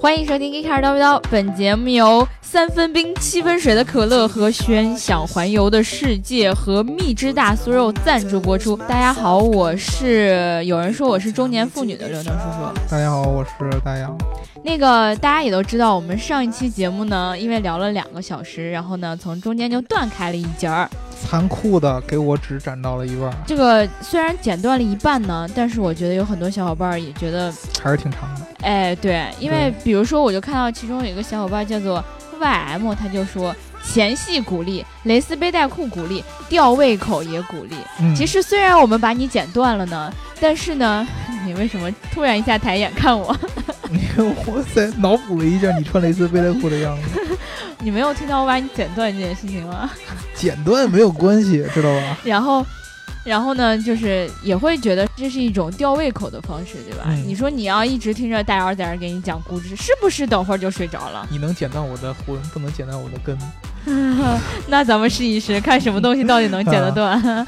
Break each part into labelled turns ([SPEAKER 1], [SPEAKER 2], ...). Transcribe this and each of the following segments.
[SPEAKER 1] 欢迎收听《一开始叨逼叨》，本节目由三分冰七分水的可乐和轩想环游的世界和蜜汁大酥肉赞助播出。大家好，我是有人说我是中年妇女的刘能叔叔。
[SPEAKER 2] 大家好，我是大洋。
[SPEAKER 1] 那个大家也都知道，我们上一期节目呢，因为聊了两个小时，然后呢从中间就断开了一截儿。
[SPEAKER 2] 残酷的给我只斩到了一半，
[SPEAKER 1] 这个虽然剪断了一半呢，但是我觉得有很多小伙伴儿也觉得
[SPEAKER 2] 还是挺长的。
[SPEAKER 1] 哎，对，因为
[SPEAKER 2] 对
[SPEAKER 1] 比如说，我就看到其中有一个小伙伴叫做 YM，他就说前戏鼓励，蕾丝背带裤鼓励，吊胃口也鼓励。
[SPEAKER 2] 嗯，
[SPEAKER 1] 其实虽然我们把你剪断了呢，但是呢， 你为什么突然一下抬眼看我？
[SPEAKER 2] 我在脑补了一下你穿蕾丝背带裤的样 子，
[SPEAKER 1] 你没有听到我把你剪断这件事情吗？
[SPEAKER 2] 剪断没有关系，知道吧？
[SPEAKER 1] 然后，然后呢，就是也会觉得这是一种吊胃口的方式，对吧？
[SPEAKER 2] 嗯
[SPEAKER 1] 你说你要一直听着大姚在那儿给你讲故事，是不是等会儿就睡着了？
[SPEAKER 2] 你能剪断我的魂，不能剪断我的根。
[SPEAKER 1] 那咱们试一试，看什么东西到底能剪得 断。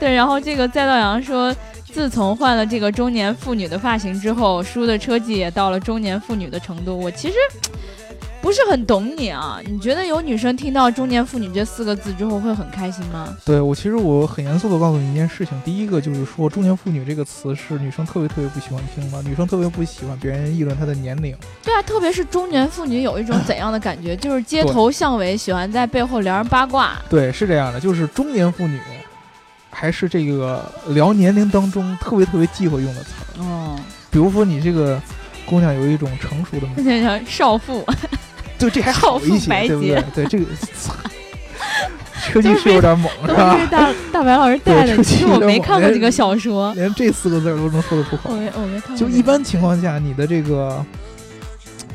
[SPEAKER 1] 对，然后这个再道阳说，自从换了这个中年妇女的发型之后，叔的车技也到了中年妇女的程度。我其实不是很懂你啊，你觉得有女生听到“中年妇女”这四个字之后会很开心吗？
[SPEAKER 2] 对我，其实我很严肃的告诉你一件事情，第一个就是说“中年妇女”这个词是女生特别特别不喜欢听的，女生特别不喜欢别人议论她的年龄。
[SPEAKER 1] 对啊，特别是中年妇女有一种怎样的感觉？就是街 头巷尾喜欢在背后聊人八卦。
[SPEAKER 2] 对，是这样的，就是中年妇女，还是这个聊年龄当中特别特别忌讳用的词儿。
[SPEAKER 1] 哦，
[SPEAKER 2] 比如说你这个姑娘有一种成熟的美，
[SPEAKER 1] 那叫少妇。
[SPEAKER 2] 对，这还好一些，对不对？对，这个车技是有点猛，是
[SPEAKER 1] 都
[SPEAKER 2] 吧
[SPEAKER 1] 是？ 大大白老师带的，
[SPEAKER 2] 对
[SPEAKER 1] 其实我没看过这个小说。
[SPEAKER 2] 连这四个字儿都能说得出
[SPEAKER 1] 我
[SPEAKER 2] 口。
[SPEAKER 1] 没我没看过。
[SPEAKER 2] 就一般情况下，你的这个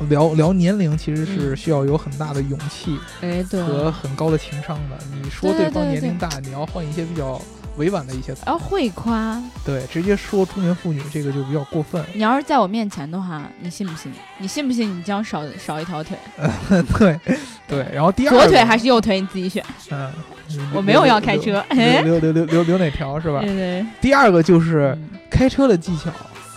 [SPEAKER 2] 聊聊年龄，其实是
[SPEAKER 1] 嗯
[SPEAKER 2] 需要有很大的勇气
[SPEAKER 1] 哎，对。
[SPEAKER 2] 和很高的情商的。你说
[SPEAKER 1] 对
[SPEAKER 2] 对方
[SPEAKER 1] 对
[SPEAKER 2] 年龄大，你要换一些比较委婉的一些词，
[SPEAKER 1] 然后会夸，
[SPEAKER 2] 对，直接说中年妇女这个就比较过分。
[SPEAKER 1] 你要是在我面前的话，你信不信？你信不信你将少少一条腿？
[SPEAKER 2] 对对，然后第二
[SPEAKER 1] 左腿
[SPEAKER 2] 个
[SPEAKER 1] 还是右腿你自己选。
[SPEAKER 2] 嗯，
[SPEAKER 1] 我没有要开车哎
[SPEAKER 2] 留留留留留哪条是吧
[SPEAKER 1] 对？对，
[SPEAKER 2] 第二个就是
[SPEAKER 1] 嗯
[SPEAKER 2] 开车的技巧，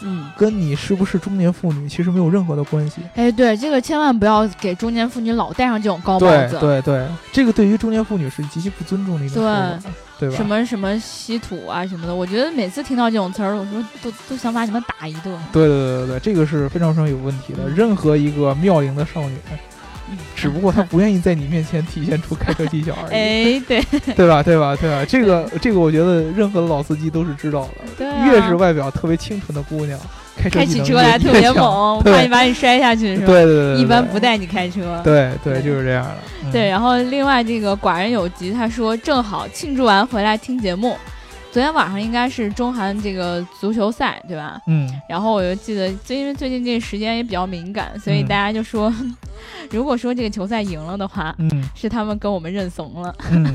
[SPEAKER 1] 嗯。
[SPEAKER 2] 跟你是不是中年妇女其实没有任何的关系。
[SPEAKER 1] 哎，对，这个千万不要给中年妇女老戴上这种高帽
[SPEAKER 2] 对
[SPEAKER 1] 子，
[SPEAKER 2] 对对，这个对于中年妇女是极其不尊重的一种说法，对吧？
[SPEAKER 1] 什么什么稀土啊什么的，我觉得每次听到这种词儿，我说都都想把你们打一 顿。
[SPEAKER 2] 对对对对对，这个是非常非常有问题的。任何一个妙龄的少女，
[SPEAKER 1] 嗯
[SPEAKER 2] 只不过她不愿意在你面前体现出开车技巧而已，
[SPEAKER 1] 哎，对
[SPEAKER 2] 对吧？对吧？对吧？这个这个，我觉得任何老司机都是知道的。
[SPEAKER 1] 对、啊，
[SPEAKER 2] 越是外表特别清纯的姑娘，开车
[SPEAKER 1] 开
[SPEAKER 2] 技
[SPEAKER 1] 起
[SPEAKER 2] 能
[SPEAKER 1] 车来
[SPEAKER 2] 越
[SPEAKER 1] 特别
[SPEAKER 2] 强
[SPEAKER 1] 猛，我怕
[SPEAKER 2] 对
[SPEAKER 1] 你把 你摔下去是吧？
[SPEAKER 2] 对对对对，对
[SPEAKER 1] 一般不带你开车。
[SPEAKER 2] 对对，
[SPEAKER 1] 对
[SPEAKER 2] 就是这样的。嗯
[SPEAKER 1] 对，，啊然后另外这个寡人有疾，他说正好庆祝完回来听节目，昨天晚上应该是中韩这个足球赛，对吧？
[SPEAKER 2] 嗯，
[SPEAKER 1] 然后我就记得，最因为最近这时间也比较敏感，所以
[SPEAKER 2] 嗯
[SPEAKER 1] 大家就说， 如果说这个球赛赢了的话，
[SPEAKER 2] 嗯
[SPEAKER 1] 是他们跟我们认怂了。
[SPEAKER 2] 嗯，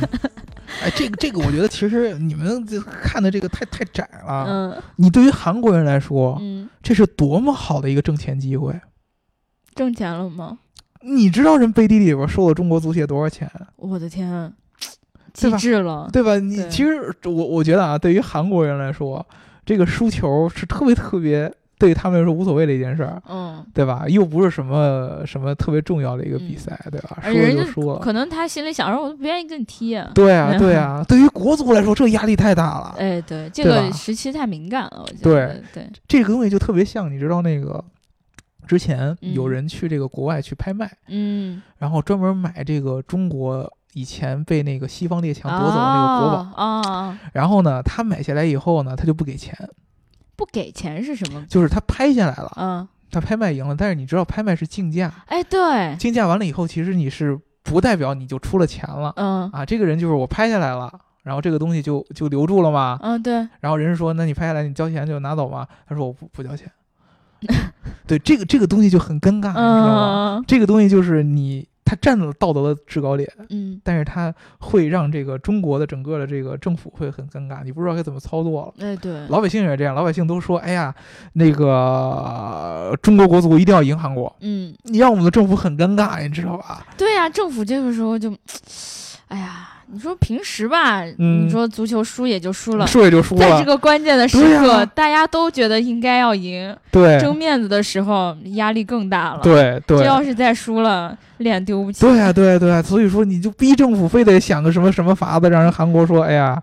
[SPEAKER 2] 哎，这个这个，我觉得其实你们这看的这个太太窄了。
[SPEAKER 1] 嗯
[SPEAKER 2] 你对于韩国人来说，
[SPEAKER 1] 嗯，
[SPEAKER 2] 这是多么好的一个挣钱机会！
[SPEAKER 1] 挣钱了吗？
[SPEAKER 2] 你知道人背地里边收了中国足协多少钱，
[SPEAKER 1] 我的天，
[SPEAKER 2] 对
[SPEAKER 1] 极
[SPEAKER 2] 吧
[SPEAKER 1] 致了。
[SPEAKER 2] 对吧？你
[SPEAKER 1] 对
[SPEAKER 2] 其实我我觉得啊，对于韩国人来说，这个输球是特别特别对他们来说无所谓的一件事儿，
[SPEAKER 1] 嗯，
[SPEAKER 2] 对吧？又不是什么什么特别重要的一个比
[SPEAKER 1] 嗯
[SPEAKER 2] 赛，对吧？
[SPEAKER 1] 而
[SPEAKER 2] 输了
[SPEAKER 1] 人
[SPEAKER 2] 就
[SPEAKER 1] 家
[SPEAKER 2] 输了。
[SPEAKER 1] 可能他心里想说，我都不愿意跟你踢、啊。
[SPEAKER 2] 对啊，
[SPEAKER 1] 嗯
[SPEAKER 2] 对啊，对于国足来说，这压力太大了。
[SPEAKER 1] 哎，对，这
[SPEAKER 2] 对
[SPEAKER 1] 个
[SPEAKER 2] 吧
[SPEAKER 1] 时期太敏感了，我觉
[SPEAKER 2] 对
[SPEAKER 1] 得。对
[SPEAKER 2] 这个东西就特别像，你知道那个之前
[SPEAKER 1] 嗯
[SPEAKER 2] 有人去这个国外去拍卖，
[SPEAKER 1] 嗯。
[SPEAKER 2] 然后专门买这个中国以前被那个西方列强夺走的那个国宝，
[SPEAKER 1] 啊、哦
[SPEAKER 2] 然后呢，他买下来以后呢，他就不给钱，
[SPEAKER 1] 不给钱是什么？
[SPEAKER 2] 就是他拍下来了，
[SPEAKER 1] 嗯，
[SPEAKER 2] 他拍卖赢了，但是你知道拍卖是竞价，
[SPEAKER 1] 哎，对，
[SPEAKER 2] 竞价完了以后，其实你是不代表你就出了钱了
[SPEAKER 1] 嗯
[SPEAKER 2] 啊，这个人就是我拍下来了。然后这个东西就就留住了嘛，
[SPEAKER 1] 嗯，对，
[SPEAKER 2] 然后人家说：“那你拍下来，你交钱就拿走嘛。”他说：“我不不交钱。” 对，这个这个东西就很尴尬，你知道吗？
[SPEAKER 1] 嗯
[SPEAKER 2] 这个东西就是你，他站了道德的制高点，
[SPEAKER 1] 嗯，
[SPEAKER 2] 但是他会让这个中国的整个的这个政府会很尴尬，你不知道该怎么操作了。
[SPEAKER 1] 哎，对，
[SPEAKER 2] 老百姓也是这样，老百姓都说：“哎呀，那个呃中国国足一定要赢韩国。”
[SPEAKER 1] 嗯，
[SPEAKER 2] 你让我们的政府很尴尬，你知道吧？
[SPEAKER 1] 对呀、政府这个时候就，哎呀，你说平时吧，
[SPEAKER 2] 嗯
[SPEAKER 1] 你说足球输也就输了，
[SPEAKER 2] 输也就输
[SPEAKER 1] 在这
[SPEAKER 2] 了，
[SPEAKER 1] 个关键的时
[SPEAKER 2] 对呀
[SPEAKER 1] 刻，大家都觉得应该要赢，
[SPEAKER 2] 对
[SPEAKER 1] 争面子的时候压力更大了。，
[SPEAKER 2] 对
[SPEAKER 1] 这
[SPEAKER 2] 对。
[SPEAKER 1] 要是再输了，脸丢不起。
[SPEAKER 2] 对啊，对啊，对啊，所以说你就逼政府非得想个什么什么法子，让人韩国说，哎呀，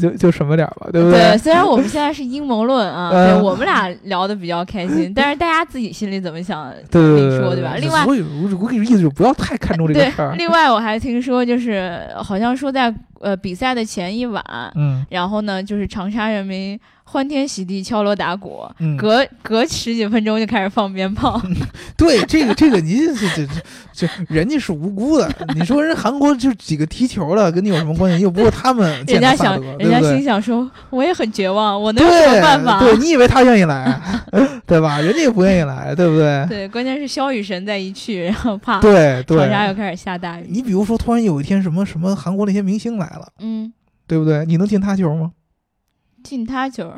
[SPEAKER 2] 就就什么点儿吧，对不
[SPEAKER 1] 对，虽然我们现在是阴谋论 啊，
[SPEAKER 2] 呃
[SPEAKER 1] 对我们俩聊的比较开心，但是大家自己心里怎么想？
[SPEAKER 2] 对对
[SPEAKER 1] 你
[SPEAKER 2] 对
[SPEAKER 1] 说
[SPEAKER 2] 对
[SPEAKER 1] 对吧另外
[SPEAKER 2] 所以我我给意思就是不要太看重这个
[SPEAKER 1] 对
[SPEAKER 2] 事儿，，
[SPEAKER 1] 另外我还听说，就是好像说在呃比赛的前一晚，
[SPEAKER 2] 嗯
[SPEAKER 1] 然后呢，就是长沙人民欢天喜地、敲锣打鼓，
[SPEAKER 2] 嗯，
[SPEAKER 1] 隔隔十几分钟就开始放鞭炮。
[SPEAKER 2] 对这个这个您这这这这人家是无辜的，你说人韩国就几个踢球的，跟你有什么关系？又不是他们
[SPEAKER 1] 人
[SPEAKER 2] 建
[SPEAKER 1] 家
[SPEAKER 2] 的萨
[SPEAKER 1] 想
[SPEAKER 2] 德，，对
[SPEAKER 1] 人家
[SPEAKER 2] 不
[SPEAKER 1] 心
[SPEAKER 2] 对？
[SPEAKER 1] 想说，我也很绝望，我能有什么办法？啊
[SPEAKER 2] 对对，你以为他愿意来， 对吧？人家也不愿意来，对不对？
[SPEAKER 1] 对啊关键是萧雨神再一去，然后怕
[SPEAKER 2] 对
[SPEAKER 1] 长沙
[SPEAKER 2] 对，
[SPEAKER 1] 又开始下大雨。
[SPEAKER 2] 你比如说，突然有一天什么什么韩国那些明星来了，
[SPEAKER 1] 嗯，
[SPEAKER 2] 对不对？你能进他球吗？
[SPEAKER 1] 进他球，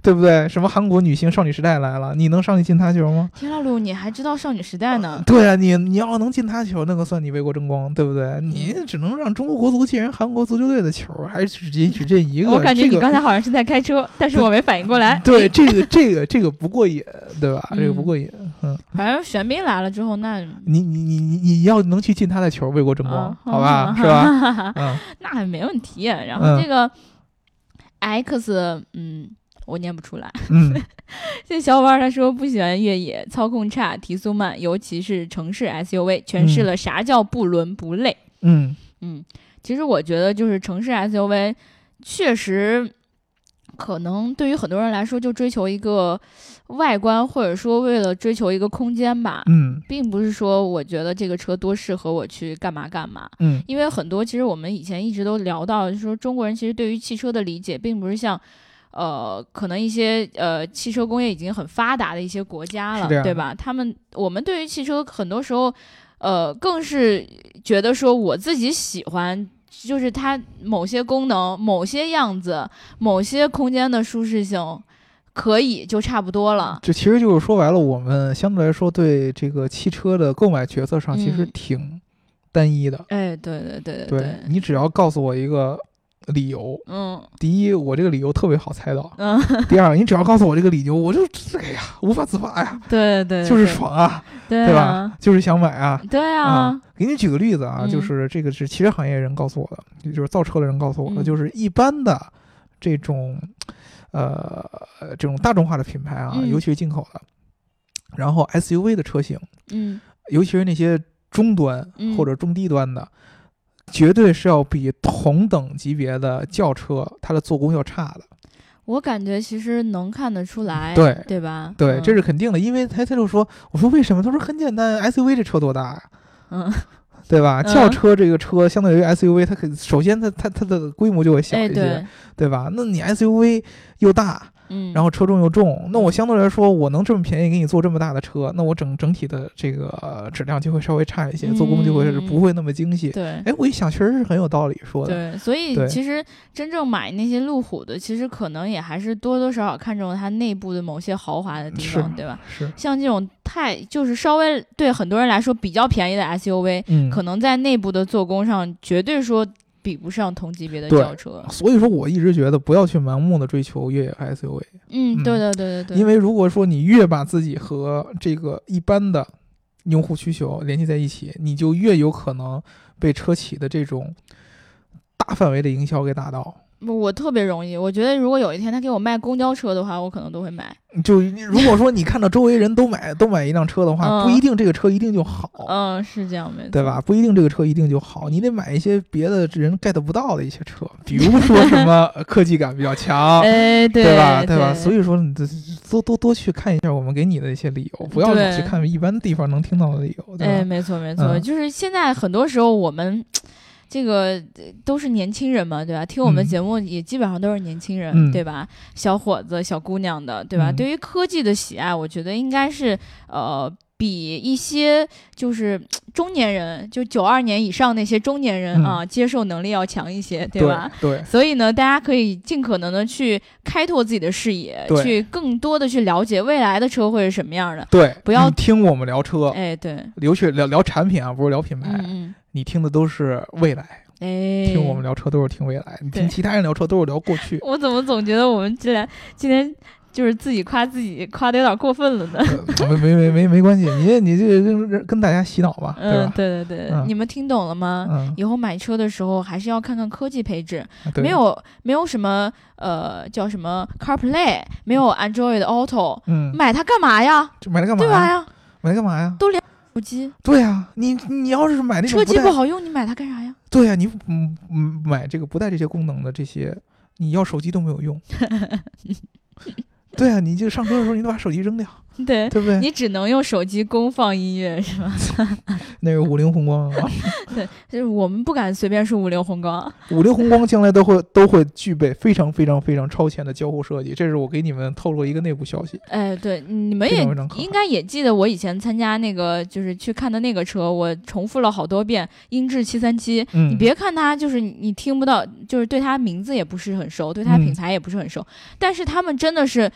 [SPEAKER 2] 对不对？什么韩国女星少女时代来了，你能上去进他球吗？
[SPEAKER 1] 天啦噜，你还知道少女时代 呢？
[SPEAKER 2] 对啊，你你要能进他球，那个算你为国争光，对不对？你
[SPEAKER 1] 嗯
[SPEAKER 2] 只能让中国国足进人韩国足球队的球，还只进只进一个。
[SPEAKER 1] 我感觉你
[SPEAKER 2] 这个
[SPEAKER 1] 刚才好像是在开车，但是我没反应过来。哎
[SPEAKER 2] 对这个这个这个不过瘾，对吧？这个不
[SPEAKER 1] 嗯
[SPEAKER 2] 过瘾。
[SPEAKER 1] 反正玄彬来了之后，那
[SPEAKER 2] 你你你你你要能去进他的球，为国争光，
[SPEAKER 1] 啊
[SPEAKER 2] 好吧， 是吧？嗯，
[SPEAKER 1] 那没问题。然
[SPEAKER 2] 嗯
[SPEAKER 1] 后这个 X，嗯，我念不出来。
[SPEAKER 2] 嗯，
[SPEAKER 1] 这小伙伴他说不喜欢越野，操控差，提速慢，尤其是城市 SUV，诠释了啥叫不伦不类。
[SPEAKER 2] 嗯，
[SPEAKER 1] 嗯，其实我觉得就是城市 SUV 确实可能对于很多人来说，就追求一个外观，或者说为了追求一个空间吧。
[SPEAKER 2] 嗯，
[SPEAKER 1] 并不是说我觉得这个车多适合我去干嘛干嘛，
[SPEAKER 2] 嗯，
[SPEAKER 1] 因为很多其实我们以前一直都聊到，就是说中国人其实对于汽车的理解，并不是像，呃，可能一些呃汽车工业已经很发达的一些国家
[SPEAKER 2] 是这样
[SPEAKER 1] 了，对吧？他们我们对于汽车很多时候，呃，更是觉得说我自己喜欢。就是它某些功能、某些样子、某些空间的舒适性，可以就差不多了。
[SPEAKER 2] 就其实就是说白了，我们相对来说对这个汽车的购买决策上其实
[SPEAKER 1] 嗯
[SPEAKER 2] 挺单一的。
[SPEAKER 1] 哎，对对对
[SPEAKER 2] 对
[SPEAKER 1] 对，
[SPEAKER 2] 你只要告诉我一个理由，
[SPEAKER 1] 嗯
[SPEAKER 2] 第一，我这个理由特别好猜到；
[SPEAKER 1] 嗯，
[SPEAKER 2] 第二，你只要告诉我这个理由，我就哎呀无法自拔呀，
[SPEAKER 1] 对对，对
[SPEAKER 2] 就是，爽啊，
[SPEAKER 1] 对
[SPEAKER 2] 对吧
[SPEAKER 1] 啊？？
[SPEAKER 2] 就是想买啊。
[SPEAKER 1] 嗯对啊
[SPEAKER 2] 啊，给你举个例子啊，
[SPEAKER 1] 嗯
[SPEAKER 2] 就是这个是汽车行业人告诉我的，也就是造车的人告诉我的，
[SPEAKER 1] 嗯
[SPEAKER 2] 就是一般的这种呃这种大众化的品牌啊，
[SPEAKER 1] 嗯
[SPEAKER 2] 尤其是进口的，然后 SUV 的车型，
[SPEAKER 1] 嗯，
[SPEAKER 2] 尤其是那些中端
[SPEAKER 1] 嗯
[SPEAKER 2] 或者中低端的，绝对是要比同等级别的轿车它的做工要差的。
[SPEAKER 1] 我感觉其实能看得出来，
[SPEAKER 2] 对
[SPEAKER 1] 对吧？
[SPEAKER 2] 对，
[SPEAKER 1] 嗯
[SPEAKER 2] 这是肯定的，因为他他就说，我说为什么？他说很简单，SUV 这车多大呀、
[SPEAKER 1] 嗯，
[SPEAKER 2] 对吧？
[SPEAKER 1] 嗯
[SPEAKER 2] 轿车这个车相对于 SUV，它可首先它它它的规模就会小
[SPEAKER 1] 哎
[SPEAKER 2] 一些，
[SPEAKER 1] 对，
[SPEAKER 2] 对吧？那你 SUV 又大，
[SPEAKER 1] 嗯，
[SPEAKER 2] 然后车重又重，那我相对来说，我能这么便宜给你做这么大的车，那我整整体的这个呃质量就会稍微差一些，做工就会是
[SPEAKER 1] 嗯
[SPEAKER 2] 不会那么精细。
[SPEAKER 1] 对
[SPEAKER 2] 哎，我一想，确实是很有道理说的。
[SPEAKER 1] 对，所以
[SPEAKER 2] 对
[SPEAKER 1] 其实真正买那些路虎的，其实可能也还是多多少少看中它内部的某些豪华的地
[SPEAKER 2] 是
[SPEAKER 1] 方，对吧？
[SPEAKER 2] 是，
[SPEAKER 1] 像这种太就是稍微对很多人来说比较便宜的 SUV，、
[SPEAKER 2] 嗯，
[SPEAKER 1] 可能在内部的做工上绝对说比不上同级别的
[SPEAKER 2] 对
[SPEAKER 1] 轿车。
[SPEAKER 2] 所以说我一直觉得不要去盲目的追求越野和 SUV，
[SPEAKER 1] 嗯，对对对对对，
[SPEAKER 2] 因
[SPEAKER 1] 为
[SPEAKER 2] 为如果说你越把自己和这个一般的用户需求联系在一起，你就越有可能被车企的这种大范围的营销给打到。
[SPEAKER 1] 我特别容易，我觉得如果有一天他给我卖公交车的话，我可能都会买。
[SPEAKER 2] 就如果说你看到周围人都买都买一辆车的话，
[SPEAKER 1] 嗯
[SPEAKER 2] 不一定这个车一定就好，
[SPEAKER 1] 嗯，是这样，没错，
[SPEAKER 2] 哦对？吧？不一定这个车一定就好，你得买一些别的人 get 不到的一些车，比如说什 么呃科技感比较强。
[SPEAKER 1] 哎，对
[SPEAKER 2] 对吧？对吧？所
[SPEAKER 1] 以
[SPEAKER 2] 以说，你这多多多去看一下我们给你的一些理由，不要老
[SPEAKER 1] 对
[SPEAKER 2] 去看一般地方能听到的理由。对吧
[SPEAKER 1] 哎，没错没错，
[SPEAKER 2] 嗯
[SPEAKER 1] 就是现在很多时候我们这个呃都是年轻人嘛，对吧？听我们
[SPEAKER 2] 嗯
[SPEAKER 1] 节目也基本上都是年轻人，
[SPEAKER 2] 嗯
[SPEAKER 1] 对吧？小伙子、小姑娘的，对吧？
[SPEAKER 2] 嗯
[SPEAKER 1] 对于科技的喜爱，我觉得应该是呃。比一些就是中年人，就九二年以上那些中年人
[SPEAKER 2] 嗯
[SPEAKER 1] 啊，接受能力要强一些，
[SPEAKER 2] 对
[SPEAKER 1] 吧？
[SPEAKER 2] 对
[SPEAKER 1] 所以呢，大家可以尽可能的去开拓自己的视野
[SPEAKER 2] 对，
[SPEAKER 1] 去更多的去了解未来的车会是什么样的。
[SPEAKER 2] 对，
[SPEAKER 1] 不要
[SPEAKER 2] 你听我们聊车，
[SPEAKER 1] 哎，对，
[SPEAKER 2] 聊去聊聊产品啊，不是聊品牌，
[SPEAKER 1] 嗯嗯，
[SPEAKER 2] 你听的都是未来。
[SPEAKER 1] 哎，
[SPEAKER 2] 听我们聊车都是听未来，你听
[SPEAKER 1] 对。
[SPEAKER 2] 其他人聊车都是聊过去
[SPEAKER 1] 我怎么总觉得我们竟然今天就是自己夸自己夸的有点过分了 呢？
[SPEAKER 2] 呃没没没没没关系，你你这跟跟大家洗脑吧，对
[SPEAKER 1] 嗯，
[SPEAKER 2] 吧？
[SPEAKER 1] 对对对，
[SPEAKER 2] 嗯
[SPEAKER 1] 你们听懂了吗？
[SPEAKER 2] 嗯，啊
[SPEAKER 1] 以后买车的时候还是要看看科技配置，
[SPEAKER 2] 对
[SPEAKER 1] 没有没有什么呃叫什么 CarPlay，没有 Android Auto，、
[SPEAKER 2] 嗯，
[SPEAKER 1] 买它干嘛呀？
[SPEAKER 2] 这买它干嘛
[SPEAKER 1] 对
[SPEAKER 2] 呀？
[SPEAKER 1] 吧呀？
[SPEAKER 2] 买它干嘛呀？
[SPEAKER 1] 都连手机，
[SPEAKER 2] 对呀、你你要是买那种
[SPEAKER 1] 车机
[SPEAKER 2] 带
[SPEAKER 1] 不好用，你买它干啥呀？
[SPEAKER 2] 对呀、你嗯嗯买这个不带这些功能的这些，你要手机都没 有用。对啊，你就上车的时候，你都把手机扔掉，
[SPEAKER 1] 对。
[SPEAKER 2] 对不对？
[SPEAKER 1] 你只能用手机公放音乐 是吧？
[SPEAKER 2] 那个五菱宏 光啊，
[SPEAKER 1] 就是我们不敢随便说五菱宏光，
[SPEAKER 2] 五菱宏光将来都会都会具备非常非常非常超前的交互设计，这是我给你们透露一个内部消息。
[SPEAKER 1] 哎，对，你们
[SPEAKER 2] 非
[SPEAKER 1] 也
[SPEAKER 2] 常非常可
[SPEAKER 1] 应
[SPEAKER 2] 怕
[SPEAKER 1] 该也记得我以前参加那个，就是去看的那个车，我重复了好多遍英质七三七。你
[SPEAKER 2] 嗯，
[SPEAKER 1] 别看它就是你你听不到，就是对它名字也不是很熟，对它
[SPEAKER 2] 嗯
[SPEAKER 1] 品牌也不是很熟，但是他们真的是。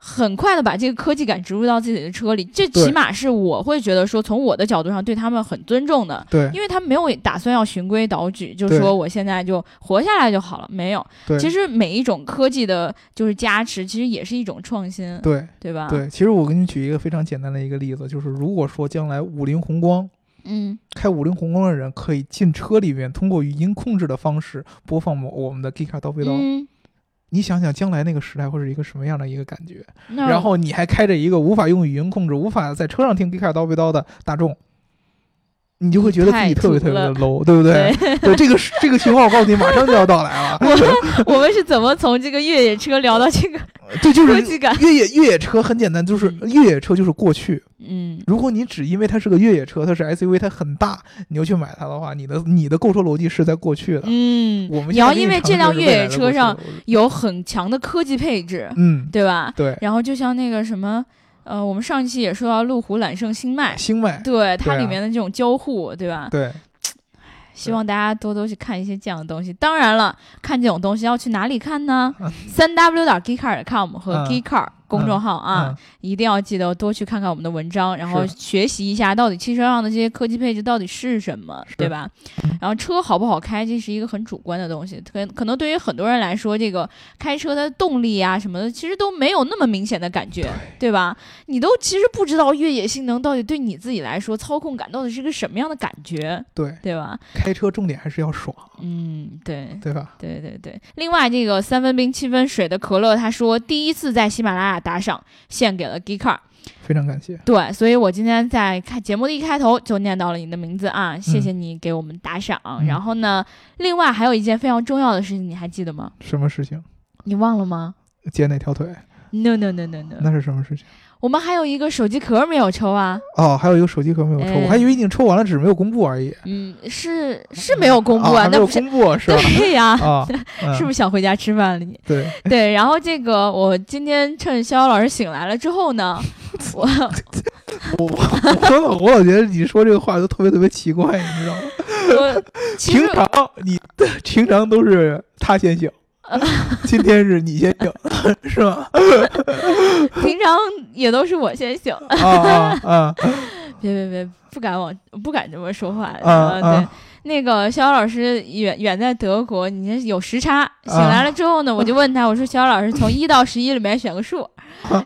[SPEAKER 1] 很快的把这个科技感植入到自己的车里，这
[SPEAKER 2] 对
[SPEAKER 1] 起码是我会觉得说，从我的角度上对他们很尊重的，
[SPEAKER 2] 对
[SPEAKER 1] 因为他们没有打算要循规蹈矩，就
[SPEAKER 2] 对
[SPEAKER 1] 说我现在就活下来就好了，没有。
[SPEAKER 2] 对，
[SPEAKER 1] 其实每一种科技的就是加持，其实也是一种创新。
[SPEAKER 2] 对
[SPEAKER 1] 对吧？，
[SPEAKER 2] 对，其实我给你举一个非常简单的一个例子，就是如果说将来五菱宏光
[SPEAKER 1] 嗯，
[SPEAKER 2] 开五菱宏光的人可以进车里面，通过语音控制的方式播放我我们的 Gika 刀飞刀，
[SPEAKER 1] 嗯，
[SPEAKER 2] 你想想将来那个时代会是一个什么样的一个感觉？
[SPEAKER 1] 那
[SPEAKER 2] 然后你还开着一个无法用语音控制、无法在车上听 Gika 刀飞刀的大众。你就会觉得自己特别特别的
[SPEAKER 1] 太
[SPEAKER 2] low，对不对？ 对这个是这个情况，我告诉你，马上就要到来 了。
[SPEAKER 1] 我们是怎么从这个越野车聊到 这个
[SPEAKER 2] 对，就
[SPEAKER 1] 科
[SPEAKER 2] 是
[SPEAKER 1] 技感？
[SPEAKER 2] 越野越野车很简单，就是越野车就是过去，
[SPEAKER 1] 嗯，
[SPEAKER 2] 如果你只因为它是个越野车，它是 SUV，它很大，你就去买它的话，你的你的购车逻辑是在过去的。
[SPEAKER 1] 嗯，
[SPEAKER 2] 我们
[SPEAKER 1] 你
[SPEAKER 2] 现在
[SPEAKER 1] 要
[SPEAKER 2] 给
[SPEAKER 1] 因为
[SPEAKER 2] 尝试
[SPEAKER 1] 这辆
[SPEAKER 2] 的是
[SPEAKER 1] 越
[SPEAKER 2] 未
[SPEAKER 1] 野
[SPEAKER 2] 来的
[SPEAKER 1] 车
[SPEAKER 2] 过去
[SPEAKER 1] 上
[SPEAKER 2] 的逻辑
[SPEAKER 1] 有很强的科技配置，
[SPEAKER 2] 嗯，
[SPEAKER 1] 对吧？
[SPEAKER 2] 对，
[SPEAKER 1] 然后就像那个什么，呃，我们上一期也说到路虎揽胜星脉，
[SPEAKER 2] 星脉，
[SPEAKER 1] 对它
[SPEAKER 2] 对啊
[SPEAKER 1] 里面的这种交互，对吧？
[SPEAKER 2] 对
[SPEAKER 1] 希望大家多多去看一些这样的东西。当然了，看这种东西要去哪里看呢？三 w 点 geekcar.com 和
[SPEAKER 2] 嗯
[SPEAKER 1] geekcar 公众号啊。
[SPEAKER 2] 嗯
[SPEAKER 1] 一定要记得多去看看我们的文章，然后
[SPEAKER 2] 是
[SPEAKER 1] 学习一下到底汽车上的这些科技配置到底是什么，
[SPEAKER 2] 是嗯
[SPEAKER 1] 对吧？然后车好不好开，这是一个很主观的东西，可可能对于很多人来说，这个开车的动力啊什么的，其实都没有那么明显的感觉，对吧？你都其实不知道越野性能到底对你自己来说操控感到底是个什么样的感觉，
[SPEAKER 2] 对，
[SPEAKER 1] 对吧？
[SPEAKER 2] 开车重点还是要爽，
[SPEAKER 1] 嗯，对。
[SPEAKER 2] 对吧？
[SPEAKER 1] 对对对，另外这个三分冰七分水的可乐，他说第一次在喜马拉雅打赏，献给了 Geekcar。
[SPEAKER 2] 非常感谢，
[SPEAKER 1] 对，所以我今天在开节目的一开头就念到了你的名字啊，谢谢你给我们打赏。
[SPEAKER 2] 嗯
[SPEAKER 1] 然后呢，另外还有一件非常重要的事情，你还记得吗？
[SPEAKER 2] 什么事情？
[SPEAKER 1] 你忘了吗
[SPEAKER 2] 姐哪条腿？
[SPEAKER 1] ？No No No No No，
[SPEAKER 2] 那是什么事情？
[SPEAKER 1] 我们还有一个手机壳没有抽啊，
[SPEAKER 2] 哦，还有一个手机壳没有抽，
[SPEAKER 1] 哎
[SPEAKER 2] 我还以为已经抽完了，只是没有公布而已。
[SPEAKER 1] 嗯，是是没有公布
[SPEAKER 2] 啊，还没
[SPEAKER 1] 那
[SPEAKER 2] 有
[SPEAKER 1] 不是
[SPEAKER 2] 公 布是吧？
[SPEAKER 1] 对呀、
[SPEAKER 2] 啊，嗯
[SPEAKER 1] 是不是想回家吃饭了你？
[SPEAKER 2] 对，
[SPEAKER 1] 对，然后这个我今天趁逍遥老师醒来了之后 呢，我
[SPEAKER 2] 我我老我老觉得你说这个话都特别特别奇怪，你知道吗？
[SPEAKER 1] 我其
[SPEAKER 2] 平
[SPEAKER 1] 实
[SPEAKER 2] 常你平常都是他 先醒，今天是你先醒， 是 吗？
[SPEAKER 1] 平常也都是我先醒，
[SPEAKER 2] 啊啊啊！
[SPEAKER 1] 别别别，不敢往不敢这么说话。
[SPEAKER 2] 啊
[SPEAKER 1] 呃对
[SPEAKER 2] 啊，
[SPEAKER 1] 那个逍遥老师远远在德国，你这有时差。醒来了之后呢，我就问他，我说逍遥老师从一到十一里面选个数，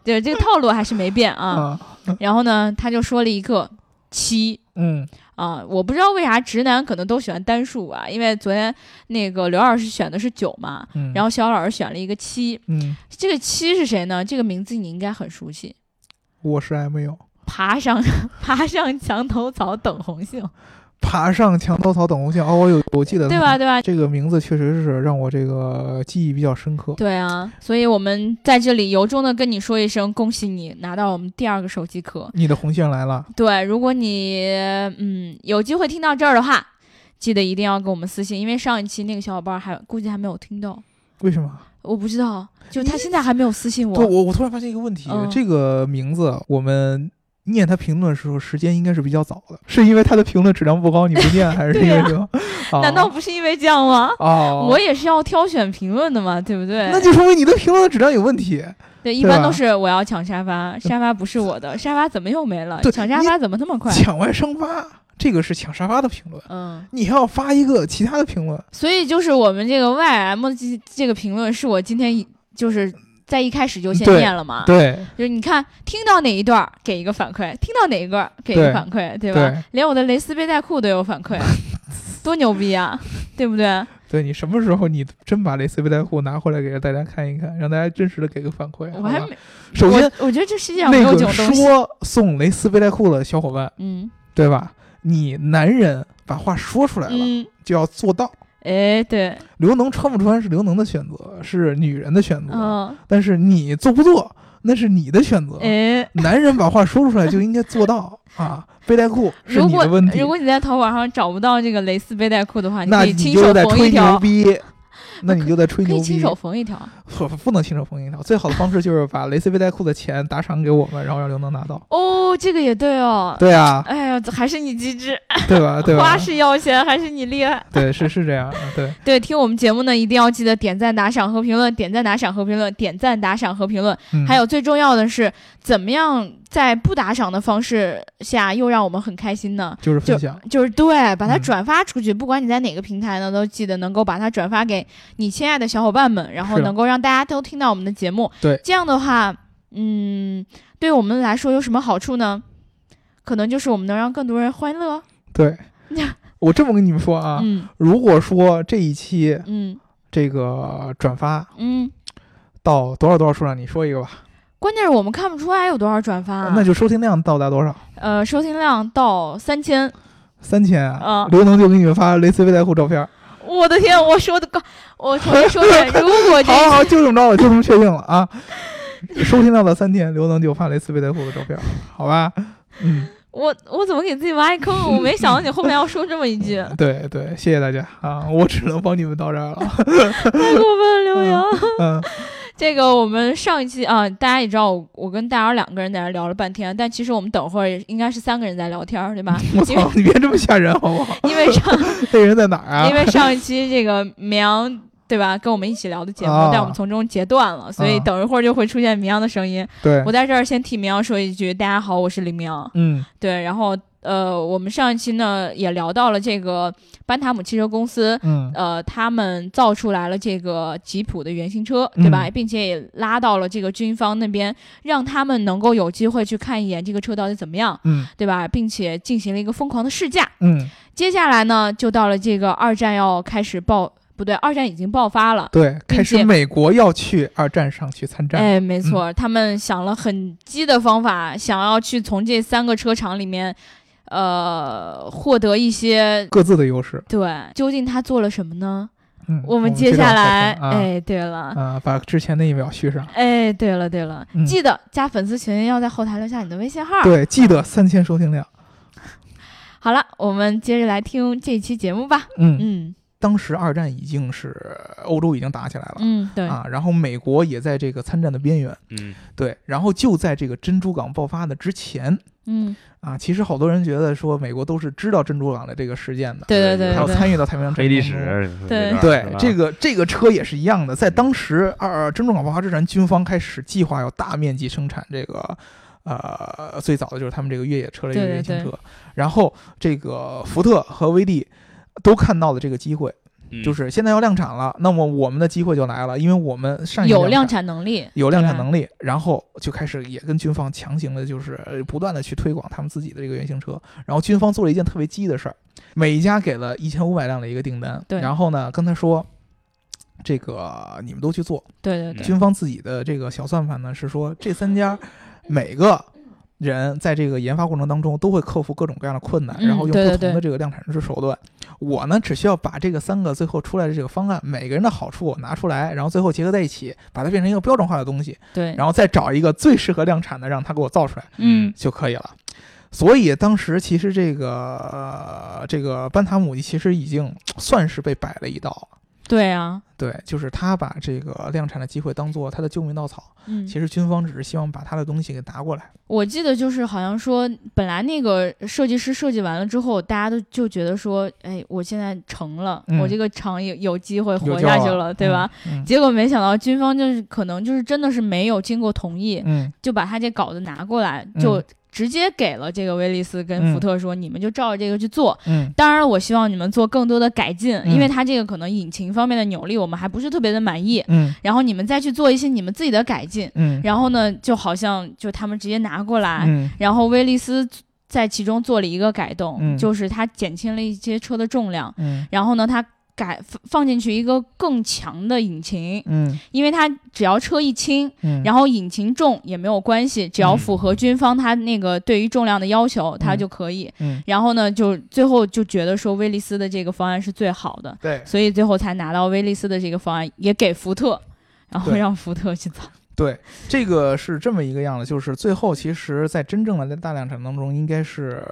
[SPEAKER 1] 对，这个套路还是没变啊。
[SPEAKER 2] 啊！
[SPEAKER 1] 然后呢，他就说了一个七。
[SPEAKER 2] 嗯，
[SPEAKER 1] 啊，我不知道为啥直男可能都喜欢单数啊，因为昨天那个刘老师选的是九嘛，
[SPEAKER 2] 嗯
[SPEAKER 1] 然
[SPEAKER 2] 后
[SPEAKER 1] 后逍遥老师选了一个七，
[SPEAKER 2] 嗯，
[SPEAKER 1] 这个七是谁呢？这个名字你应该很熟悉，
[SPEAKER 2] 我是 M 有
[SPEAKER 1] 爬上 爬上墙头草等红杏，
[SPEAKER 2] 爬上墙头草等红杏。哦，我有我记得
[SPEAKER 1] 对吧？？对吧？
[SPEAKER 2] 这个名字确实是让我这个记忆比较深刻。
[SPEAKER 1] 对啊，所以我们在这里由衷的跟你说一声，恭喜你拿到我们第二个手机壳。
[SPEAKER 2] 你的红线来了，
[SPEAKER 1] 对，如果你嗯有机会听到这儿的话，记得一定要给我们私信，因为上一期那个小伙伴还估计还没有听到，
[SPEAKER 2] 为什么？
[SPEAKER 1] 我不知道，就他现在还没有私信
[SPEAKER 2] 对
[SPEAKER 1] 我。
[SPEAKER 2] 我我突然发现一个问题
[SPEAKER 1] 嗯，
[SPEAKER 2] 这个名字我们。念他评论的时候，时间应该是比较早的，是因为他的评论质量不高，你不念，还 是因为什么？啊
[SPEAKER 1] 难道不是因为这样吗？
[SPEAKER 2] 哦，
[SPEAKER 1] 我也是要挑选评论的嘛，对不对
[SPEAKER 2] 那？就说明你的评论质量有问 题。
[SPEAKER 1] 对，一
[SPEAKER 2] 对啊
[SPEAKER 1] 般
[SPEAKER 2] 吧
[SPEAKER 1] 都是我要抢沙发，沙发不是我的，沙发怎么又没了？
[SPEAKER 2] 对
[SPEAKER 1] 抢沙发怎么那么快？
[SPEAKER 2] 抢完伤疤，这个是抢沙发的评论，
[SPEAKER 1] 嗯，
[SPEAKER 2] 你还要发一个其他的评论，
[SPEAKER 1] 所以就是我们这个 YM 这这个评论是我今天一就是在一开始就先
[SPEAKER 2] 对
[SPEAKER 1] 念了嘛，
[SPEAKER 2] 对
[SPEAKER 1] 就是你看听到哪一段儿给一个反馈，听到哪一段儿给一个
[SPEAKER 2] 对
[SPEAKER 1] 反馈，对吧？
[SPEAKER 2] 对
[SPEAKER 1] 连我的蕾丝背带裤都有 反馈，多牛逼啊，对不对？
[SPEAKER 2] 对，你什么时候你真把蕾丝背带裤拿回来给大家看一看，让大家真实的给个反馈？
[SPEAKER 1] 我
[SPEAKER 2] 好
[SPEAKER 1] 还
[SPEAKER 2] 吧
[SPEAKER 1] 没，
[SPEAKER 2] 首先
[SPEAKER 1] 我我觉得这世界上没
[SPEAKER 2] 那
[SPEAKER 1] 有这
[SPEAKER 2] 个
[SPEAKER 1] 种东西，
[SPEAKER 2] 说送蕾丝背带裤的小伙伴，
[SPEAKER 1] 嗯
[SPEAKER 2] 对吧？你男人把话说出来了，
[SPEAKER 1] 嗯，
[SPEAKER 2] 就要做到。
[SPEAKER 1] 哎，对，
[SPEAKER 2] 刘能穿不穿是刘能的选择，是女人的选择，
[SPEAKER 1] 嗯，
[SPEAKER 2] 但是你做不做那是你的选择。
[SPEAKER 1] 哎。
[SPEAKER 2] 男人把话说出来就应该 做到啊！背带裤是
[SPEAKER 1] 如
[SPEAKER 2] 你
[SPEAKER 1] 果
[SPEAKER 2] 的问题
[SPEAKER 1] 如，果你在淘宝上找不到这个蕾丝背带裤的话，
[SPEAKER 2] 那
[SPEAKER 1] 可以
[SPEAKER 2] 你
[SPEAKER 1] 亲
[SPEAKER 2] 就
[SPEAKER 1] 手
[SPEAKER 2] 在
[SPEAKER 1] 缝一
[SPEAKER 2] 吹牛
[SPEAKER 1] 条，
[SPEAKER 2] 逼，那你就在吹
[SPEAKER 1] 可
[SPEAKER 2] 牛
[SPEAKER 1] 以亲
[SPEAKER 2] 逼。
[SPEAKER 1] 手缝一条。
[SPEAKER 2] 不不能亲手缝一条，最好的方式就是把蕾丝背带裤的钱打赏给我们，然后让刘能拿 到。
[SPEAKER 1] 哦，这个也对哦。
[SPEAKER 2] 对啊，
[SPEAKER 1] 哎呀，还是你机智，
[SPEAKER 2] 对吧？对吧
[SPEAKER 1] 花？式要钱，还是你厉害。
[SPEAKER 2] 对，是是这样，啊 对。
[SPEAKER 1] 对，听我们节目呢，一定要记得点赞、打赏和评论，点赞、打赏和评论，点赞、打赏和评论。
[SPEAKER 2] 嗯、
[SPEAKER 1] 还有最重要的是，怎么样在不打赏的方式下又让我们很开心呢？
[SPEAKER 2] 就是分享，
[SPEAKER 1] 就是对，把它
[SPEAKER 2] 嗯
[SPEAKER 1] 转发出去，不管你在哪个平台呢，都记得能够把它转发给你亲爱的小伙伴们，然后
[SPEAKER 2] 是
[SPEAKER 1] 能够让大家都听到我们的节目。
[SPEAKER 2] 对
[SPEAKER 1] 这样的话，嗯，对我们来说有什么好处呢？可能就是我们能让更多人欢乐。
[SPEAKER 2] 对。我这么跟你们说啊，
[SPEAKER 1] 嗯
[SPEAKER 2] 如果说这一期
[SPEAKER 1] 嗯
[SPEAKER 2] 这个转发
[SPEAKER 1] 嗯，
[SPEAKER 2] 到多少多少数量，你说一个吧，
[SPEAKER 1] 关键是我们看不出来有多少转发、啊
[SPEAKER 2] 哦那就收听量到达多少？
[SPEAKER 1] 呃，收听量到三千，
[SPEAKER 2] 三千啊！
[SPEAKER 1] 啊
[SPEAKER 2] 刘能就给你们发蕾丝背带裤照片。
[SPEAKER 1] 我的天，我说的高，我重新说一遍， 如果这
[SPEAKER 2] 好好，就这么着了，就这么确定了 啊！收听量到三千，刘能就发蕾丝背带裤的照片，好吧？嗯，
[SPEAKER 1] 我我怎么给自己挖一坑？啊我没想到你后面要说这么一 句，
[SPEAKER 2] 对对，谢谢大家啊！我只能帮你们到这儿了。
[SPEAKER 1] 太过分了，刘洋。
[SPEAKER 2] 嗯，
[SPEAKER 1] 这个我们上一期啊，大家也知道我，我跟大姚两个人在这聊了半天，但其实我们等会儿应该是三个人在聊天儿，对吧？
[SPEAKER 2] 我
[SPEAKER 1] 因为
[SPEAKER 2] 操，你别这么吓人好不好？
[SPEAKER 1] 因为上
[SPEAKER 2] 那人在哪儿啊
[SPEAKER 1] 因？为上一期这个绵阳对吧，跟我们一起聊的节目，
[SPEAKER 2] 啊
[SPEAKER 1] 但我们从中截断了，所以
[SPEAKER 2] 啊
[SPEAKER 1] 等一会儿就会出现绵阳的声音。
[SPEAKER 2] 对
[SPEAKER 1] 我，在这儿先替绵阳说一句，大家好，我是李绵阳。
[SPEAKER 2] 嗯，
[SPEAKER 1] 对，然后呃，我们上一期呢也聊到了这个班塔姆汽车公司，
[SPEAKER 2] 嗯，
[SPEAKER 1] 呃，他们造出来了这个吉普的原型车，对吧？
[SPEAKER 2] 嗯
[SPEAKER 1] 并且也拉到了这个军方那边，让他们能够有机会去看一眼这个车到底怎么样，
[SPEAKER 2] 嗯，
[SPEAKER 1] 对吧？并且进行了一个疯狂的试驾。
[SPEAKER 2] 嗯，
[SPEAKER 1] 接下来呢，就到了这个二战要开始爆，不对，二战已经爆发了。
[SPEAKER 2] 对，
[SPEAKER 1] 并
[SPEAKER 2] 开始
[SPEAKER 1] 且
[SPEAKER 2] 美国要去二战上去参战。
[SPEAKER 1] 哎，没错，
[SPEAKER 2] 嗯
[SPEAKER 1] 他们想了很激的方法，想要去从这三个车厂里面，呃，获得一些
[SPEAKER 2] 各自的优势。
[SPEAKER 1] 对。究竟他做了什么呢？
[SPEAKER 2] 嗯，
[SPEAKER 1] 我们
[SPEAKER 2] 们
[SPEAKER 1] 接下来，
[SPEAKER 2] 啊、
[SPEAKER 1] 哎，对了，
[SPEAKER 2] 啊，把之前那一秒续上。
[SPEAKER 1] 哎，对了对了，
[SPEAKER 2] 嗯
[SPEAKER 1] 记得加粉丝群要在后台留下你的微信号。
[SPEAKER 2] 对，记得三千收听量。
[SPEAKER 1] 好了，我们接着来听这期节目吧。
[SPEAKER 2] 嗯，
[SPEAKER 1] 嗯
[SPEAKER 2] 当时二战已经是欧洲已经打起来了。
[SPEAKER 1] 嗯，对，
[SPEAKER 2] 啊，然后美国也在这个参战的边缘，
[SPEAKER 3] 嗯，
[SPEAKER 2] 对，然后就在这个珍珠港爆发的之前
[SPEAKER 1] 嗯，
[SPEAKER 2] 啊，其实好多人觉得说美国都是知道珍珠港的这个事件的，
[SPEAKER 1] 对对对
[SPEAKER 2] 还有
[SPEAKER 1] 对对，
[SPEAKER 2] 参与到太平洋
[SPEAKER 3] 黑历
[SPEAKER 2] 战争中。
[SPEAKER 3] 史，
[SPEAKER 1] 对
[SPEAKER 2] 嗯
[SPEAKER 3] 那段儿
[SPEAKER 2] 对
[SPEAKER 3] 啊是吧
[SPEAKER 2] 这个这个车也是一样的，在当时二呃珍珠港爆发之前，军方开始计划要大面积生产这个，呃，最早的就是他们这个越野车类
[SPEAKER 1] 对对
[SPEAKER 2] 原型车，
[SPEAKER 1] 对
[SPEAKER 2] 然后这个福特和威利都看到了这个机会，
[SPEAKER 3] 嗯
[SPEAKER 2] 就是现在要量产了，那么我们的机会就来了，因为我们上一
[SPEAKER 1] 有量
[SPEAKER 2] 量
[SPEAKER 1] 产能力，
[SPEAKER 2] 有量产
[SPEAKER 1] 对吧
[SPEAKER 2] 能力，然后就开始也跟军方强行的，就是呃不断的去推广他们自己的这个原型车。然后军方做了一件特别鸡的事儿，每一家给了一千五百辆的一个订单，
[SPEAKER 1] 对
[SPEAKER 2] 然后呢跟他说，这个你们都去做。
[SPEAKER 1] 对对对，
[SPEAKER 2] 军方自己的这个小算盘呢是说，这 三家每个人在这个研发过程当中都会克服各种各样的困难，
[SPEAKER 1] 嗯
[SPEAKER 2] 然后用
[SPEAKER 1] 对
[SPEAKER 2] 不
[SPEAKER 1] 对
[SPEAKER 2] 同的这个量产制手段。我呢只需要把这个三个最后出来的这个方案，每个人的好处我拿出来，然后最后结合在一起，把它变成一个标准化的东西。
[SPEAKER 1] 对，
[SPEAKER 2] 然后再找一个最适合量产的，让他给我造出来
[SPEAKER 1] 嗯
[SPEAKER 2] 就可以了。所以当时其实这个、呃、这个班塔姆其实已经算是被摆了一道了。
[SPEAKER 1] 对啊，
[SPEAKER 2] 对，就是他把这个量产的机会当做他的救命稻草。
[SPEAKER 1] 嗯，
[SPEAKER 2] 其实军方只是希望把他的东西给拿过来。
[SPEAKER 1] 我记得就是好像说，本来那个设计师设计完了之后，大家都就觉得说，哎，我现在成了，
[SPEAKER 2] 嗯
[SPEAKER 1] 我这个厂有有机会
[SPEAKER 2] 有
[SPEAKER 1] 活
[SPEAKER 2] 骄
[SPEAKER 1] 下
[SPEAKER 2] 傲
[SPEAKER 1] 去了，对吧？？
[SPEAKER 2] 嗯
[SPEAKER 1] 结果没想到军方就是可能就是真的是没有经过同意，
[SPEAKER 2] 嗯
[SPEAKER 1] 就把他这稿子拿过来，就直接给了这个威利斯跟福特说，你们就照着这个去做。
[SPEAKER 2] 嗯
[SPEAKER 1] 当然，我希望你们做更多的改进，
[SPEAKER 2] 嗯
[SPEAKER 1] 因为它这个可能引擎方面的扭力我们还不是特别的满意。
[SPEAKER 2] 嗯
[SPEAKER 1] 然后你们再去做一些你们自己的改进。
[SPEAKER 2] 嗯，
[SPEAKER 1] 然后呢，就好像就他们直接拿过来，
[SPEAKER 2] 嗯
[SPEAKER 1] 然后威利斯在其中做了一个改动，
[SPEAKER 2] 嗯
[SPEAKER 1] 就是它减轻了一些车的重量，
[SPEAKER 2] 嗯
[SPEAKER 1] 然后呢，它改放放进去一个更强的引擎，
[SPEAKER 2] 嗯
[SPEAKER 1] 因为它只要车一轻，
[SPEAKER 2] 嗯，
[SPEAKER 1] 然后引擎重也没有关系，只要
[SPEAKER 2] 嗯
[SPEAKER 1] 符合军方他那个对于重量的要求，它
[SPEAKER 2] 嗯
[SPEAKER 1] 就可以。
[SPEAKER 2] 嗯
[SPEAKER 1] 然后呢，就最后就觉得说威利斯的这个方案是最好的，
[SPEAKER 2] 对
[SPEAKER 1] 所以最后才拿到威利斯的这个方案，也给福特，然后
[SPEAKER 2] 对
[SPEAKER 1] 让福特去造。
[SPEAKER 2] 对，这个是这么一个样子，就是最后其实，在真正的大量产当中，应该是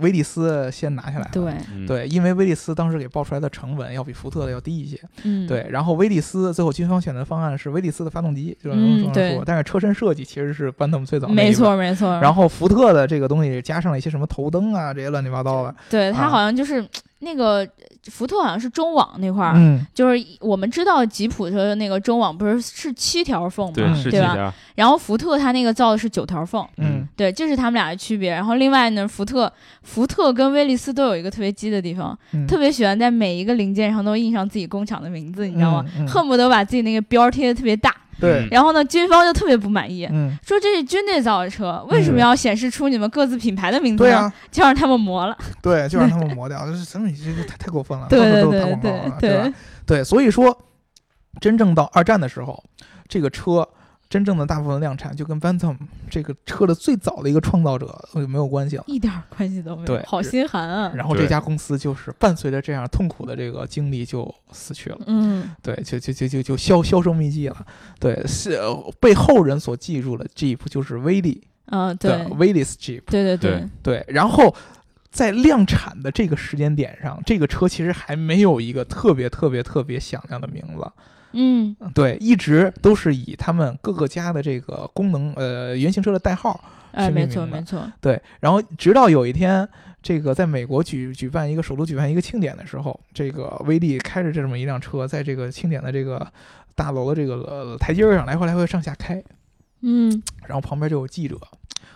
[SPEAKER 2] 威利斯先拿下来了。啊
[SPEAKER 1] 对，
[SPEAKER 3] 嗯，
[SPEAKER 2] 对，因为威利斯当时给报出来的成本要比福特的要低一些，
[SPEAKER 1] 嗯，
[SPEAKER 2] 对。然后威利斯最后军方选择方案是威利斯的发动机，就是
[SPEAKER 1] 嗯
[SPEAKER 2] 这么
[SPEAKER 1] 对
[SPEAKER 2] 说，但是车身设计其实是关他们最早那一
[SPEAKER 1] 没
[SPEAKER 2] 步
[SPEAKER 1] 错没错。
[SPEAKER 2] 然后福特的这个东西加上了一些什么头灯啊，这些乱七八糟的。
[SPEAKER 1] 对他
[SPEAKER 2] 啊
[SPEAKER 1] 好像就是、那个福特好像是中网那块儿，
[SPEAKER 2] 嗯
[SPEAKER 1] 就是我们知道吉普的那个中网不是是七条缝
[SPEAKER 3] 对
[SPEAKER 1] 嘛，
[SPEAKER 3] 是这
[SPEAKER 1] 对吧
[SPEAKER 3] 样，
[SPEAKER 1] 然后福特它那个造的是九条缝。
[SPEAKER 2] 嗯
[SPEAKER 1] 对，这是他们俩的区别。然后另外呢，福特福特跟威利斯都有一个特别鸡的地方，
[SPEAKER 2] 嗯，
[SPEAKER 1] 特别喜欢在每一个零件上都印上自己工厂的名字，你知道吗？
[SPEAKER 2] 嗯嗯
[SPEAKER 1] 恨不得把自己那个标贴的特别大。
[SPEAKER 2] 对，
[SPEAKER 1] 然后呢，军方就特别不满意，
[SPEAKER 2] 嗯，
[SPEAKER 1] 说这是军队造的车，为什么要显示出你们各自品牌的名字
[SPEAKER 2] 对
[SPEAKER 1] 呢？
[SPEAKER 2] 啊，
[SPEAKER 1] 就让他们磨了。
[SPEAKER 2] 对，就让他们磨掉，这是什么？这个太太过分了，
[SPEAKER 1] 对
[SPEAKER 2] 到
[SPEAKER 1] 对
[SPEAKER 2] 处都是
[SPEAKER 1] 对
[SPEAKER 2] 打广告
[SPEAKER 1] 对
[SPEAKER 2] 啊，吧？对，所以说，真正到二战的时候，这个车真正的大部分量产，就跟 Bantam 这个车的最早的一个创造者呃没有关系了。
[SPEAKER 1] 一点儿关系都没有
[SPEAKER 2] 对，
[SPEAKER 1] 好心寒啊。
[SPEAKER 2] 然后这家公司就是伴随着这样痛苦的这个经历就死去了，
[SPEAKER 1] 嗯，
[SPEAKER 2] 对，就就就就就销销声匿迹了，对，是呃被后人所记住的 Jeep 就是威利
[SPEAKER 1] 啊，对，
[SPEAKER 2] 的威利斯 Jeep，
[SPEAKER 1] 对对
[SPEAKER 3] 对
[SPEAKER 2] 对，然后在量产的这个时间点上，这个车其实还没有一个特别特别特别响亮的名字，
[SPEAKER 1] 嗯，
[SPEAKER 2] 对，一直都是以他们各个家的这个功能，呃，原型车的代号，
[SPEAKER 1] 哎，
[SPEAKER 2] 是
[SPEAKER 1] 没
[SPEAKER 2] 命
[SPEAKER 1] 错
[SPEAKER 2] 名的
[SPEAKER 1] 没错，
[SPEAKER 2] 对，然后直到有一天，这个在美国举举办一个首都举办一个庆典的时候，这个威利开着这么一辆车，在这个庆典的这个大楼的这个、呃台阶儿上来回来回上下开，
[SPEAKER 1] 嗯，
[SPEAKER 2] 然后旁边就有记者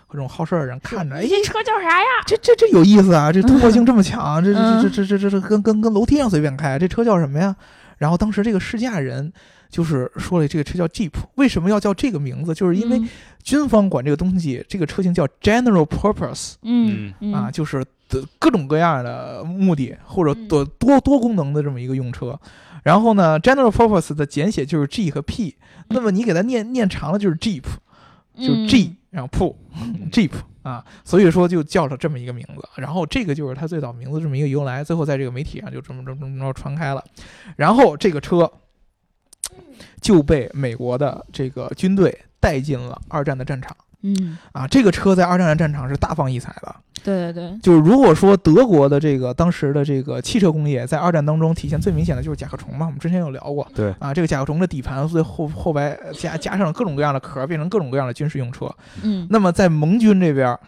[SPEAKER 2] 和这种好事儿的人看着，哎，
[SPEAKER 1] 这车叫啥呀？
[SPEAKER 2] 这这这有意思啊！这突破性这么强，这
[SPEAKER 1] 嗯
[SPEAKER 2] 这这这这这这跟跟跟楼梯上随便开，这车叫什么呀？然后当时这个试驾人就是说了，这个车叫 Jeep，为什么要叫这个名字？就是因为
[SPEAKER 1] 嗯
[SPEAKER 2] 军方管这个东西，这个车型叫 General Purpose
[SPEAKER 1] 嗯嗯
[SPEAKER 2] 啊，就是的各种各样的目的或者
[SPEAKER 1] 嗯
[SPEAKER 2] 多多多功能的这么一个用车。然后呢，General Purpose 的简写就是 G 和 P，那么你给它念念长了就是 Jeep，就
[SPEAKER 1] 嗯
[SPEAKER 2] G，、然后 P。
[SPEAKER 3] 嗯
[SPEAKER 2] Jeep 啊，所以说就叫了这么一个名字。然后这个就是它最早名字这么一个由来，最后在这个媒体上就这么这么这么着传开了。然后这个车就被美国的这个军队带进了二战的战场
[SPEAKER 1] 嗯，
[SPEAKER 2] 啊。这个车在二战的战场是大放异彩的。
[SPEAKER 1] 对对对，
[SPEAKER 2] 就是如果说德国的这个当时的这个汽车工业在二战当中体现最明显的就是甲壳虫嘛，我们之前有聊过。
[SPEAKER 3] 对
[SPEAKER 2] 啊，这个甲壳虫的底盘最后后白加加上各种各样的壳，变成各种各样的军事用车。
[SPEAKER 1] 嗯，
[SPEAKER 2] 那么在盟军这边儿，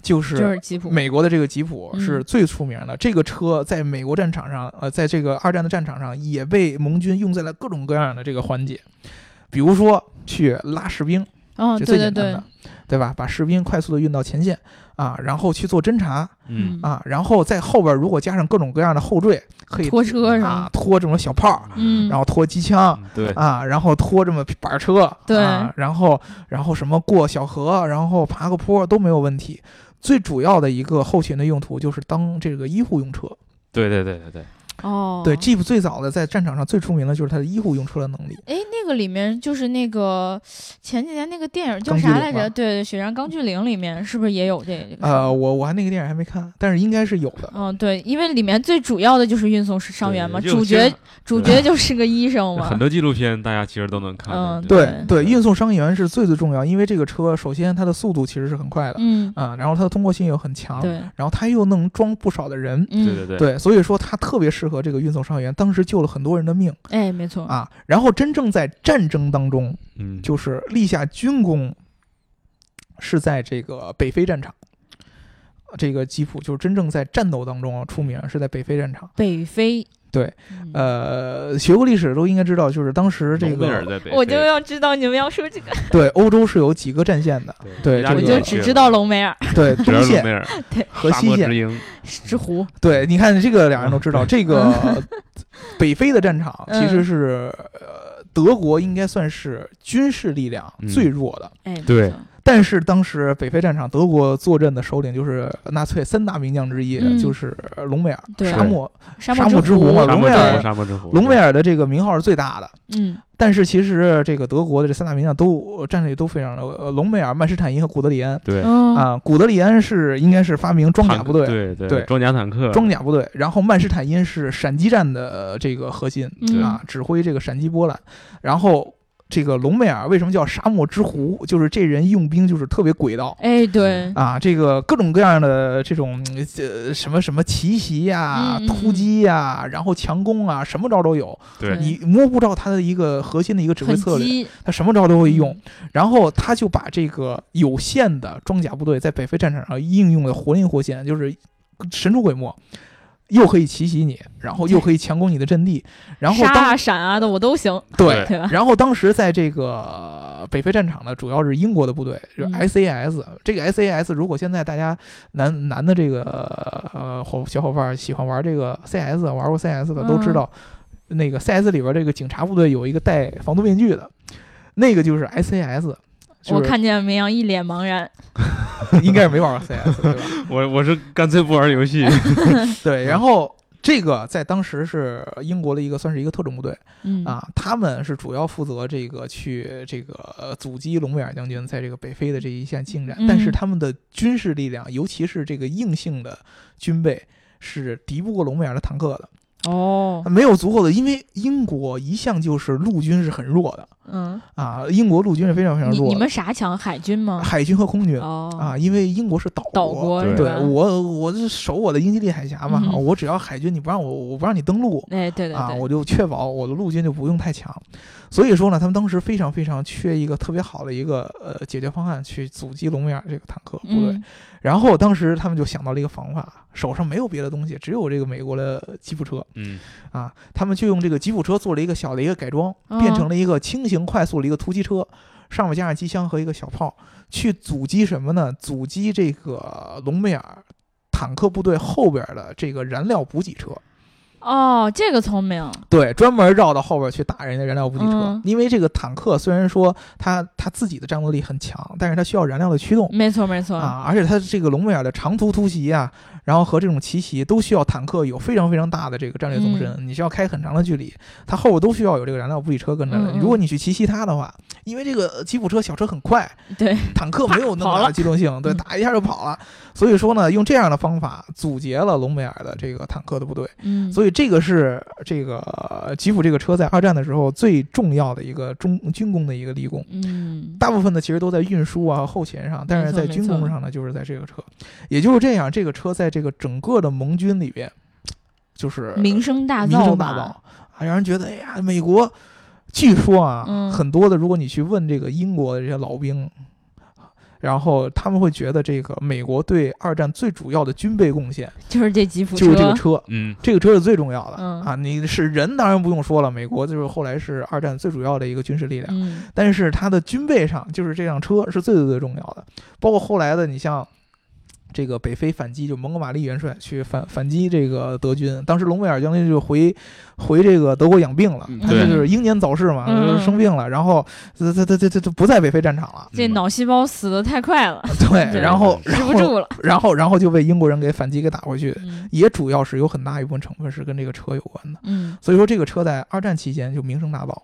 [SPEAKER 2] 就
[SPEAKER 1] 就是是吉普，
[SPEAKER 2] 美国的这个吉普
[SPEAKER 1] 嗯
[SPEAKER 2] 是最出名的。这个车在美国战场上，呃，在这个二战的战场上也被盟军用在了各种各样的这个环节，比如说去拉士兵，
[SPEAKER 1] 哦，对
[SPEAKER 2] 这最
[SPEAKER 1] 对
[SPEAKER 2] 简单
[SPEAKER 1] 对
[SPEAKER 2] 的，，对吧？把士兵快速的运到前线啊，然后去做侦察
[SPEAKER 3] 嗯，
[SPEAKER 2] 啊，然后在后边如果加上各种各样的后缀，可以
[SPEAKER 1] 拖车什
[SPEAKER 2] 啊
[SPEAKER 1] 么，
[SPEAKER 2] 拖这种小炮儿，
[SPEAKER 1] 嗯
[SPEAKER 2] 然后拖机枪，
[SPEAKER 3] 嗯对，
[SPEAKER 2] 啊，然后拖这么板车，
[SPEAKER 1] 对
[SPEAKER 2] 啊，然后然后什么过小河，然后爬个坡都没有问题。最主要的一个后勤的用途就是当这个医护用车。
[SPEAKER 3] 对对对对对，
[SPEAKER 1] 哦，
[SPEAKER 2] 对，Jeep 最早的在战场上最出名的就是它的医护用车的能力。
[SPEAKER 1] 哎，那个里面就是那个前几年那个电影叫
[SPEAKER 2] 钢锯
[SPEAKER 1] 啥
[SPEAKER 2] 岭
[SPEAKER 1] 来着？
[SPEAKER 2] 吧
[SPEAKER 1] 对，《血战钢锯岭》里面是不是也有这个事儿？
[SPEAKER 2] 呃，我我还那个电影还没看，但是应该是有的。
[SPEAKER 1] 嗯，对，因为里面最主要的就是运送伤员嘛，
[SPEAKER 3] 对就
[SPEAKER 1] 主
[SPEAKER 3] 现
[SPEAKER 1] 角
[SPEAKER 3] 在
[SPEAKER 1] 主
[SPEAKER 3] 对
[SPEAKER 1] 角就是个医生嘛
[SPEAKER 3] 很，多纪录片大家其实都能看到。
[SPEAKER 1] 嗯
[SPEAKER 2] 对
[SPEAKER 1] 对
[SPEAKER 2] 对，运送伤员是最最重要，因为这个车首先它的速度其实是很快的，
[SPEAKER 1] 嗯，
[SPEAKER 2] 啊，然后它的通过性又很强，
[SPEAKER 1] 对，
[SPEAKER 2] 然后它又能装不少的人，
[SPEAKER 1] 嗯，
[SPEAKER 3] 对对对，
[SPEAKER 2] 对，所以说它特别适合这个运送伤员，当时救了很多人的命。
[SPEAKER 1] 哎，没错，
[SPEAKER 2] 啊，然后真正在战争当中，
[SPEAKER 3] 嗯，
[SPEAKER 2] 就是立下军功，是在这个北非战场。这个吉普就是真正在战斗当中啊出名，是在北非战场。
[SPEAKER 1] 北非嗯，
[SPEAKER 2] 呃，学过历史都应该知道，就是当时这
[SPEAKER 3] 蒙贝尔
[SPEAKER 2] 个
[SPEAKER 3] 在北非，
[SPEAKER 1] 我就要知道你们要说这个，
[SPEAKER 2] 对欧洲是有几个战 线的，对
[SPEAKER 3] 意大
[SPEAKER 2] 这
[SPEAKER 1] 我
[SPEAKER 3] 利
[SPEAKER 2] 个
[SPEAKER 1] 就
[SPEAKER 3] 也
[SPEAKER 1] 只
[SPEAKER 3] 是
[SPEAKER 1] 知道隆美尔
[SPEAKER 2] 对
[SPEAKER 3] 只
[SPEAKER 2] 东
[SPEAKER 3] 要是
[SPEAKER 2] 线
[SPEAKER 3] 蒙贝 尔，
[SPEAKER 2] 和
[SPEAKER 3] 沙
[SPEAKER 2] 西
[SPEAKER 3] 漠
[SPEAKER 2] 线
[SPEAKER 3] 之。鹰，
[SPEAKER 1] 之狐，
[SPEAKER 2] 对，你看这个两人都知道， 这个北非的战场
[SPEAKER 1] 嗯
[SPEAKER 2] 其实是呃德国应该算是军事力量
[SPEAKER 3] 嗯
[SPEAKER 2] 最弱的，
[SPEAKER 1] 哎，没
[SPEAKER 3] 对
[SPEAKER 1] 错，
[SPEAKER 2] 但是当时北非战场德国坐镇的首领就是纳粹三大名将之一，
[SPEAKER 1] 嗯
[SPEAKER 2] 就是隆美尔
[SPEAKER 1] 对
[SPEAKER 2] 沙漠。
[SPEAKER 1] 沙
[SPEAKER 2] 沙漠之狐
[SPEAKER 1] 狐
[SPEAKER 2] 嘛
[SPEAKER 3] 沙
[SPEAKER 2] 隆
[SPEAKER 3] 漠
[SPEAKER 2] 美
[SPEAKER 3] 之
[SPEAKER 2] 尔
[SPEAKER 3] 狐，沙漠之狐，
[SPEAKER 2] 隆美尔的这个名号是最大的。
[SPEAKER 1] 嗯，
[SPEAKER 2] 但是其实这个德国的这三大名将都呃战略都非常的，呃，隆美尔、曼施坦因和古德里安
[SPEAKER 3] 对，
[SPEAKER 1] 哦，
[SPEAKER 2] 啊，古德里安是应该是发明装甲
[SPEAKER 3] 坦
[SPEAKER 2] 部队，
[SPEAKER 3] 对对
[SPEAKER 2] 对
[SPEAKER 3] 装甲坦克，
[SPEAKER 2] 装甲部队，然后曼施坦因是闪击战的呃这个核心、
[SPEAKER 1] 嗯
[SPEAKER 2] 啊，指挥这个闪击波兰。然后这个隆美尔为什么叫沙漠之狐？就是这人用兵就是特别诡道。
[SPEAKER 1] 哎，对，
[SPEAKER 2] 啊，这个各种各样的这种呃什么什么奇袭呀、
[SPEAKER 1] 嗯嗯
[SPEAKER 2] 突击呀、然后强攻啊，什么招都有。
[SPEAKER 3] 对
[SPEAKER 1] 嗯
[SPEAKER 2] 你摸不着他的一个核心的一个指挥
[SPEAKER 1] 很
[SPEAKER 2] 策略，
[SPEAKER 1] 激，
[SPEAKER 2] 他什么招都会用
[SPEAKER 1] 嗯。
[SPEAKER 2] 然后他就把这个有限的装甲部队在北非战场上应用的活灵活现，就是神出鬼没，又可以奇袭你，然后又可以强攻你的阵地，然后
[SPEAKER 1] 杀
[SPEAKER 2] 当
[SPEAKER 1] 啊闪啊的我都行，
[SPEAKER 2] 对。
[SPEAKER 1] 对吧？
[SPEAKER 2] 然后当时在这个北非战场呢，主要是英国的部队，就是
[SPEAKER 1] 嗯
[SPEAKER 2] SAS、这个 SAS，如果现在大家男男的这个呃伙小伙伴儿喜欢玩这个 CS，玩过 CS 的
[SPEAKER 1] 嗯
[SPEAKER 2] 都知道，那个 CS 里边这个警察部队有一个戴防毒面具的，那个就是 SAS。
[SPEAKER 1] 我看见绵羊一脸茫然，
[SPEAKER 2] 应该是没玩过 CS，对吧？
[SPEAKER 3] 我我是干脆不玩游戏，
[SPEAKER 2] 对，然后这个在当时是英国的一个算是一个特种部队，
[SPEAKER 1] 嗯，
[SPEAKER 2] 啊，他们是主要负责这个去这个呃阻击隆美尔将军在这个北非的这一线进展，但是
[SPEAKER 1] 嗯
[SPEAKER 2] 他们的军事力量，尤其是这个硬性的军备。是敌不过隆美尔的坦克的，呃
[SPEAKER 1] 哦，
[SPEAKER 2] 没有足够的，因为英国一向就是陆军是很弱的
[SPEAKER 1] 嗯，
[SPEAKER 2] 啊，英国陆军是非常非常
[SPEAKER 1] 你
[SPEAKER 2] 弱
[SPEAKER 1] 你
[SPEAKER 2] 的，
[SPEAKER 1] 们啥强？海军吗？
[SPEAKER 2] 海军和空军、
[SPEAKER 1] 哦，
[SPEAKER 2] 啊，，因为英国是岛
[SPEAKER 1] 岛
[SPEAKER 2] 国，
[SPEAKER 1] 国是
[SPEAKER 3] 对
[SPEAKER 2] 对
[SPEAKER 1] 吧？
[SPEAKER 2] 我我这守我的英吉利海峡嘛，
[SPEAKER 1] 嗯哼
[SPEAKER 2] 我只要海军你不让我我不让你登陆，
[SPEAKER 1] 哎，对对
[SPEAKER 2] 啊，
[SPEAKER 1] 对，
[SPEAKER 2] 我就确保我的陆军就不用太强。所以说呢，他们当时非常非常缺一个特别好的一个呃解决方案去阻击隆美尔这个坦克部队。
[SPEAKER 1] 嗯，
[SPEAKER 2] 然后当时他们就想到了一个方法，手上没有别的东西，只有这个美国的吉普车
[SPEAKER 3] 嗯，
[SPEAKER 2] 啊，他们就用这个吉普车做了一个小的一个改装，
[SPEAKER 1] 嗯
[SPEAKER 2] 变成了一个轻型快速的一个突击车。上面加上机枪和一个小炮，去阻击什么呢？阻击这个隆美尔坦克部队后边的这个燃料补给车。
[SPEAKER 1] 哦，这个聪明，
[SPEAKER 2] 对，专门绕到后边去打人家燃料补给车，
[SPEAKER 1] 嗯
[SPEAKER 2] 因为这个坦克虽然说它它自己的战斗力很强，但是它需要燃料的驱动。
[SPEAKER 1] 没错没错，
[SPEAKER 2] 啊，而且它这个隆美尔的长途突袭啊，然后和这种奇袭都需要坦克有非常非常大的这个战略纵深，
[SPEAKER 1] 嗯
[SPEAKER 2] 你需要开很长的距离，它后边都需要有这个燃料补给车跟着
[SPEAKER 1] 嗯
[SPEAKER 2] 的。
[SPEAKER 1] 嗯
[SPEAKER 2] 如果你去奇袭它的话，因为这个吉普车小车很快，
[SPEAKER 1] 对，
[SPEAKER 2] 坦克没有那么
[SPEAKER 1] 跑
[SPEAKER 2] 大
[SPEAKER 1] 了
[SPEAKER 2] 的机动性，对，
[SPEAKER 1] 嗯
[SPEAKER 2] 打一下就跑了。所以说呢，用这样的方法阻截了隆美尔的这个坦克的部队。
[SPEAKER 1] 嗯，
[SPEAKER 2] 所以这个是这个呃吉普这个车在二战的时候最重要的一个中军工的一个立功。
[SPEAKER 1] 嗯，
[SPEAKER 2] 大部分的其实都在运输啊后勤上，但是在
[SPEAKER 1] 没错
[SPEAKER 2] 军工上呢，就是在这个车，也就是这样，这个车在这个整个的盟军里边，就是
[SPEAKER 1] 名声大
[SPEAKER 2] 名
[SPEAKER 1] 噪
[SPEAKER 2] 声大噪
[SPEAKER 1] 吧，，
[SPEAKER 2] 啊，让人觉得哎呀，美国，据说啊，
[SPEAKER 1] 嗯
[SPEAKER 2] 很多的，如果你去问这个英国的这些老兵。然后他们会觉得这个美国对二战最主要的军备贡献
[SPEAKER 1] 就是这吉普车，
[SPEAKER 2] 就是这个车，
[SPEAKER 3] 嗯，
[SPEAKER 2] 这个车是最重要的、
[SPEAKER 1] 嗯
[SPEAKER 2] 啊！你是人当然不用说了，美国就是后来是二战最主要的一个军事力量，
[SPEAKER 1] 嗯，
[SPEAKER 2] 但是它的军备上就是这辆车是最最最重要的，包括后来的你像。这个北非反击，就蒙哥马利元帅去反反击这个德军。当时隆美尔将军就回回这个德国养病了
[SPEAKER 3] 嗯，
[SPEAKER 2] 他就
[SPEAKER 3] 对
[SPEAKER 2] 是英年早逝嘛，
[SPEAKER 1] 嗯
[SPEAKER 2] 就是生病了，然后他他他他他不在北非战场 了，
[SPEAKER 3] 嗯
[SPEAKER 1] 这脑细胞死的太快了，
[SPEAKER 2] 对，然后
[SPEAKER 1] 吃
[SPEAKER 2] 然
[SPEAKER 1] 不
[SPEAKER 2] 后
[SPEAKER 1] 住了，
[SPEAKER 2] 然后然后就被英国人给反击给打回去，
[SPEAKER 1] 嗯
[SPEAKER 2] 也主要是有很大一部分成分是跟这个车有关的。
[SPEAKER 1] 嗯，
[SPEAKER 2] 所以说这个车在二战期间就名声大噪，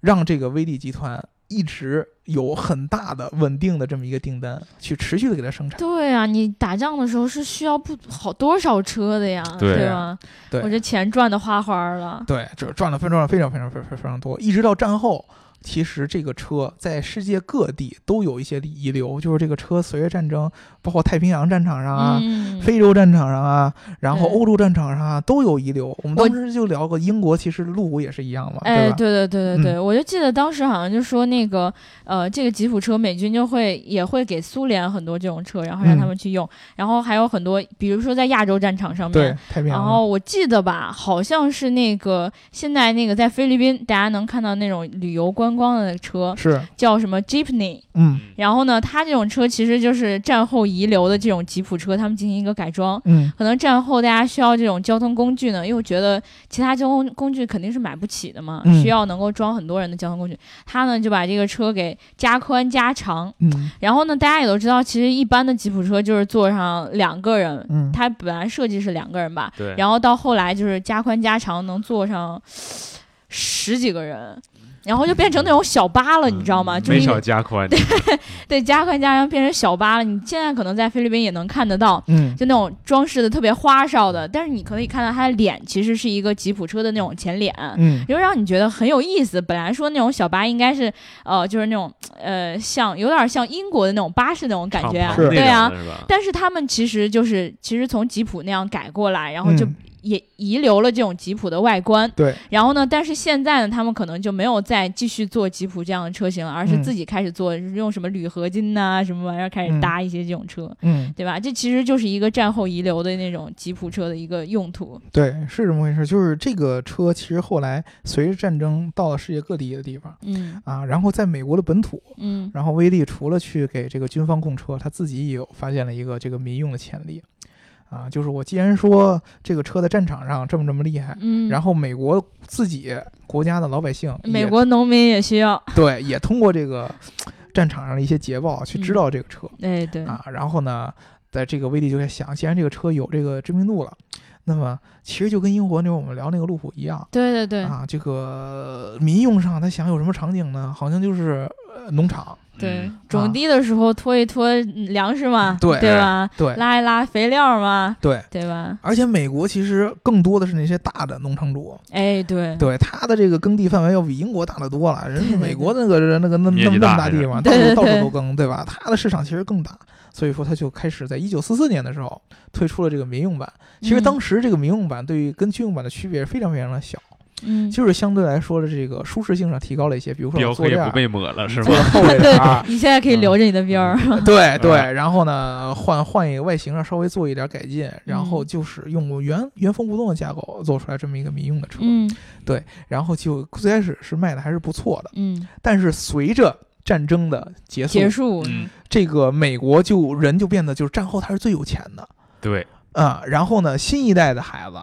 [SPEAKER 2] 让这个威利集团一直有很大的稳定的这么一个订单，去持续的给它生产。
[SPEAKER 1] 对啊，你打仗的时候是需要不好多少车的呀，
[SPEAKER 3] 对
[SPEAKER 1] 吧？
[SPEAKER 2] 对
[SPEAKER 1] 我这钱赚的花花了，
[SPEAKER 2] 对，就是赚了非常赚了非常非常非常非常多，一直到战后。其实这个车在世界各地都有一些遗留，就是这个车随着战争，包括太平洋战场上啊、
[SPEAKER 1] 嗯，
[SPEAKER 2] 非洲战场上啊，然后
[SPEAKER 1] 对
[SPEAKER 2] 欧洲战场上啊都有遗留。我们
[SPEAKER 1] 我
[SPEAKER 2] 当时就聊过英国，其实路虎也是一样嘛，
[SPEAKER 1] 哎，
[SPEAKER 2] 对吧？嗯
[SPEAKER 1] 对对对对对，我就记得当时好像就说那个呃，这个吉普车美军就会也会给苏联很多这种车，然后让他
[SPEAKER 2] 嗯
[SPEAKER 1] 们去用，然后还有很多，比如说在亚洲战场上
[SPEAKER 2] 对
[SPEAKER 1] 面。
[SPEAKER 2] 太平洋
[SPEAKER 1] 然
[SPEAKER 2] 啊。
[SPEAKER 1] 后哦我记得吧，好像是那个现在那个在菲律宾，大家能看到那种旅游观光的车，
[SPEAKER 2] 是，
[SPEAKER 1] 叫什么 Jeepney。
[SPEAKER 2] 嗯
[SPEAKER 1] 然后呢，它这种车其实就是战后遗留的这种吉普车，他们进行一个改装。
[SPEAKER 2] 嗯，
[SPEAKER 1] 可能战后大家需要这种交通工具呢，因为我觉得其他交通工具肯定是买不起的嘛，
[SPEAKER 2] 嗯
[SPEAKER 1] 需要能够装很多人的交通工具。他呢就把这个车给加宽加长，
[SPEAKER 2] 嗯
[SPEAKER 1] 然后呢大家也都知道，其实一般的吉普车就是坐上两个人，
[SPEAKER 2] 嗯，
[SPEAKER 1] 它本来设计是两个人吧，
[SPEAKER 3] 对，
[SPEAKER 1] 然后到后来就是加宽加长能坐上十几个人。然后就变成那种小巴了，你知道吗？
[SPEAKER 3] 嗯
[SPEAKER 1] 就是
[SPEAKER 3] 没
[SPEAKER 1] 你
[SPEAKER 3] 少加宽，
[SPEAKER 1] 对加宽加长变成小巴了。你现在可能在菲律宾也能看得到，
[SPEAKER 2] 嗯
[SPEAKER 1] 就那种装饰的特别花哨的，但是你可以看到他的脸其实是一个吉普车的那种前脸。
[SPEAKER 2] 嗯
[SPEAKER 1] 就让你觉得很有意思。本来说那种小巴应该是，呃，就是那种呃，像有点像英国的那种巴士那种感觉啊，
[SPEAKER 3] 敞篷那
[SPEAKER 1] 对
[SPEAKER 3] 种
[SPEAKER 1] 啊。
[SPEAKER 3] 的是吧？
[SPEAKER 1] 但是他们其实就是，其实从吉普那样改过来，然后就
[SPEAKER 2] 嗯
[SPEAKER 1] 也遗留了这种吉普的外观。
[SPEAKER 2] 对，
[SPEAKER 1] 然后呢，但是现在呢，他们可能就没有再继续做吉普这样的车型了，而是
[SPEAKER 2] 嗯
[SPEAKER 1] 自己开始做，用什么铝合金呐、什么玩意儿开始
[SPEAKER 2] 嗯
[SPEAKER 1] 搭一些这种车。
[SPEAKER 2] 嗯，
[SPEAKER 1] 对吧？这其实就是一个战后遗留的那种吉普车的一个用途。
[SPEAKER 2] 对，是这么回事。就是这个车其实后来随着战争到了世界各地的地方
[SPEAKER 1] 嗯
[SPEAKER 2] 啊，然后在美国的本土，
[SPEAKER 1] 嗯，
[SPEAKER 2] 然后威利除了去给这个军方供车，他自己也有发现了一个这个民用的潜力，啊，就是我既然说这个车在战场上这么这么厉害，
[SPEAKER 1] 嗯，
[SPEAKER 2] 然
[SPEAKER 1] 后
[SPEAKER 2] 后美国自己国家的老百姓也，
[SPEAKER 1] 美国农民也需要，
[SPEAKER 2] 对也通过这个战场上的一些捷报去知道这个车、
[SPEAKER 1] 哎，对，
[SPEAKER 2] 啊，然后呢，在这个威利就在想，既然这个车有这个知名度了，那么其实就跟英国那会儿我们聊那个路虎一样。
[SPEAKER 1] 对对对、
[SPEAKER 2] 啊，这个民用上，他想有什么场景呢？好像就是呃农场，
[SPEAKER 1] 对
[SPEAKER 3] 嗯，
[SPEAKER 1] 种地的时候拖一拖嗯粮食嘛，
[SPEAKER 2] 啊对
[SPEAKER 1] 吧？
[SPEAKER 2] 对
[SPEAKER 1] 拉一拉肥料嘛，
[SPEAKER 2] 对，
[SPEAKER 1] 对吧？
[SPEAKER 2] 而且美国其实更多的是那些大的农场主，
[SPEAKER 1] 哎，对，
[SPEAKER 2] 对他的这个耕地范围要比英国大得多了。人家
[SPEAKER 1] 对对
[SPEAKER 2] 美国那个人那个那么
[SPEAKER 3] 面
[SPEAKER 2] 那么
[SPEAKER 3] 积
[SPEAKER 2] 那么
[SPEAKER 3] 大
[SPEAKER 2] 大地方，到
[SPEAKER 1] 还是
[SPEAKER 2] 处到
[SPEAKER 1] 对对
[SPEAKER 2] 处都耕，对吧？他的市场其实更大，所以说他就开始在一九四四年的时候推出了这个民用版。其实当
[SPEAKER 1] 时，
[SPEAKER 2] 时这个民用版对于跟军用版的区别是非常非常的小，
[SPEAKER 1] 嗯，
[SPEAKER 2] 就是相对来说的这个舒适性上提高了一些，比如说
[SPEAKER 3] 镖
[SPEAKER 2] 我坐
[SPEAKER 3] 客也
[SPEAKER 2] 这
[SPEAKER 3] 不
[SPEAKER 2] 儿。
[SPEAKER 3] 被抹了是
[SPEAKER 2] 坐
[SPEAKER 3] 吧？
[SPEAKER 2] 后 尾
[SPEAKER 1] 对
[SPEAKER 2] 啊，
[SPEAKER 1] 你现在可以
[SPEAKER 3] 嗯
[SPEAKER 1] 留着你的边儿，
[SPEAKER 2] 对对，
[SPEAKER 3] 嗯
[SPEAKER 2] 然后呢，换换一个外形上稍微做一点改进，然后
[SPEAKER 1] 嗯
[SPEAKER 2] 就是用原原封不动的架构做出来这么一个民用的车，
[SPEAKER 1] 嗯
[SPEAKER 2] 然后就最开始是卖的还是不错的，
[SPEAKER 1] 嗯，
[SPEAKER 2] 但是随着战争的结束，
[SPEAKER 1] 结束，
[SPEAKER 3] 嗯，
[SPEAKER 2] 这个美国就人就变得就是战后他是最有钱的
[SPEAKER 3] 对，
[SPEAKER 2] 啊、然后呢，新一代的孩子。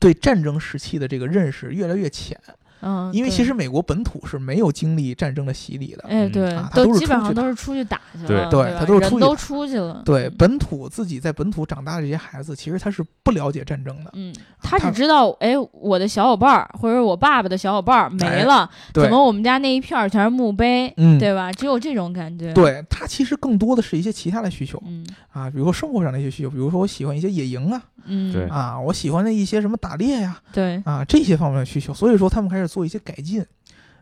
[SPEAKER 2] 对战争时期的这个认识越来越浅，
[SPEAKER 1] 嗯，
[SPEAKER 2] 因为
[SPEAKER 1] 对
[SPEAKER 2] 其实。美国本土是没有经历战争的洗礼的，
[SPEAKER 1] 哎，
[SPEAKER 3] 嗯
[SPEAKER 1] 对
[SPEAKER 2] 啊，他都
[SPEAKER 1] 都
[SPEAKER 2] 是
[SPEAKER 1] 基本
[SPEAKER 2] 出
[SPEAKER 1] 上
[SPEAKER 2] 去
[SPEAKER 1] 都是出去打去
[SPEAKER 3] 对
[SPEAKER 1] 了，
[SPEAKER 2] 对
[SPEAKER 1] 吧
[SPEAKER 2] 他都是
[SPEAKER 1] 人
[SPEAKER 2] 出去
[SPEAKER 1] 都
[SPEAKER 2] 打
[SPEAKER 1] 出去了，
[SPEAKER 2] 对
[SPEAKER 1] 嗯
[SPEAKER 2] 本土自己在本土长大的这些孩子，其实他是不了解战争的，
[SPEAKER 1] 嗯，他
[SPEAKER 2] 他
[SPEAKER 1] 只知道，哎，我的小伙伴儿或者我爸爸的小伙伴儿没
[SPEAKER 2] 哎
[SPEAKER 1] 了，
[SPEAKER 2] 对
[SPEAKER 1] 怎么我们家那一片儿全是墓碑，
[SPEAKER 2] 嗯
[SPEAKER 1] 对吧？只有这种感觉。，
[SPEAKER 2] 对它其实更多的是一些其他的需求
[SPEAKER 1] 嗯
[SPEAKER 2] 啊，比如说生活上的一些需求，比如说我喜欢一些野营啊，
[SPEAKER 1] 嗯，
[SPEAKER 3] 对
[SPEAKER 2] 啊，我喜欢的一些什么打猎呀、
[SPEAKER 1] 对
[SPEAKER 2] 啊，这些方面的需求，所以说他们开始做一些改进，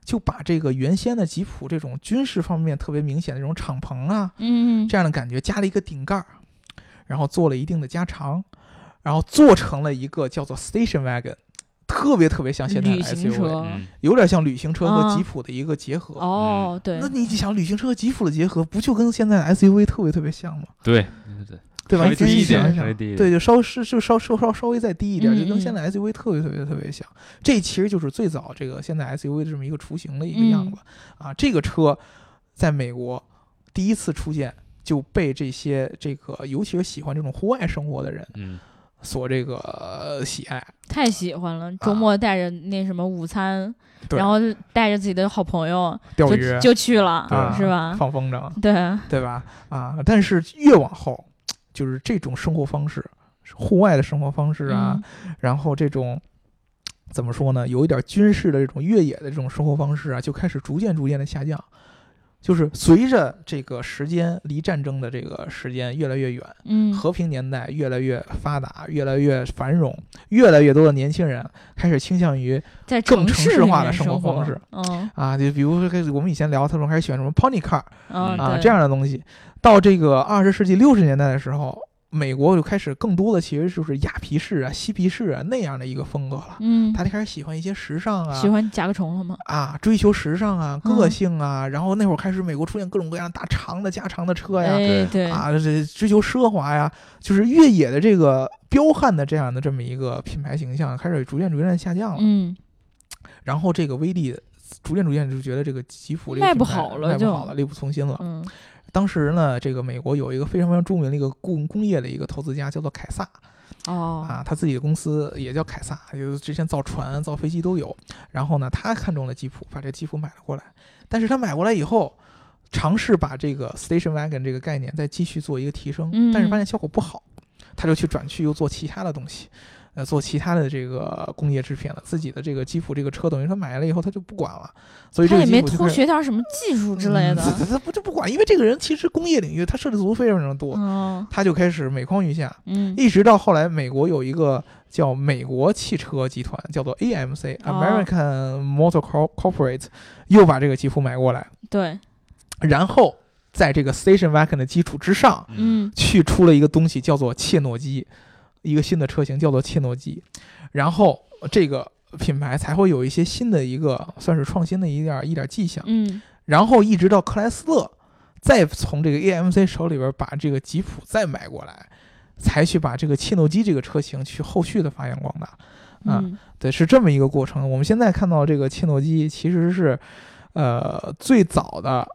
[SPEAKER 2] 就把这个原先的吉普这种军事方面特别明显的这种敞篷啊
[SPEAKER 1] 嗯，
[SPEAKER 2] 这样的感觉加了一个顶盖儿，然后做了一定的加长，然后做成了一个叫做 station wagon。特别特别像现在的
[SPEAKER 1] 旅行
[SPEAKER 2] SUV，
[SPEAKER 1] 车
[SPEAKER 3] 嗯，
[SPEAKER 2] 有点像旅行车和
[SPEAKER 1] 啊
[SPEAKER 2] 吉普的一个结合。
[SPEAKER 1] 哦，对
[SPEAKER 2] 那，你想，旅行车和吉普的结合，不就跟现在的 SUV 特别特别像吗？
[SPEAKER 3] 对，
[SPEAKER 2] 对吧？
[SPEAKER 3] 稍
[SPEAKER 2] 你
[SPEAKER 3] 微
[SPEAKER 2] 仔
[SPEAKER 3] 低
[SPEAKER 2] 细
[SPEAKER 3] 一点
[SPEAKER 2] 想一
[SPEAKER 3] 稍微
[SPEAKER 2] 想，
[SPEAKER 3] 低一点
[SPEAKER 2] 对，就稍是就稍稍稍稍微再低一点，
[SPEAKER 1] 嗯
[SPEAKER 2] 就跟现
[SPEAKER 1] 嗯
[SPEAKER 2] 在 SUV 特别特别特别像。这其实就是最早这个现在 SUV 的这么一个雏形的一个样子
[SPEAKER 1] 嗯
[SPEAKER 2] 啊。这个车在美国第一次出现。就被这些这个，尤其是喜欢这种户外生活的人
[SPEAKER 3] 嗯，
[SPEAKER 2] 所这个呃喜爱。
[SPEAKER 1] 太喜欢了。周末带着那什么午餐，
[SPEAKER 2] 啊对
[SPEAKER 1] 然后带着自己的好朋友，
[SPEAKER 2] 钓
[SPEAKER 1] 就
[SPEAKER 2] 鱼
[SPEAKER 1] 就去了
[SPEAKER 2] 啊，，
[SPEAKER 1] 是吧？
[SPEAKER 2] 放风筝，
[SPEAKER 1] 对，
[SPEAKER 2] 对吧？啊，但是越往后，就是这种生活方式，户外的生活方式啊，
[SPEAKER 1] 嗯，
[SPEAKER 2] 然后这种怎么说呢，有一点军事的这种越野的这种生活方式啊，就开始逐渐逐渐的下降。就是随着这个时间离战争的这个时间越来越远，
[SPEAKER 1] 嗯，
[SPEAKER 2] 和平年代越来越发达，越来越繁荣，越来越多的年轻人开始倾向于
[SPEAKER 1] 在
[SPEAKER 2] 更
[SPEAKER 1] 城
[SPEAKER 2] 城市
[SPEAKER 1] 里
[SPEAKER 2] 化
[SPEAKER 1] 面
[SPEAKER 2] 的生
[SPEAKER 1] 生
[SPEAKER 2] 活方式，
[SPEAKER 1] 嗯
[SPEAKER 2] 啊，就比如说开始我们以前聊，他们开始喜欢什么 pony car
[SPEAKER 1] 嗯
[SPEAKER 2] 啊
[SPEAKER 1] 对
[SPEAKER 2] 这样的东西，到这个二十世纪六十年代的时候，美国就开始更多的其实就是亚皮士啊、嬉皮士啊那样的一个风格了，
[SPEAKER 1] 嗯，
[SPEAKER 2] 他就开始喜欢一些时尚啊，
[SPEAKER 1] 喜欢甲壳虫了吗？
[SPEAKER 2] 啊，追求时尚啊，
[SPEAKER 1] 嗯
[SPEAKER 2] 个性啊，然后那会儿开始，美国出现各种各样大长的、加长的车呀，
[SPEAKER 1] 哎
[SPEAKER 3] 对
[SPEAKER 1] 对，
[SPEAKER 2] 啊，这追求奢华呀，就是越野的这个彪悍的这样的这么一个品牌形象开始逐渐逐渐下降了。
[SPEAKER 1] 嗯，
[SPEAKER 2] 然后这个威力逐渐逐渐就觉得这个吉普这个
[SPEAKER 1] 卖不
[SPEAKER 2] 品牌
[SPEAKER 1] 好了
[SPEAKER 2] 卖不
[SPEAKER 1] 就
[SPEAKER 2] 好了，力不从心了。
[SPEAKER 1] 嗯
[SPEAKER 2] 当时呢，这个美国有一个非常非常著名的一个工工业的一个投资家叫做凯撒，
[SPEAKER 1] 哦，
[SPEAKER 2] 啊，他自己的公司也叫凯撒，就是之前造船、造飞机都有。然后呢，他看中了吉普，把这吉普买了过来。但是他买过来以后，尝试把这个 station wagon 这个概念再继续做一个提升，但是
[SPEAKER 1] 嗯
[SPEAKER 2] 发现效果不好，他就去转去又做其他的东西。呃，做其他的这个工业制品了，自己的这个吉普这个车，等于说买了以后他就不管了，所以这
[SPEAKER 1] 他
[SPEAKER 2] 个
[SPEAKER 1] 也
[SPEAKER 2] 吉
[SPEAKER 1] 没
[SPEAKER 2] 普就
[SPEAKER 1] 偷
[SPEAKER 2] 开始
[SPEAKER 1] 学点什么技术之类的
[SPEAKER 2] 嗯，他他不就不管，因为这个人其实工业领域他涉猎足非常非常多，
[SPEAKER 1] 嗯
[SPEAKER 2] 他就开始每况愈下，
[SPEAKER 1] 嗯，
[SPEAKER 2] 一直到后来，美国有一个叫美国汽车集团，叫做 AMC
[SPEAKER 1] 哦
[SPEAKER 2] American Motor Cor- Corporate，又把这个吉普买过来，
[SPEAKER 1] 对，
[SPEAKER 2] 然后在这个 Station Wagon 的基础之上，
[SPEAKER 1] 嗯
[SPEAKER 2] 去出了一个东西叫做切诺基，一个新的车型叫做切诺基，然后这个品牌才会有一些新的一个算是创新的一点儿一点儿迹象，
[SPEAKER 1] 嗯
[SPEAKER 2] 然后一直到克莱斯勒，再从这个 AMC 手里边把这个吉普再买过来，才去把这个切诺基这个车型去后续的发扬光大。啊
[SPEAKER 1] 嗯
[SPEAKER 2] 对，是这么一个过程。我们现在看到这个切诺基其实是，呃，最早的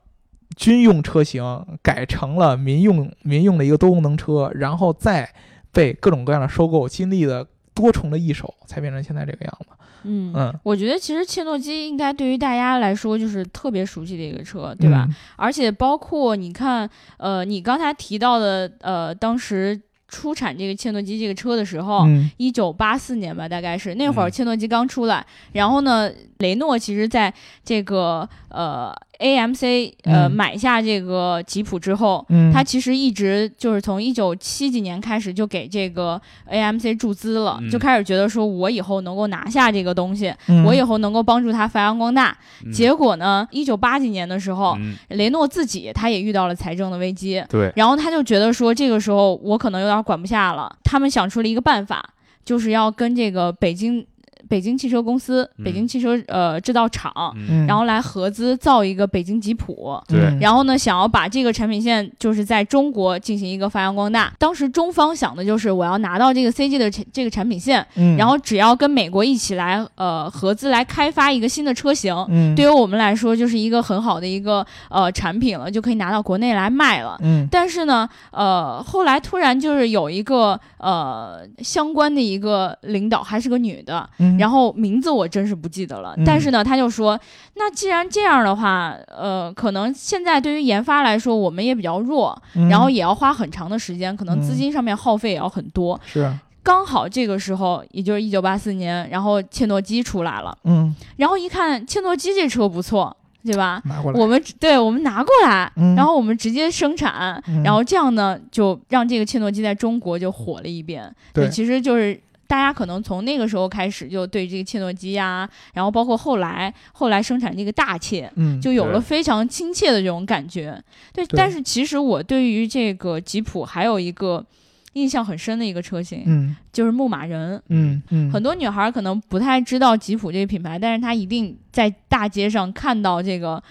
[SPEAKER 2] 军用车型改成了民用民用的一个多功能车，然后再被各种各样的收购，经历了多重的一手，才变成现在这个样子。
[SPEAKER 1] 嗯
[SPEAKER 2] 嗯，
[SPEAKER 1] 我觉得其实切诺基应该对于大家来说就是特别熟悉的一个车，对吧？
[SPEAKER 2] 嗯？
[SPEAKER 1] 而且包括你看，呃，你刚才提到的，呃，当时出产这个切诺基这个车的时候，
[SPEAKER 2] 嗯
[SPEAKER 1] 一九八四年吧，大概是那会儿
[SPEAKER 3] 嗯
[SPEAKER 1] 切诺基刚出来，然后呢，雷诺其实在这个呃 AMC 呃、
[SPEAKER 2] 嗯
[SPEAKER 1] 买下这个吉普之后。
[SPEAKER 2] 嗯，
[SPEAKER 1] 他其实一直就是从一九七几年开始就给这个 AMC 注资了，
[SPEAKER 3] 嗯
[SPEAKER 1] 就开始觉得说我以后能够拿下这个东西，
[SPEAKER 2] 嗯
[SPEAKER 1] 我以后能够帮助他发扬光大。
[SPEAKER 3] 嗯
[SPEAKER 1] 结果呢，一九八几年的时候，
[SPEAKER 3] 嗯
[SPEAKER 1] 雷诺自己他也遇到了财政的危机，
[SPEAKER 3] 对，
[SPEAKER 1] 然后他就觉得说这个时候我可能有点管不下了。他们想出了一个办法，就是要跟这个北京北京汽车公司、
[SPEAKER 3] 嗯
[SPEAKER 1] 北京汽车呃制造厂，
[SPEAKER 3] 嗯
[SPEAKER 2] 嗯，
[SPEAKER 1] 然后来合资造一个北京吉普。
[SPEAKER 3] 对
[SPEAKER 2] 嗯
[SPEAKER 1] 然后呢，想要把这个产品线就是在中国进行一个发扬光大。当时中方想的就是我要拿到这个 CG 的这这个产品线，
[SPEAKER 2] 嗯
[SPEAKER 1] 然后只要跟美国一起来呃合资来开发一个新的车型，
[SPEAKER 2] 嗯
[SPEAKER 1] 对于我们来说就是一个很好的一个呃产品了，就可以拿到国内来卖了。
[SPEAKER 2] 嗯
[SPEAKER 1] 但是呢，呃，后来突然就是有一个呃相关的一个领导，还是个女的，
[SPEAKER 2] 嗯，
[SPEAKER 1] 然
[SPEAKER 2] 后
[SPEAKER 1] 后名字我真是不记得了。
[SPEAKER 2] 嗯
[SPEAKER 1] 但是呢，她就说，那既然这样的话，呃，可能现在对于研发来说，我们也比较弱，然后也要花很长的时间，可能资
[SPEAKER 2] 嗯
[SPEAKER 1] 金上面耗费也要很多。
[SPEAKER 2] 是啊
[SPEAKER 1] 刚好这个时候，也就是一九八四年，然后切诺基出来了，
[SPEAKER 2] 嗯
[SPEAKER 1] 然后一看切诺基这车不错，对吧？
[SPEAKER 2] 买过来，
[SPEAKER 1] 我们只对我们拿过来，
[SPEAKER 2] 嗯
[SPEAKER 1] 然后我们直接生产，
[SPEAKER 2] 嗯
[SPEAKER 1] 然后这样呢，就让这个切诺基在中国就火了一遍。
[SPEAKER 2] 对
[SPEAKER 1] 其实就是。大家可能从那个时候开始就对这个切诺基呀、然后包括后来后来生产这个大切，
[SPEAKER 2] 嗯
[SPEAKER 1] 就有了
[SPEAKER 3] 对
[SPEAKER 1] 非常亲切的这种感觉。对，
[SPEAKER 2] 对
[SPEAKER 1] 但是其实我对于这个吉普还有一个印象很深的一个车型，
[SPEAKER 2] 嗯
[SPEAKER 1] 就是牧马人。
[SPEAKER 2] 嗯嗯
[SPEAKER 1] 很多女孩儿可能不太知道吉普这个品牌，但是她一定在大街上看到这个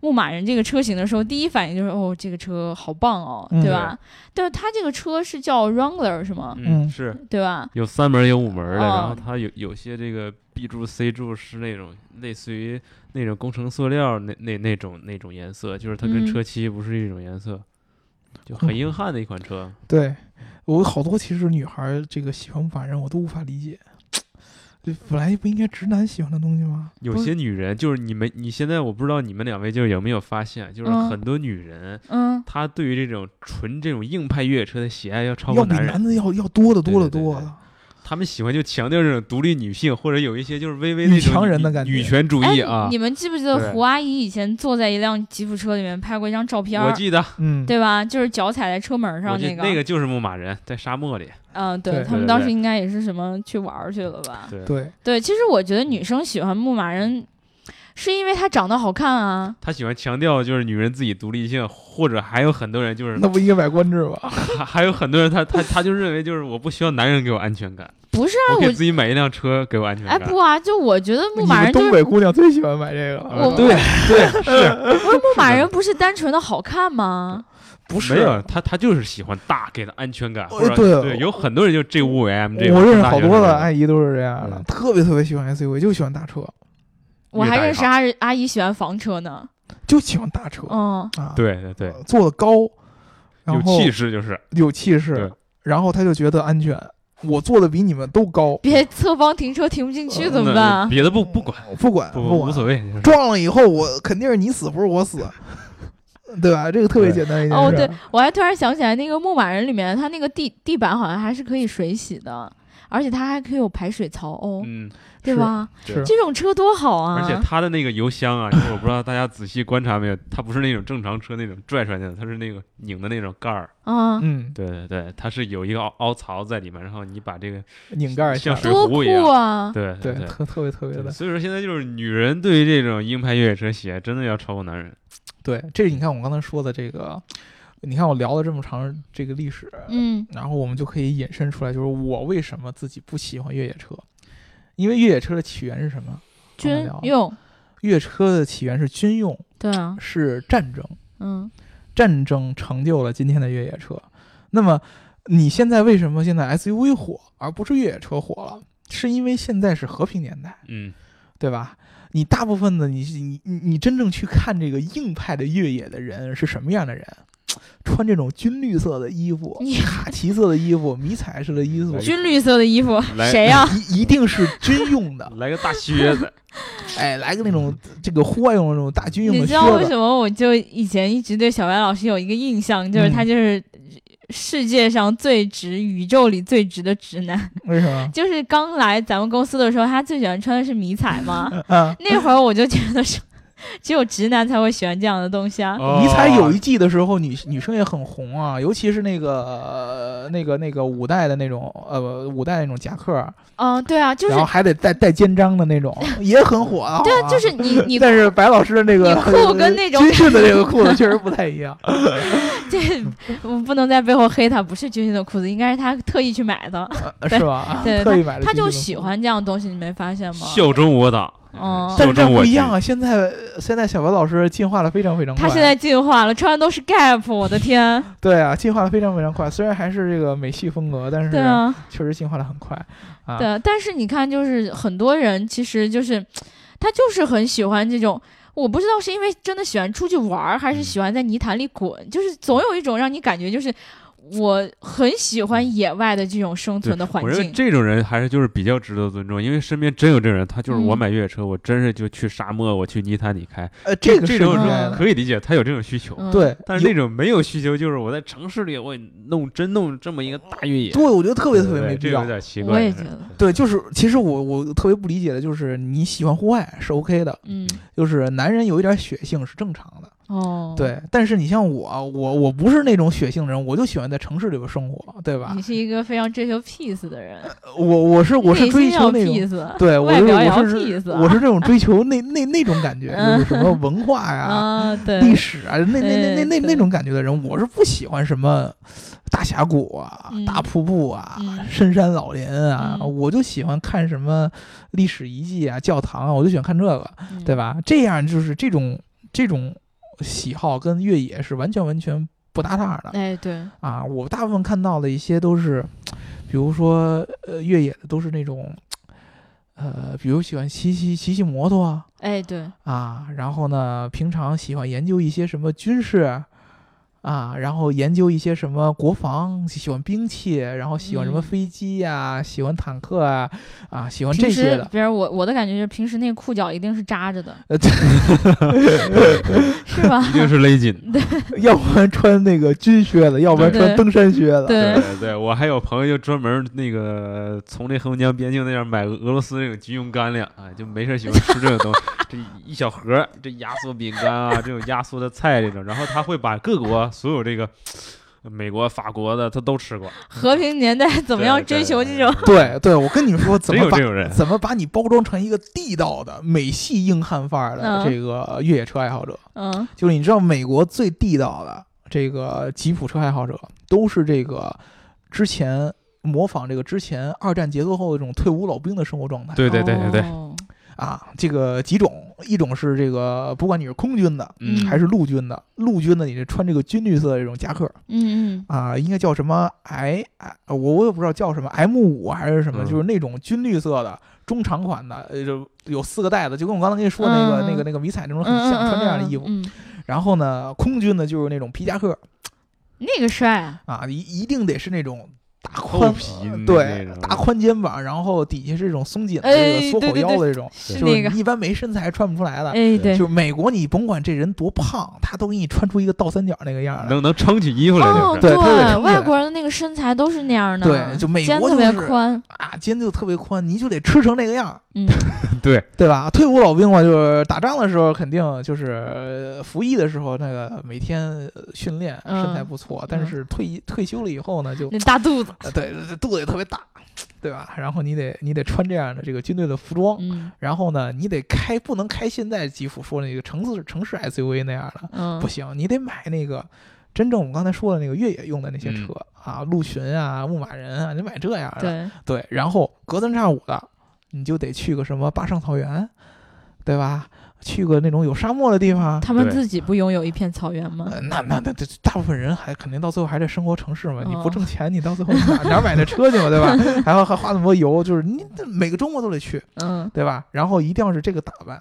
[SPEAKER 1] 牧马人这个车型的时候，第一反应就是哦，这个车好棒哦，
[SPEAKER 2] 嗯
[SPEAKER 1] 对吧？对，它这个车是叫 Wrangler 是吗？
[SPEAKER 2] 嗯
[SPEAKER 3] 嗯是
[SPEAKER 1] 对吧？
[SPEAKER 3] 有三门儿有五门儿的，
[SPEAKER 1] 哦
[SPEAKER 3] 然后它有有些这个 B 柱 C 柱是那种类似于那种工程塑料那那那种那种颜色，就是它
[SPEAKER 1] 嗯
[SPEAKER 3] 跟车漆不是一种颜色，就很硬汉的一款车。
[SPEAKER 2] 对我好多其实女孩儿这个喜欢牧马人，我都无法理解。这本来不应该直男喜欢的东西吗？
[SPEAKER 3] 有
[SPEAKER 1] 不是
[SPEAKER 3] 些女人就是你们，你现在我不知道你们两位就是有没有发现，就是
[SPEAKER 1] 嗯
[SPEAKER 3] 很多女人。
[SPEAKER 1] 嗯，
[SPEAKER 3] 她对于这种纯这种硬派越野车的喜爱要超
[SPEAKER 2] 要
[SPEAKER 3] 过
[SPEAKER 2] 比
[SPEAKER 3] 男人，
[SPEAKER 2] 男的要要多得多得
[SPEAKER 3] 对对对
[SPEAKER 2] 多
[SPEAKER 3] 对
[SPEAKER 2] 的。
[SPEAKER 3] 他们喜欢就强调这种独立女性，或者有一些就是微微那
[SPEAKER 2] 女
[SPEAKER 3] 种
[SPEAKER 2] 强人的感觉
[SPEAKER 3] 女权主义啊
[SPEAKER 1] 哎，。你们记不记得
[SPEAKER 3] 对
[SPEAKER 1] 胡阿姨以前坐在一辆吉普车里面拍过一张照片
[SPEAKER 3] 我
[SPEAKER 1] 儿？
[SPEAKER 3] 记得，
[SPEAKER 2] 嗯，
[SPEAKER 1] 对吧？就是脚踩在车门
[SPEAKER 3] 我
[SPEAKER 1] 上
[SPEAKER 3] 记
[SPEAKER 1] 个，
[SPEAKER 3] 那个就是牧马人，在沙漠里。
[SPEAKER 1] 嗯，对
[SPEAKER 2] 对
[SPEAKER 1] 他们
[SPEAKER 3] 对
[SPEAKER 1] 当
[SPEAKER 3] 对
[SPEAKER 1] 时应该也是什么去玩儿去了吧？
[SPEAKER 3] 对，
[SPEAKER 2] 对，
[SPEAKER 1] 对，其实我觉得女生喜欢牧马人，是因为他长得好看啊。
[SPEAKER 3] 他喜欢强调就是女人自己独立性，或者还有很多 人就是
[SPEAKER 2] 那不一个买官制吗？
[SPEAKER 3] 还还有很多人他他他就认为就是我不需要男人给我安全感，
[SPEAKER 1] 不是啊，
[SPEAKER 3] 我给
[SPEAKER 1] 我
[SPEAKER 3] 自己买一辆车给我安全
[SPEAKER 1] 哎
[SPEAKER 3] 感。
[SPEAKER 1] 不啊，就我觉得牧
[SPEAKER 2] 你
[SPEAKER 1] 马
[SPEAKER 2] 们
[SPEAKER 1] 人就
[SPEAKER 2] 东
[SPEAKER 1] 是
[SPEAKER 2] 北姑娘最喜欢买这个了
[SPEAKER 1] 我。
[SPEAKER 3] 对对 是，
[SPEAKER 1] 不是牧马人不是单纯的好看吗？
[SPEAKER 2] 不
[SPEAKER 3] 没有他他就是喜欢大给他安全感，
[SPEAKER 2] 呃
[SPEAKER 3] 或者
[SPEAKER 2] 对
[SPEAKER 3] 有很多人就 J 五 M 这种
[SPEAKER 2] 我认识
[SPEAKER 3] 大
[SPEAKER 2] 好
[SPEAKER 3] 学
[SPEAKER 2] 多
[SPEAKER 3] 生
[SPEAKER 2] 的阿姨都是这样的
[SPEAKER 3] 嗯，
[SPEAKER 2] 特别特别喜欢 SUV，就喜欢大车，
[SPEAKER 1] 我还认识
[SPEAKER 3] 越
[SPEAKER 1] 阿阿姨喜欢房车呢。
[SPEAKER 2] 就喜欢大车
[SPEAKER 1] 嗯，
[SPEAKER 2] 啊。，
[SPEAKER 3] 对对对，
[SPEAKER 2] 坐的高，
[SPEAKER 3] 有
[SPEAKER 2] 然后
[SPEAKER 3] 气势就是
[SPEAKER 2] 有气势
[SPEAKER 3] 对，
[SPEAKER 2] 然后他就觉得安全。我坐的比你们都高，
[SPEAKER 1] 别侧方停车停不进去怎么办
[SPEAKER 3] 哦那
[SPEAKER 1] 啊？
[SPEAKER 3] 别的不不管，
[SPEAKER 2] 我不管，
[SPEAKER 3] 不
[SPEAKER 2] 不
[SPEAKER 3] 无
[SPEAKER 2] 管，
[SPEAKER 3] 所谓，就是
[SPEAKER 2] 撞了以后，我肯定是你死不是我 死，对吧？这个特别简单一件事。
[SPEAKER 1] 哦，对，我还突然想起来，那个牧马人里面，它那个地地板好像还是可以水洗的，而且它还可以有排水槽哦，
[SPEAKER 3] 嗯，
[SPEAKER 1] 对
[SPEAKER 2] 是
[SPEAKER 1] 吧？
[SPEAKER 2] 是
[SPEAKER 1] 这种车多好啊！
[SPEAKER 3] 而且它的那个油箱啊，就是我不知道大家仔细观察没有，它不是那种正常车那种拽出来的，它是那个拧的那种盖儿。
[SPEAKER 1] 啊，
[SPEAKER 2] 嗯，
[SPEAKER 3] 对对对，它是有一个凹凹槽在里面，然后你把这个
[SPEAKER 2] 拧盖儿下
[SPEAKER 3] 像
[SPEAKER 2] 来
[SPEAKER 3] 水
[SPEAKER 1] 多
[SPEAKER 3] 壶一样
[SPEAKER 1] 酷啊！
[SPEAKER 3] 对
[SPEAKER 2] 对，
[SPEAKER 3] 对。
[SPEAKER 2] 特特别特别
[SPEAKER 3] 对
[SPEAKER 2] 的，
[SPEAKER 3] 所以说现在就是女人对于这种硬派越野车喜爱，真的要超过男人。
[SPEAKER 2] 对，这是你看我刚才说的这个，你看我聊了这么长这个历史，
[SPEAKER 1] 嗯
[SPEAKER 2] 然后我们就可以引申出来，就是我为什么自己不喜欢越野车，因为越野车的起源是什么？刚才
[SPEAKER 1] 军
[SPEAKER 3] 啊
[SPEAKER 2] 聊了
[SPEAKER 1] 用，
[SPEAKER 2] 越野车的起源是军用，
[SPEAKER 1] 对啊，
[SPEAKER 2] 是战争，
[SPEAKER 1] 嗯，
[SPEAKER 2] 战争成就了今天的越野车。那么你现在为什么现在 SUV 火，而不是越野车火了？是因为现在是和平年代。
[SPEAKER 3] 嗯，
[SPEAKER 2] 对吧？你大部分的你你你你真正去看这个硬派的越野的人是什么样的人？穿这种军绿色的衣服
[SPEAKER 1] 你、
[SPEAKER 2] 卡其色的衣服、迷彩式的衣服，
[SPEAKER 1] 军绿色的衣服，
[SPEAKER 3] 来。
[SPEAKER 1] 谁呀？
[SPEAKER 2] 一一定是军 用的
[SPEAKER 3] 来个大靴子，
[SPEAKER 2] 哎，来个那种这个户外用的那种大军用
[SPEAKER 1] 你
[SPEAKER 2] 的
[SPEAKER 1] 知
[SPEAKER 2] 靴
[SPEAKER 1] 道为
[SPEAKER 2] 子，
[SPEAKER 1] 什么我就以前一直对小白老师有一个印象，就是
[SPEAKER 2] 嗯
[SPEAKER 1] 他就是世界上最直、宇宙里最直的直男。
[SPEAKER 2] 为什么？
[SPEAKER 1] 就是刚来咱们公司的时候，他最喜欢穿的是迷彩 嘛。
[SPEAKER 2] 啊，
[SPEAKER 1] 那会儿我就觉得是，只有直男才会喜欢这样的东西啊。
[SPEAKER 3] 哦
[SPEAKER 2] 迷彩有一季的时候，女女生也很红啊，尤其是那个、呃、那个那个五代的那种呃五代那种夹克，
[SPEAKER 1] 嗯，对啊，就是
[SPEAKER 2] 然后还得带带肩章的 那种，也很火啊。
[SPEAKER 1] 对啊，就是 你你
[SPEAKER 2] 但是白老师的那个呃
[SPEAKER 1] 你裤跟那种
[SPEAKER 2] 军训的这个 裤子确实不太一样。
[SPEAKER 1] 这我不能在背后黑他，不是军训的裤子，应该是他特意去买的。
[SPEAKER 2] 呃是吧？
[SPEAKER 1] 对
[SPEAKER 2] 特意买的
[SPEAKER 1] 他
[SPEAKER 2] 军训
[SPEAKER 1] 就
[SPEAKER 2] 的
[SPEAKER 1] 喜
[SPEAKER 2] 裤子。
[SPEAKER 1] 欢这样东西，你没发现吗？
[SPEAKER 3] 效忠哦我党，
[SPEAKER 1] 哦
[SPEAKER 2] 但是
[SPEAKER 3] 效
[SPEAKER 2] 这
[SPEAKER 3] 忠我
[SPEAKER 2] 不
[SPEAKER 3] 军
[SPEAKER 2] 一样啊！现在现在小白老师进化的非常非常快，
[SPEAKER 1] 他现在进化了，穿的都是 Gap，我的 天！
[SPEAKER 2] 对啊，进化的非常非常快。虽然还是这个美系风格，但是
[SPEAKER 1] 对啊，
[SPEAKER 2] 确实进化的很快啊。
[SPEAKER 1] 对啊，但是你看，就是很多人其实就是他就是很喜欢这种。我不知道是因为真的喜欢出去玩儿，还是
[SPEAKER 3] 嗯
[SPEAKER 1] 喜欢在泥潭里滚，就是总有一种让你感觉就是我很喜
[SPEAKER 2] 嗯
[SPEAKER 1] 欢野外的这种生
[SPEAKER 3] 对
[SPEAKER 1] 存的环
[SPEAKER 3] 我认为
[SPEAKER 1] 境。
[SPEAKER 3] 这种人还是就是比较值得尊重，因为身边真有这种人，他就是我
[SPEAKER 1] 嗯
[SPEAKER 3] 买越野车，我真是就去沙漠，我去泥潭里开，
[SPEAKER 2] 呃，这个是
[SPEAKER 3] 这种
[SPEAKER 2] 应
[SPEAKER 1] 是
[SPEAKER 2] 该的。
[SPEAKER 3] 可以理解，他有这种需求。
[SPEAKER 1] 嗯、
[SPEAKER 2] 对，
[SPEAKER 3] 但是那
[SPEAKER 2] 有
[SPEAKER 3] 种没有需求，就是我在城市里，我弄真弄这么一个大越野，
[SPEAKER 2] 对，我觉得特别特别
[SPEAKER 3] 对
[SPEAKER 2] 没必
[SPEAKER 3] 这有
[SPEAKER 2] 要。
[SPEAKER 3] 点奇怪。
[SPEAKER 1] 我也觉得，
[SPEAKER 2] 对，就是其实我我特别不理解的就是你喜欢户外是 OK 的，
[SPEAKER 1] 嗯，
[SPEAKER 2] 就是男人有一点血性是正常的。
[SPEAKER 1] 哦，，
[SPEAKER 2] 对，但是你像我，我我不是那种血性人，我就喜欢在城市里边生活，对吧
[SPEAKER 1] 你？是一个非常追求 peace 的人，
[SPEAKER 2] 我我是我是
[SPEAKER 1] 内
[SPEAKER 2] 追
[SPEAKER 1] 嗯心
[SPEAKER 2] 求
[SPEAKER 1] 要
[SPEAKER 2] 那种，
[SPEAKER 1] peace，
[SPEAKER 2] 对我
[SPEAKER 1] 外
[SPEAKER 2] 是
[SPEAKER 1] 表也要
[SPEAKER 2] 我是
[SPEAKER 1] peace，啊
[SPEAKER 2] 我是这种追求那那那种 感觉，就是什么文化呀、
[SPEAKER 1] 啊，对，
[SPEAKER 2] 历史啊，那那那那
[SPEAKER 1] 对
[SPEAKER 2] 那
[SPEAKER 1] 嗯对
[SPEAKER 2] 那种感觉的人，我是不喜欢什么大峡谷啊
[SPEAKER 1] 嗯、
[SPEAKER 2] 大瀑布啊
[SPEAKER 1] 嗯、
[SPEAKER 2] 深山老林啊，
[SPEAKER 1] 嗯
[SPEAKER 2] 我就喜欢看什么历史遗迹啊、教堂啊，我就喜欢看这个。
[SPEAKER 1] 嗯
[SPEAKER 2] 对？吧？这样就是这种这种喜好跟越野是完全完全不搭趟儿的
[SPEAKER 1] 哎，对，
[SPEAKER 2] 啊！我大部分看到的一些都是，比如说呃越野的都是那种，呃，比如喜欢骑骑骑骑摩托啊
[SPEAKER 1] 哎，对，
[SPEAKER 2] 啊，然后呢，平常喜欢研究一些什么军事。啊，然后研究一些什么国防，喜欢兵器，然后喜欢什么
[SPEAKER 1] 嗯
[SPEAKER 2] 飞机呀、喜欢坦克啊，啊，喜欢这
[SPEAKER 1] 平
[SPEAKER 2] 些
[SPEAKER 1] 时
[SPEAKER 2] 的，。
[SPEAKER 1] 比如我我的感觉就是平时那裤脚一定是扎着的，
[SPEAKER 2] 呃，这
[SPEAKER 1] 是吧？
[SPEAKER 3] 一定是勒紧。
[SPEAKER 2] 要不然穿那个军靴子，要不然
[SPEAKER 1] 对
[SPEAKER 2] 穿登山靴子。
[SPEAKER 1] 对，
[SPEAKER 3] 对对，我还有朋友就专门那个从那黑龙江边境那样买俄罗斯那种军用干粮，啊，就没事儿喜欢吃这种东西，这一小盒儿这压缩饼干啊，这种压缩的菜这种，然后他会把各国所有这个美国、法国的他都吃过，
[SPEAKER 1] 和平年代怎么样追求这种？
[SPEAKER 2] 对对，我跟你们说，怎
[SPEAKER 3] 真
[SPEAKER 2] 么
[SPEAKER 3] 有
[SPEAKER 2] 把
[SPEAKER 3] 这种 人，
[SPEAKER 2] 怎么把你包装成一个地道的美系硬汉范儿的
[SPEAKER 1] 嗯
[SPEAKER 2] 这个越野车爱好者？
[SPEAKER 1] 嗯，
[SPEAKER 2] 就是你知道美国最地道的这个吉普车爱好者，都是这个之前模仿这个之前二战结束后的这种退伍老兵的生活状态。
[SPEAKER 3] 对对对对对，
[SPEAKER 1] 哦
[SPEAKER 2] 啊，这个几种，一种是这个不管你是空军的
[SPEAKER 1] 嗯
[SPEAKER 2] 还是陆军的，陆军的你是穿这个军绿色的这种夹克
[SPEAKER 1] 嗯嗯
[SPEAKER 2] 啊，应该叫什么 I，I- 我我也不知道叫什么 M 五还是什么，
[SPEAKER 3] 嗯
[SPEAKER 2] 就是那种军绿色的。中长款的，呃，就有四个带子，就跟我刚才跟你说那个、
[SPEAKER 1] 嗯嗯
[SPEAKER 2] 那个那个迷彩那
[SPEAKER 1] 嗯
[SPEAKER 2] 种很
[SPEAKER 1] 嗯
[SPEAKER 2] 像，穿这样的
[SPEAKER 1] 嗯
[SPEAKER 2] 衣服。
[SPEAKER 1] 嗯，嗯
[SPEAKER 2] 然后呢，空军呢就是那种皮夹克，
[SPEAKER 1] 那个帅啊，
[SPEAKER 2] 啊，一一定得是那种大
[SPEAKER 3] 厚
[SPEAKER 2] 宽
[SPEAKER 3] 皮那
[SPEAKER 2] 对
[SPEAKER 3] 那种
[SPEAKER 2] 大宽肩膀，然后底下是这种松紧的
[SPEAKER 1] 哎
[SPEAKER 2] 这个缩
[SPEAKER 1] 对
[SPEAKER 2] 口
[SPEAKER 1] 对
[SPEAKER 2] 腰
[SPEAKER 1] 对
[SPEAKER 2] 的这种，
[SPEAKER 1] 是
[SPEAKER 2] 就是
[SPEAKER 1] 那
[SPEAKER 2] 你
[SPEAKER 1] 个，
[SPEAKER 2] 一般没身材穿不出来的。
[SPEAKER 1] 哎对
[SPEAKER 2] 就，是美国，你甭管这人多胖，他都给你穿出一个倒三角那个样儿来。
[SPEAKER 3] 能能撑起衣服来就
[SPEAKER 1] 哦
[SPEAKER 3] 是。
[SPEAKER 2] 对特别撑起来
[SPEAKER 1] 外国人的那个身材都是那样的，
[SPEAKER 2] 对就美
[SPEAKER 1] 肩
[SPEAKER 2] 国
[SPEAKER 1] 特
[SPEAKER 2] 就
[SPEAKER 1] 别
[SPEAKER 2] 是
[SPEAKER 1] 宽，
[SPEAKER 2] 啊，肩就特别宽，你就得吃成那个样儿，
[SPEAKER 1] 嗯，
[SPEAKER 3] 对，
[SPEAKER 2] 对吧？退伍老兵嘛，就是打仗的时候肯定就是呃服役的时候那个每天呃训练
[SPEAKER 1] 嗯
[SPEAKER 2] 身材不错，但
[SPEAKER 1] 嗯
[SPEAKER 2] 是退役退休了以后呢，就
[SPEAKER 1] 那大 肚子，
[SPEAKER 2] 呃对对肚子也特别大，对吧？然后你得你得穿这样的这个军队的服装，
[SPEAKER 1] 嗯
[SPEAKER 2] 然后呢，你得开，不能开现在吉普说那个城市城市 SUV 那样的，
[SPEAKER 1] 嗯
[SPEAKER 2] 不，行，你得买那个真正我们刚才说的那个越野用的那些车、啊，陆巡啊、牧马人啊，你买这样的，
[SPEAKER 1] 嗯对，
[SPEAKER 2] 对然后隔三差五的，你就得去个什么坝上草原，对吧？去个那种有沙漠的地方。
[SPEAKER 1] 他们
[SPEAKER 3] 对
[SPEAKER 1] 自己不拥有一片草原吗？
[SPEAKER 2] 呃那那那这大部分人还肯定到最后还得生活城市嘛，你不
[SPEAKER 1] 哦
[SPEAKER 2] 挣钱，你到最后你哪哪儿买那车去嘛，对吧？ 还要还花那么多油，就是你这每个周末都得去，
[SPEAKER 1] 嗯，
[SPEAKER 2] 对吧？然后一定要是这个打扮，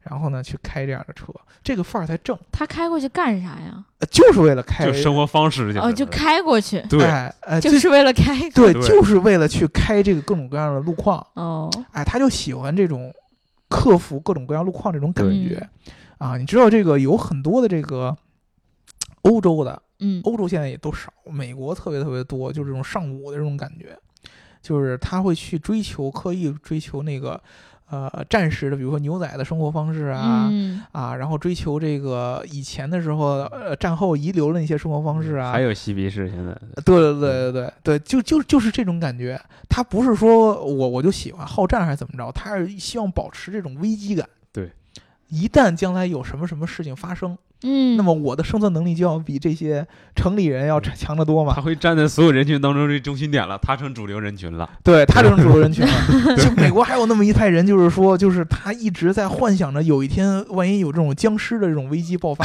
[SPEAKER 2] 然后呢去开这样的车，这个范儿才正，
[SPEAKER 1] 他开过去干啥呀？
[SPEAKER 2] 呃就是为了开
[SPEAKER 3] 就生活方式
[SPEAKER 1] 哦，
[SPEAKER 3] 是
[SPEAKER 1] 就开过去，
[SPEAKER 3] 对，
[SPEAKER 2] 呃哎哎，
[SPEAKER 1] 就
[SPEAKER 2] 就是
[SPEAKER 1] 为了开。
[SPEAKER 2] 对，
[SPEAKER 3] 对
[SPEAKER 2] 就是为了去开这个各种各样的路况，
[SPEAKER 1] 哦，
[SPEAKER 2] 哎，他就喜欢这种克服各种各样路况这种感
[SPEAKER 1] 对
[SPEAKER 2] 觉啊。你知道这个有很多的这个欧洲的，
[SPEAKER 1] 嗯，
[SPEAKER 2] 欧洲现在也都少，美国特别特别多，就是这种上午的这种感觉，就是他会去追求刻意追求那个。呃，战时的，比如说牛仔的生活方式啊，
[SPEAKER 1] 嗯，
[SPEAKER 2] 啊，然后追求这个以前的时候，呃，战后遗留的那些生活方式啊，
[SPEAKER 3] 嗯还有嬉皮士现在，
[SPEAKER 2] 对对对对对对，就就就是这种感觉。他不是说我我就喜欢好战还是怎么着，他是希望保持这种危机感。
[SPEAKER 3] 对，
[SPEAKER 2] 一旦将来有什么什么事情发生，
[SPEAKER 1] 嗯，
[SPEAKER 2] 那么我的生存能力就要比这些城里人要
[SPEAKER 3] 嗯
[SPEAKER 2] 强得多
[SPEAKER 3] 他
[SPEAKER 2] 嘛。
[SPEAKER 3] 会站在所有人群当中这中心点了，他成主流人群了。
[SPEAKER 2] 对他这种主 流人群了，就美国还有那么一派人，就是说，就是他一直在幻想着有一天，万一有这种僵尸的这种危机 爆发。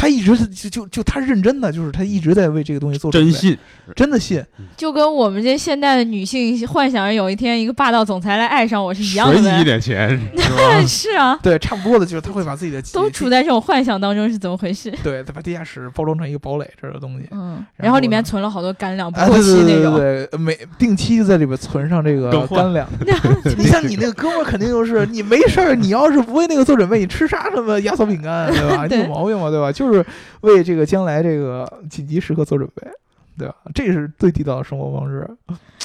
[SPEAKER 2] 他一直是就就就他认真的，就是他一直在为这个东西做准
[SPEAKER 3] 真
[SPEAKER 2] 备
[SPEAKER 3] 信，
[SPEAKER 2] 真的信，
[SPEAKER 1] 就跟我们这现代的女性幻想着有一天一个霸道总裁来爱上我是一样
[SPEAKER 3] 谁
[SPEAKER 1] 的
[SPEAKER 3] 一
[SPEAKER 1] 呗。
[SPEAKER 3] 点钱是吧
[SPEAKER 1] 但？是啊，
[SPEAKER 2] 对，差不多的，就是他会把自己的
[SPEAKER 1] 都处在这种幻想当中是怎么回事？
[SPEAKER 2] 对，他把地下室包装成一个堡垒这的东西。
[SPEAKER 1] 嗯，
[SPEAKER 2] 然
[SPEAKER 1] 然
[SPEAKER 2] 后
[SPEAKER 1] 后里面
[SPEAKER 2] 呢
[SPEAKER 1] 存了好多干粮，不
[SPEAKER 2] 啊，
[SPEAKER 1] 过
[SPEAKER 2] 对
[SPEAKER 1] 期
[SPEAKER 2] 对
[SPEAKER 1] 那
[SPEAKER 2] 对
[SPEAKER 1] 种。
[SPEAKER 2] 对对，每定期在里边存上这个
[SPEAKER 3] 更换
[SPEAKER 2] 干 粮。你像你那个哥们儿，肯定就是你没事儿，你要是不为那个做准备，你吃啥什么压缩饼干， 对吧？你有
[SPEAKER 1] 对
[SPEAKER 2] 毛病吗？对吧？就是为这个将来这个紧急时刻做准备，对吧？这是最地道的生活方式。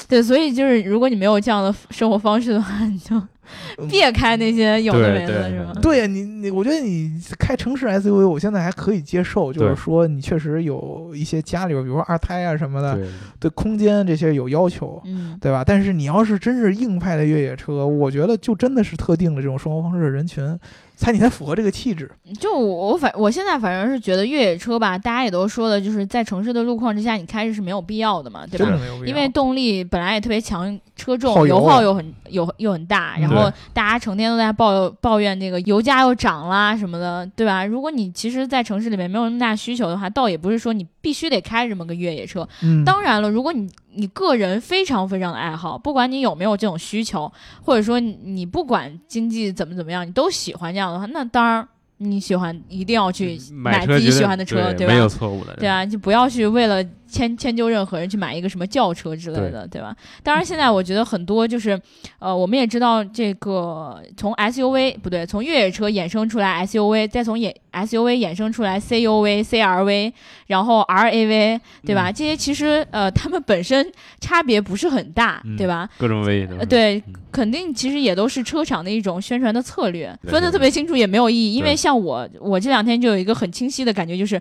[SPEAKER 1] 对，所以就是如果你没有这样的生活方式的话，你就
[SPEAKER 2] 嗯
[SPEAKER 1] 别开那些有的
[SPEAKER 3] 对
[SPEAKER 1] 没的，
[SPEAKER 3] 对
[SPEAKER 1] 是吧？
[SPEAKER 2] 对呀，你你，我觉得你开城市 SUV，我现在还可以接受，就是
[SPEAKER 3] 对
[SPEAKER 2] 说你确实有一些家里边，比如说二胎啊什么的，
[SPEAKER 3] 对，
[SPEAKER 2] 对空间这些有要求，
[SPEAKER 1] 嗯，
[SPEAKER 2] 对吧？但是你要是真是硬派的越野车，我觉得就真的是特定的这种生活方式的人群，才你才符合这个气质。
[SPEAKER 1] 就我我反我现在反正是觉得越野车吧，大家也都说了，就是在城市的路况之下，你开着是没有必要的嘛，对
[SPEAKER 2] 真
[SPEAKER 1] 吧
[SPEAKER 2] 的？没有必要。
[SPEAKER 1] 因为动力本来也特别强，车重，
[SPEAKER 2] 耗油
[SPEAKER 1] 油
[SPEAKER 2] 啊
[SPEAKER 1] 耗又很有又很大，然后大家成天都在抱抱怨这个油价又涨啦什么的，对吧？如果你其实，在城市里面没有那么大需求的话，倒也不是说你必须得开这么个越野车，
[SPEAKER 2] 嗯，
[SPEAKER 1] 当然了，如果你你个人非常非常的爱好，不管你有没有这种需求，或者说你你不管经济怎么怎么样，你都喜欢这样的话，那当然你喜欢一定要去买
[SPEAKER 3] 嗯买
[SPEAKER 1] 自
[SPEAKER 3] 车
[SPEAKER 1] 己
[SPEAKER 3] 绝
[SPEAKER 1] 喜欢的车，
[SPEAKER 3] 对
[SPEAKER 1] 吧？
[SPEAKER 3] 没有错误的，
[SPEAKER 1] 对啊，就不要去为了迁迁就任何人去买一个什么轿车之类的，对吧？当然，现在我觉得很多就是，呃，我们也知道这个从 SUV 不对，从越野车衍生出来 SUV，再从衍 SUV 衍生出来 CUV、CRV，然后 RAV，对
[SPEAKER 3] 嗯
[SPEAKER 1] 吧？这些其实呃，它们本身差别不是很大，
[SPEAKER 3] 嗯
[SPEAKER 1] 对吧？
[SPEAKER 3] 各种危都
[SPEAKER 1] 呃，
[SPEAKER 3] 是。
[SPEAKER 1] 对
[SPEAKER 3] 嗯，
[SPEAKER 1] 肯定其实也都是车厂的一种宣传的策略，
[SPEAKER 3] 对
[SPEAKER 1] 分得
[SPEAKER 3] 对
[SPEAKER 1] 特别清楚也没有意义。因为
[SPEAKER 3] 对
[SPEAKER 1] 像我，我这两天就有一个很清晰的感觉，就是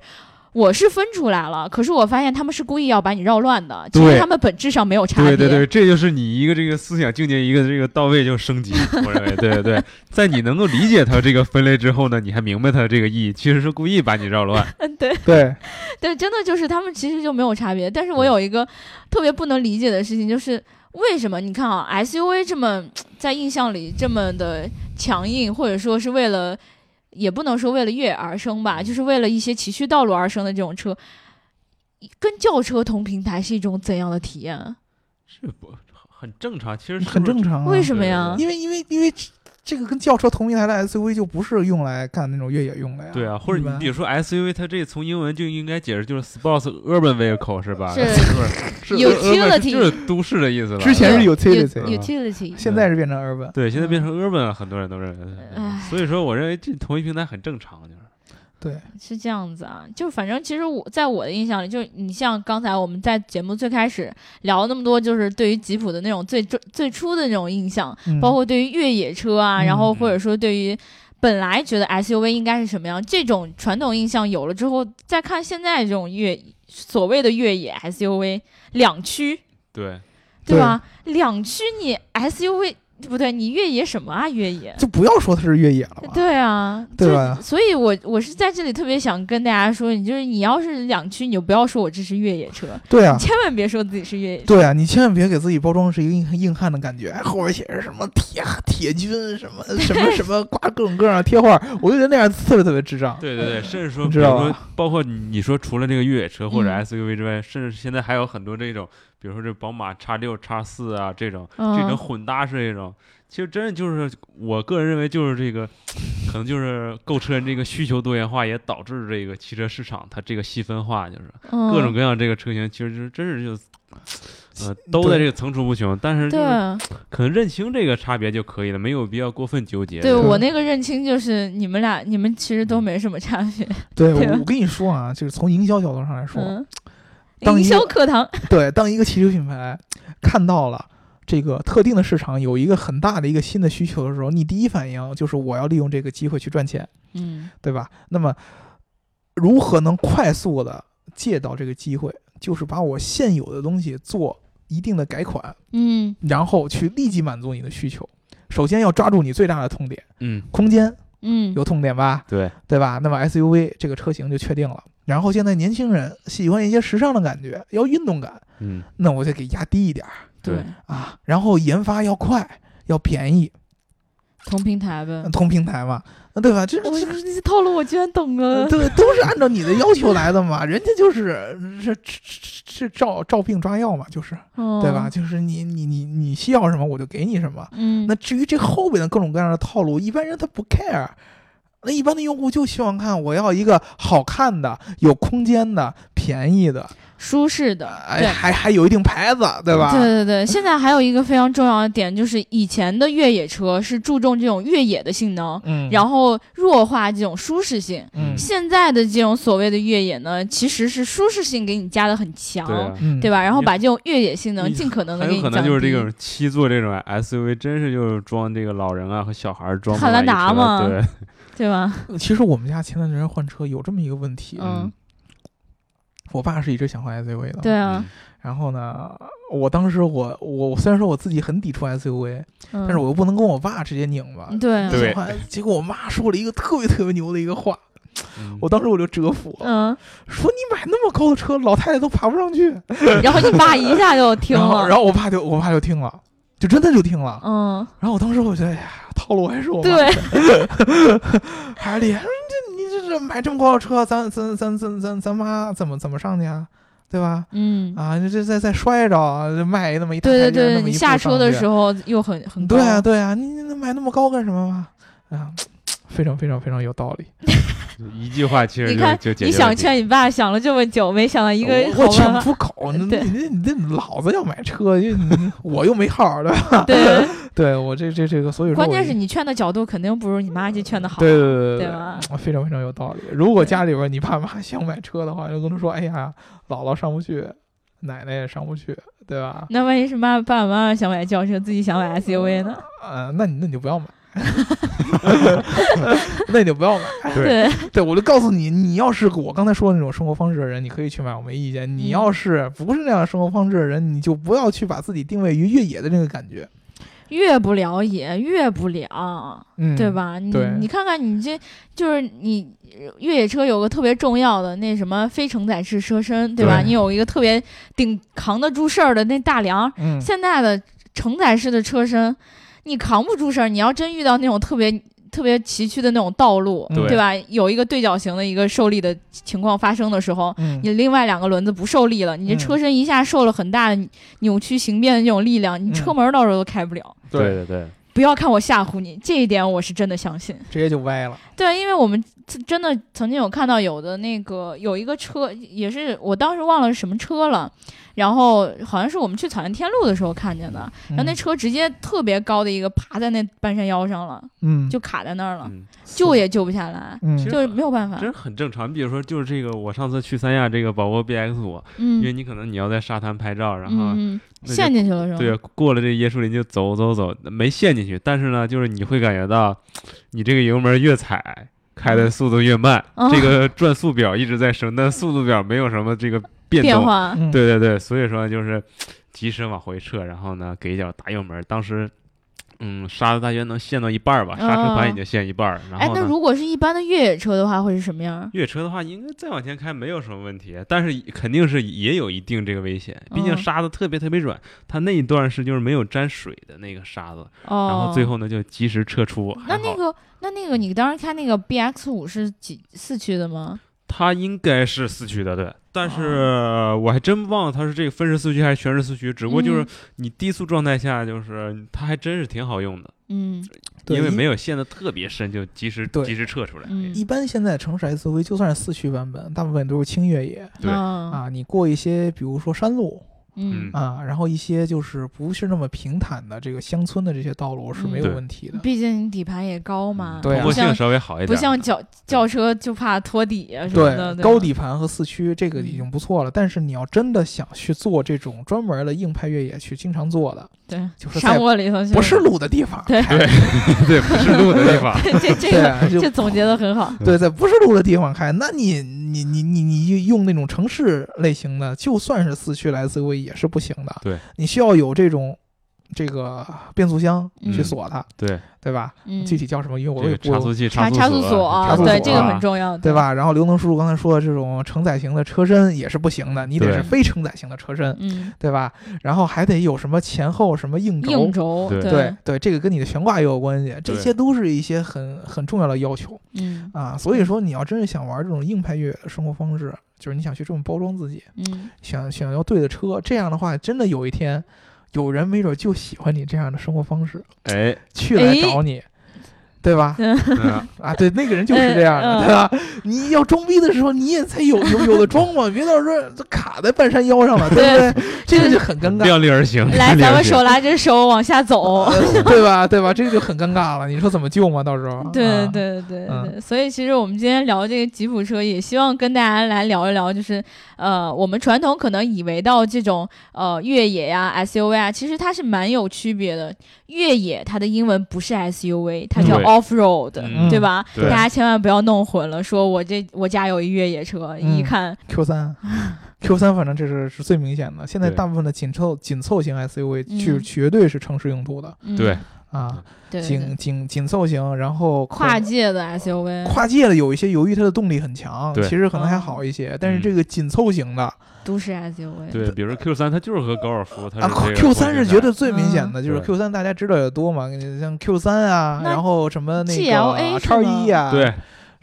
[SPEAKER 1] 我是分出来了，可是我发现他们是故意要把你绕乱的，其实
[SPEAKER 3] 对
[SPEAKER 1] 他们本质上没有差别。
[SPEAKER 3] 对对对，这就是你一个这个思想境界一个这个到位就升级，我认为，对对 对，在你能够理解它这个分类之后呢，你还明白它这个意义，其实是故意把你绕 乱。
[SPEAKER 1] 嗯 对
[SPEAKER 2] 对，
[SPEAKER 1] 对，真的就是他们其实就没有差别。但是我有一个特别不能理解的事情，就是为什么你看啊，SUV 这么在印象里这么的强硬，或者说是为了也不能说为了越野而生吧，就是为了一些崎岖道路而生的这种车，跟轿车同平台是一种怎样的体验？啊
[SPEAKER 3] 这不很正常，其实是
[SPEAKER 2] 很
[SPEAKER 3] 不是
[SPEAKER 2] 正常、啊。
[SPEAKER 1] 为什么呀？
[SPEAKER 2] 因为因为因为这这个跟轿车同平台的 SUV 就不是用来干那种越野用的呀。
[SPEAKER 3] 对啊，或者
[SPEAKER 2] 吧
[SPEAKER 3] 你比如说 SUV，它这从英文就应该解释就是 sports urban vehicle 是吧？
[SPEAKER 1] 是
[SPEAKER 3] 是 urban，
[SPEAKER 1] Utility
[SPEAKER 3] 就是都市的意思吧？
[SPEAKER 1] 啊
[SPEAKER 2] 之前是 utility，
[SPEAKER 3] 有
[SPEAKER 1] utility
[SPEAKER 2] 现在是变成 urban。
[SPEAKER 3] 对，现在变成 urban 了，很多人都认为嗯
[SPEAKER 1] 唉。
[SPEAKER 3] 所以说，我认为这同一平台很正常，就是
[SPEAKER 2] 对，
[SPEAKER 1] 是这样子啊，就反正其实我在我的印象里，就是你像刚才我们在节目最开始聊了那么多，就是对于吉普的那种最最最初的那种印象，
[SPEAKER 2] 嗯
[SPEAKER 1] 包括对于越野车啊，
[SPEAKER 2] 嗯
[SPEAKER 1] 然后或者说对于本来觉得 SUV 应该是什么样，这种传统印象有了之后，再看现在这种越所谓的越野 SUV 两驱，
[SPEAKER 3] 对。
[SPEAKER 1] 对吧？两驱你 SUV 不对，你越野什么啊？越野
[SPEAKER 2] 就不要说它是越野了吧。
[SPEAKER 1] 对啊，
[SPEAKER 2] 对
[SPEAKER 1] 就
[SPEAKER 2] 吧
[SPEAKER 1] 所以我我是在这里特别想跟大家说，你就是你要是两驱，你就不要说我这是越野车，
[SPEAKER 2] 对啊，
[SPEAKER 1] 千万别说自己是越野车。
[SPEAKER 2] 对啊，你千万别给自己包装是一个硬硬汉的感觉，哎后边写着什么铁铁军什么什么什么挂各种各样的贴画，我就觉得那样特别特别智障。
[SPEAKER 3] 对对对，甚至说，
[SPEAKER 2] 你
[SPEAKER 3] 比
[SPEAKER 2] 知
[SPEAKER 3] 如
[SPEAKER 2] 道
[SPEAKER 3] 说
[SPEAKER 2] 吧，
[SPEAKER 3] 包括你你说除了这个越野车或者
[SPEAKER 1] 嗯
[SPEAKER 3] SUV 之外，甚至现在还有很多这种，比如说这宝马叉六、叉四啊这种，
[SPEAKER 1] 嗯
[SPEAKER 3] 这种混搭式这种，其实真的就是我个人认为就是这个，可能就是购车人这个需求多元化也导致这个汽车市场它这个细分化，就是
[SPEAKER 1] 嗯
[SPEAKER 3] 各种各样这个车型，其实就是真是就，呃，都在这个层出不穷，但是就
[SPEAKER 1] 对
[SPEAKER 3] 是可能认清这个差别就可以了，没有必要过分纠结。
[SPEAKER 1] 对，
[SPEAKER 3] 吧
[SPEAKER 1] 我那个认清就是你们俩，你们其实都没什么差别。
[SPEAKER 2] 对，
[SPEAKER 1] 对啊
[SPEAKER 2] 我我跟你说啊，就是从营销角度上来说，
[SPEAKER 1] 嗯，
[SPEAKER 2] 当一个
[SPEAKER 1] 营销课堂，
[SPEAKER 2] 对，当一个汽车品牌看到了这个特定的市场有一个很大的一个新的需求的时候，你第一反应就是我要利用这个机会去赚钱，
[SPEAKER 1] 嗯
[SPEAKER 2] 对吧？那么如何能快速的借到这个机会，就是把我现有的东西做一定的改款，
[SPEAKER 1] 嗯
[SPEAKER 2] 然后去立即满足你的需求。首先要抓住你最大的痛点，
[SPEAKER 3] 嗯，
[SPEAKER 2] 空间
[SPEAKER 1] 嗯，
[SPEAKER 2] 有痛点吧，
[SPEAKER 3] 对，
[SPEAKER 2] 对吧？那么 SUV 这个车型就确定了。然后现在年轻人喜欢一些时尚的感觉，要运动感，
[SPEAKER 3] 嗯，
[SPEAKER 2] 那我就给压低一点儿。
[SPEAKER 1] 对，
[SPEAKER 2] 啊，然后研发要快，要便宜，
[SPEAKER 1] 同平台呗。
[SPEAKER 2] 同平台嘛，那对吧？这
[SPEAKER 1] 我
[SPEAKER 2] 这
[SPEAKER 1] 这套路我居然懂了。
[SPEAKER 2] 嗯对都是按照你的要求来的嘛，人家就是是是是是照照病抓药嘛，就是
[SPEAKER 1] 嗯
[SPEAKER 2] 对吧？？就是你你你你需要什么我就给你什么。
[SPEAKER 1] 嗯，
[SPEAKER 2] 那至于这后边的各种各样的套路，一般人他不 care。那一般的用户就希望看我要一个好看的、有空间的、便宜的，
[SPEAKER 1] 舒适的，
[SPEAKER 2] 哎，
[SPEAKER 1] 对
[SPEAKER 2] 还还有一定牌子，对吧？
[SPEAKER 1] 对对对，现在还有一个非常重要的点，就是以前的越野车是注重这种越野的性能，
[SPEAKER 2] 嗯，
[SPEAKER 1] 然后弱化这种舒适性。
[SPEAKER 2] 嗯
[SPEAKER 1] 现在的这种所谓的越野呢，其实是舒适性给你加的很强，
[SPEAKER 3] 对啊。
[SPEAKER 2] 嗯，
[SPEAKER 1] 对吧？然后
[SPEAKER 3] 你
[SPEAKER 1] 把这种越野性能
[SPEAKER 3] 你
[SPEAKER 1] 尽可能的
[SPEAKER 3] 很
[SPEAKER 1] 给
[SPEAKER 3] 有
[SPEAKER 1] 你
[SPEAKER 3] 可
[SPEAKER 1] 降低。
[SPEAKER 3] 能就是这种七座这种 SUV，真是就是装这个老人啊和小孩儿装不
[SPEAKER 1] 汉兰
[SPEAKER 3] 满一
[SPEAKER 1] 达
[SPEAKER 3] 车
[SPEAKER 1] 嘛
[SPEAKER 3] 对，
[SPEAKER 1] 对吧？
[SPEAKER 2] 其实我们家前段时间换车有这么一个问题，
[SPEAKER 1] 嗯，
[SPEAKER 2] 我爸是一直想换 SUV 的，
[SPEAKER 1] 对啊，
[SPEAKER 2] 然后呢，我当时我我我虽然说我自己很抵触 SUV，、
[SPEAKER 1] 但
[SPEAKER 2] 嗯但是我又不能跟我爸直接拧吧。
[SPEAKER 1] 嗯对啊
[SPEAKER 2] 想
[SPEAKER 3] 对
[SPEAKER 2] 换结果我妈说了一个特别特别牛的一个话，
[SPEAKER 3] 嗯
[SPEAKER 2] 我当时我就折服了，
[SPEAKER 1] 嗯，
[SPEAKER 2] 说你买那么高的车，老太太都爬不上去。
[SPEAKER 1] 然后你爸一下就听
[SPEAKER 2] 然后
[SPEAKER 1] 了，
[SPEAKER 2] 然后我爸就我爸就听了，就真的就听了。
[SPEAKER 1] 嗯，
[SPEAKER 2] 然后我当时我觉得，哎呀，套路还是我妈
[SPEAKER 1] 对，
[SPEAKER 2] 还是厉害。这你这这买这么高的车，咱咱咱咱咱咱妈怎么怎么上去啊？对吧？
[SPEAKER 1] 嗯，
[SPEAKER 2] 啊，这这再再摔着啊，这迈那么一大
[SPEAKER 1] 对对
[SPEAKER 2] 台阶儿
[SPEAKER 1] 对，
[SPEAKER 2] 那么
[SPEAKER 1] 你
[SPEAKER 2] 一
[SPEAKER 1] 下
[SPEAKER 2] 步上
[SPEAKER 1] 车的
[SPEAKER 2] 去
[SPEAKER 1] 时候又很很高，
[SPEAKER 2] 对啊，对啊，你你能买那么高干什么嘛？啊，非常非常非常有道理。
[SPEAKER 3] 就一句话其实
[SPEAKER 1] 你
[SPEAKER 3] 就
[SPEAKER 1] 看
[SPEAKER 3] 就，解
[SPEAKER 1] 你
[SPEAKER 3] 决问
[SPEAKER 1] 想
[SPEAKER 3] 题
[SPEAKER 1] 劝你爸想了这么久，没想到一个
[SPEAKER 2] 我
[SPEAKER 1] 哎好
[SPEAKER 2] 我劝
[SPEAKER 1] 办
[SPEAKER 2] 不
[SPEAKER 1] 法。
[SPEAKER 2] 出 口，你
[SPEAKER 1] 对
[SPEAKER 2] 你你这老子要买车，就你 我又没号，对 吧？
[SPEAKER 1] 对，
[SPEAKER 2] 对我这这这个，所以说
[SPEAKER 1] 关
[SPEAKER 2] 我
[SPEAKER 1] 键
[SPEAKER 2] 就是
[SPEAKER 1] 你劝的角度肯定不如你妈去劝的好，
[SPEAKER 2] 对对对
[SPEAKER 1] 对吧？
[SPEAKER 2] 对，非常非常有道理。如果家里边你爸妈 想买车的话，就跟他说：“哎呀，姥姥上不去，奶奶也上不去，对吧？
[SPEAKER 1] 那万一是妈爸爸妈妈想买轿车，自己想买 SUV 呢？
[SPEAKER 2] 呃，那你那你就不要买， 那你就不要买。
[SPEAKER 3] 对
[SPEAKER 1] 对，
[SPEAKER 2] 对，我就告诉你，你要是我刚才说的那种生活方式的人，你可以去买，我没意见。
[SPEAKER 1] 嗯
[SPEAKER 2] 你要是不是那样的生活方式的人，你就不要去把自己定位于越野的那个感觉，
[SPEAKER 1] 越不了解越不良，
[SPEAKER 2] 嗯，
[SPEAKER 1] 对？吧？你
[SPEAKER 2] 对
[SPEAKER 1] 你看看你这就是你越野车有个特别重要的那什么非承载式车身，对吧？
[SPEAKER 2] 对
[SPEAKER 1] 你有一个特别顶扛得住事儿的那大梁，
[SPEAKER 2] 嗯，
[SPEAKER 1] 现在的承载式的车身，你扛不住事儿。你要真遇到那种特别特别崎岖的那种道路，
[SPEAKER 2] 嗯对
[SPEAKER 1] 吧？有一个对角形的一个受力的情况发生的时候，
[SPEAKER 2] 嗯，
[SPEAKER 1] 你另外两个轮子不受力了，你这
[SPEAKER 2] 嗯
[SPEAKER 1] 车身一下受了很大的扭曲形变的那种力量，
[SPEAKER 2] 嗯
[SPEAKER 1] 你车门到时候都开不了。
[SPEAKER 2] 对，
[SPEAKER 3] 对对
[SPEAKER 1] 不要看我吓唬你，这一点我是真的相信。
[SPEAKER 2] 直接就歪了，
[SPEAKER 1] 对，因为我们自真的曾经有看到有的那个有一个车，也是我当时忘了是什么车了，然后好像是我们去草原天路的时候看见的，然后那
[SPEAKER 2] 嗯
[SPEAKER 1] 车直接特别高的一个爬在那半山腰上了，
[SPEAKER 2] 嗯
[SPEAKER 1] 就卡在那儿了，
[SPEAKER 3] 嗯，
[SPEAKER 1] 救也救不下来，
[SPEAKER 2] 嗯
[SPEAKER 3] 其实
[SPEAKER 1] 就是没有办法
[SPEAKER 3] 这。很正常。你比如说，就是这个，我上次去三亚这个宝沃 BX 五，因为
[SPEAKER 1] 嗯
[SPEAKER 3] 你可能你要在沙滩拍照，然后
[SPEAKER 1] 嗯，嗯
[SPEAKER 3] 那就
[SPEAKER 1] 陷进去了是吧？
[SPEAKER 3] 对，啊过了这椰树林就走走走，没陷进去，但是呢，就是你会感觉到，你这个油门越踩，开的速度越慢，
[SPEAKER 1] 嗯
[SPEAKER 3] 这个转速表一直在升，但速度表没有什么这个变动。
[SPEAKER 1] 变化，哎
[SPEAKER 2] 嗯
[SPEAKER 3] 对对对，所以说就是及时往回撤，然后呢给一脚打油门。当时，嗯，刹车大约能陷到一半儿吧，刹车盘
[SPEAKER 1] 嗯
[SPEAKER 3] 已经陷一半儿，然
[SPEAKER 1] 哎，
[SPEAKER 3] 后
[SPEAKER 1] 那
[SPEAKER 3] 呢。
[SPEAKER 1] 如果是一般的越野车的话，会是什么样？
[SPEAKER 3] 越野车的话，应该再往前开没有什么问题，但是肯定是也有一定这个危险，毕竟
[SPEAKER 1] 嗯
[SPEAKER 3] 沙子特别特别软，它那一段是就是没有沾水的那个沙子，
[SPEAKER 1] 哦，
[SPEAKER 3] 然后最后呢就及时撤出。
[SPEAKER 1] 那
[SPEAKER 3] 还
[SPEAKER 1] 那
[SPEAKER 3] 好，
[SPEAKER 1] 个那那个，你当时开那个 B X 五是几四驱的吗？
[SPEAKER 3] 它应该是四驱的，对，但是我还真忘了它是这个分时四驱还是全时四驱，只不过就是
[SPEAKER 1] 哦嗯
[SPEAKER 3] 你低速状态下，就是它还真是挺好用的，
[SPEAKER 1] 嗯
[SPEAKER 2] 对
[SPEAKER 3] 因为
[SPEAKER 2] 一
[SPEAKER 3] 没有陷得特别深，就及时
[SPEAKER 2] 对
[SPEAKER 3] 及时撤出来。
[SPEAKER 1] 嗯，
[SPEAKER 2] 一般现在城市 SUV 就算是四驱版本，大部分都是轻越野
[SPEAKER 3] 对
[SPEAKER 1] 啊
[SPEAKER 2] 啊。你过一些，比如说山路
[SPEAKER 1] 嗯
[SPEAKER 3] 嗯，
[SPEAKER 2] 啊，然后一些就是不是那么平坦的这个乡村的这些道
[SPEAKER 1] 嗯
[SPEAKER 2] 路是没有问题
[SPEAKER 3] 嗯
[SPEAKER 2] 的。
[SPEAKER 1] 毕竟底盘也高嘛，
[SPEAKER 2] 对啊
[SPEAKER 3] 通过
[SPEAKER 1] 不
[SPEAKER 3] 嗯性
[SPEAKER 1] 像
[SPEAKER 3] 稍微好一点，
[SPEAKER 1] 不像轿轿车就怕托底啊什么的，嗯对
[SPEAKER 2] 对，
[SPEAKER 1] 吧
[SPEAKER 2] 高底盘和四驱这个已经不错了。但是你要真的想去做这种专门的硬派越野去经常做的，
[SPEAKER 1] 对
[SPEAKER 2] 就是
[SPEAKER 1] 沙
[SPEAKER 2] 在
[SPEAKER 1] 漠里头去
[SPEAKER 2] 不是路的地方，
[SPEAKER 1] 嗯对，
[SPEAKER 3] 对不是路的地方
[SPEAKER 1] 这这
[SPEAKER 2] 对
[SPEAKER 1] 个
[SPEAKER 2] 啊，就
[SPEAKER 1] 这总结的很好，
[SPEAKER 3] 嗯
[SPEAKER 2] 对，在不是路的地方开，那你你你你你用那种城市类型的，就算是四驱来 SUV 也是不行的。
[SPEAKER 3] 对，
[SPEAKER 2] 你需要有这种这个变速箱去
[SPEAKER 1] 嗯
[SPEAKER 2] 锁它，
[SPEAKER 3] 对，
[SPEAKER 2] 对吧？
[SPEAKER 1] 嗯，
[SPEAKER 2] 具体叫什么，因为我
[SPEAKER 3] 这
[SPEAKER 2] 也
[SPEAKER 3] 个
[SPEAKER 2] 不
[SPEAKER 3] 差速器、
[SPEAKER 1] 查
[SPEAKER 3] 速
[SPEAKER 1] 查
[SPEAKER 3] 锁
[SPEAKER 1] 锁啊
[SPEAKER 2] 差速
[SPEAKER 1] 对
[SPEAKER 2] 锁
[SPEAKER 1] 这个
[SPEAKER 2] 啊
[SPEAKER 1] 很重要，
[SPEAKER 2] 对？吧？然后刘能叔叔刚才说的这种承载型的车身也是不行的，你得
[SPEAKER 3] 对
[SPEAKER 2] 是非承载型的车身，
[SPEAKER 1] 嗯，
[SPEAKER 2] 对吧？然后还得有什么前后什么硬轴，
[SPEAKER 1] 硬轴
[SPEAKER 3] 对
[SPEAKER 2] 对对，这个跟你的悬挂也有关系，这
[SPEAKER 3] 对
[SPEAKER 2] 些都是一些很很重要的要求。
[SPEAKER 1] 嗯
[SPEAKER 2] 啊，所以说你要真是想玩这种硬派越野的生活方式，就是你想去这么包装自己，
[SPEAKER 1] 嗯，
[SPEAKER 2] 想想要对的车，这样的话，真的有一天，有人没准就喜欢你这样的生活方式，
[SPEAKER 3] 哎，
[SPEAKER 2] 去来找你，对吧？
[SPEAKER 3] 嗯
[SPEAKER 2] 啊，对，那个人就是这样的，
[SPEAKER 1] 哎
[SPEAKER 2] 对吧？ 你要装逼的时候，你也才有有有的装嘛，别到时候这卡在半山腰上了，对不对？这个就很尴尬。
[SPEAKER 3] 嗯量力而行。
[SPEAKER 1] 来，
[SPEAKER 3] 量力
[SPEAKER 1] 咱
[SPEAKER 3] 而
[SPEAKER 1] 们
[SPEAKER 3] 行
[SPEAKER 1] 手拉着手往下走。
[SPEAKER 2] 呃 对吧？对吧？这个就很尴尬了，你说怎么救嘛？到时候，
[SPEAKER 1] 对
[SPEAKER 2] 啊，
[SPEAKER 1] 对对
[SPEAKER 2] 嗯
[SPEAKER 1] 对对，所以其实我们今天聊这个吉普车，也希望跟大家来聊一聊，就是呃，我们传统可能以为到这种呃越野呀、SUV 啊，其实它是蛮有区别的。越野它的英文不是 SUV，它叫
[SPEAKER 3] 对
[SPEAKER 1] off road，、
[SPEAKER 3] 嗯
[SPEAKER 1] 对吧？
[SPEAKER 3] 对
[SPEAKER 1] 大家千万不要弄混了，说我这我家有一越野车，
[SPEAKER 2] 嗯
[SPEAKER 1] 一看
[SPEAKER 2] Q 三，Q 三反正这是是最明显的。现在
[SPEAKER 3] 对
[SPEAKER 2] 大部分的紧凑紧凑型 SUV
[SPEAKER 1] 嗯
[SPEAKER 2] 去绝对是城市用途的
[SPEAKER 1] 嗯
[SPEAKER 3] 对
[SPEAKER 2] 啊，
[SPEAKER 1] 对对对
[SPEAKER 2] 紧紧紧凑型，然后可
[SPEAKER 1] 跨界的 SUV
[SPEAKER 2] 跨界的有一些，由于它的动力很强，
[SPEAKER 3] 对嗯
[SPEAKER 2] 其实可能还好一些。但是这个紧凑型的
[SPEAKER 1] 都市 SUV，
[SPEAKER 3] 对，比如说 Q 三，它就是和高尔夫，它
[SPEAKER 2] 啊
[SPEAKER 3] 是这个
[SPEAKER 2] ，Q 三是绝对最明显的，
[SPEAKER 3] 嗯
[SPEAKER 2] 就是
[SPEAKER 3] 对
[SPEAKER 2] Q 三大家知道的多嘛，像 Q 三啊，
[SPEAKER 1] 那
[SPEAKER 2] 然后什么那
[SPEAKER 1] GLA
[SPEAKER 2] 个
[SPEAKER 1] 是
[SPEAKER 2] 叉
[SPEAKER 1] 吗
[SPEAKER 2] 一啊，
[SPEAKER 3] 对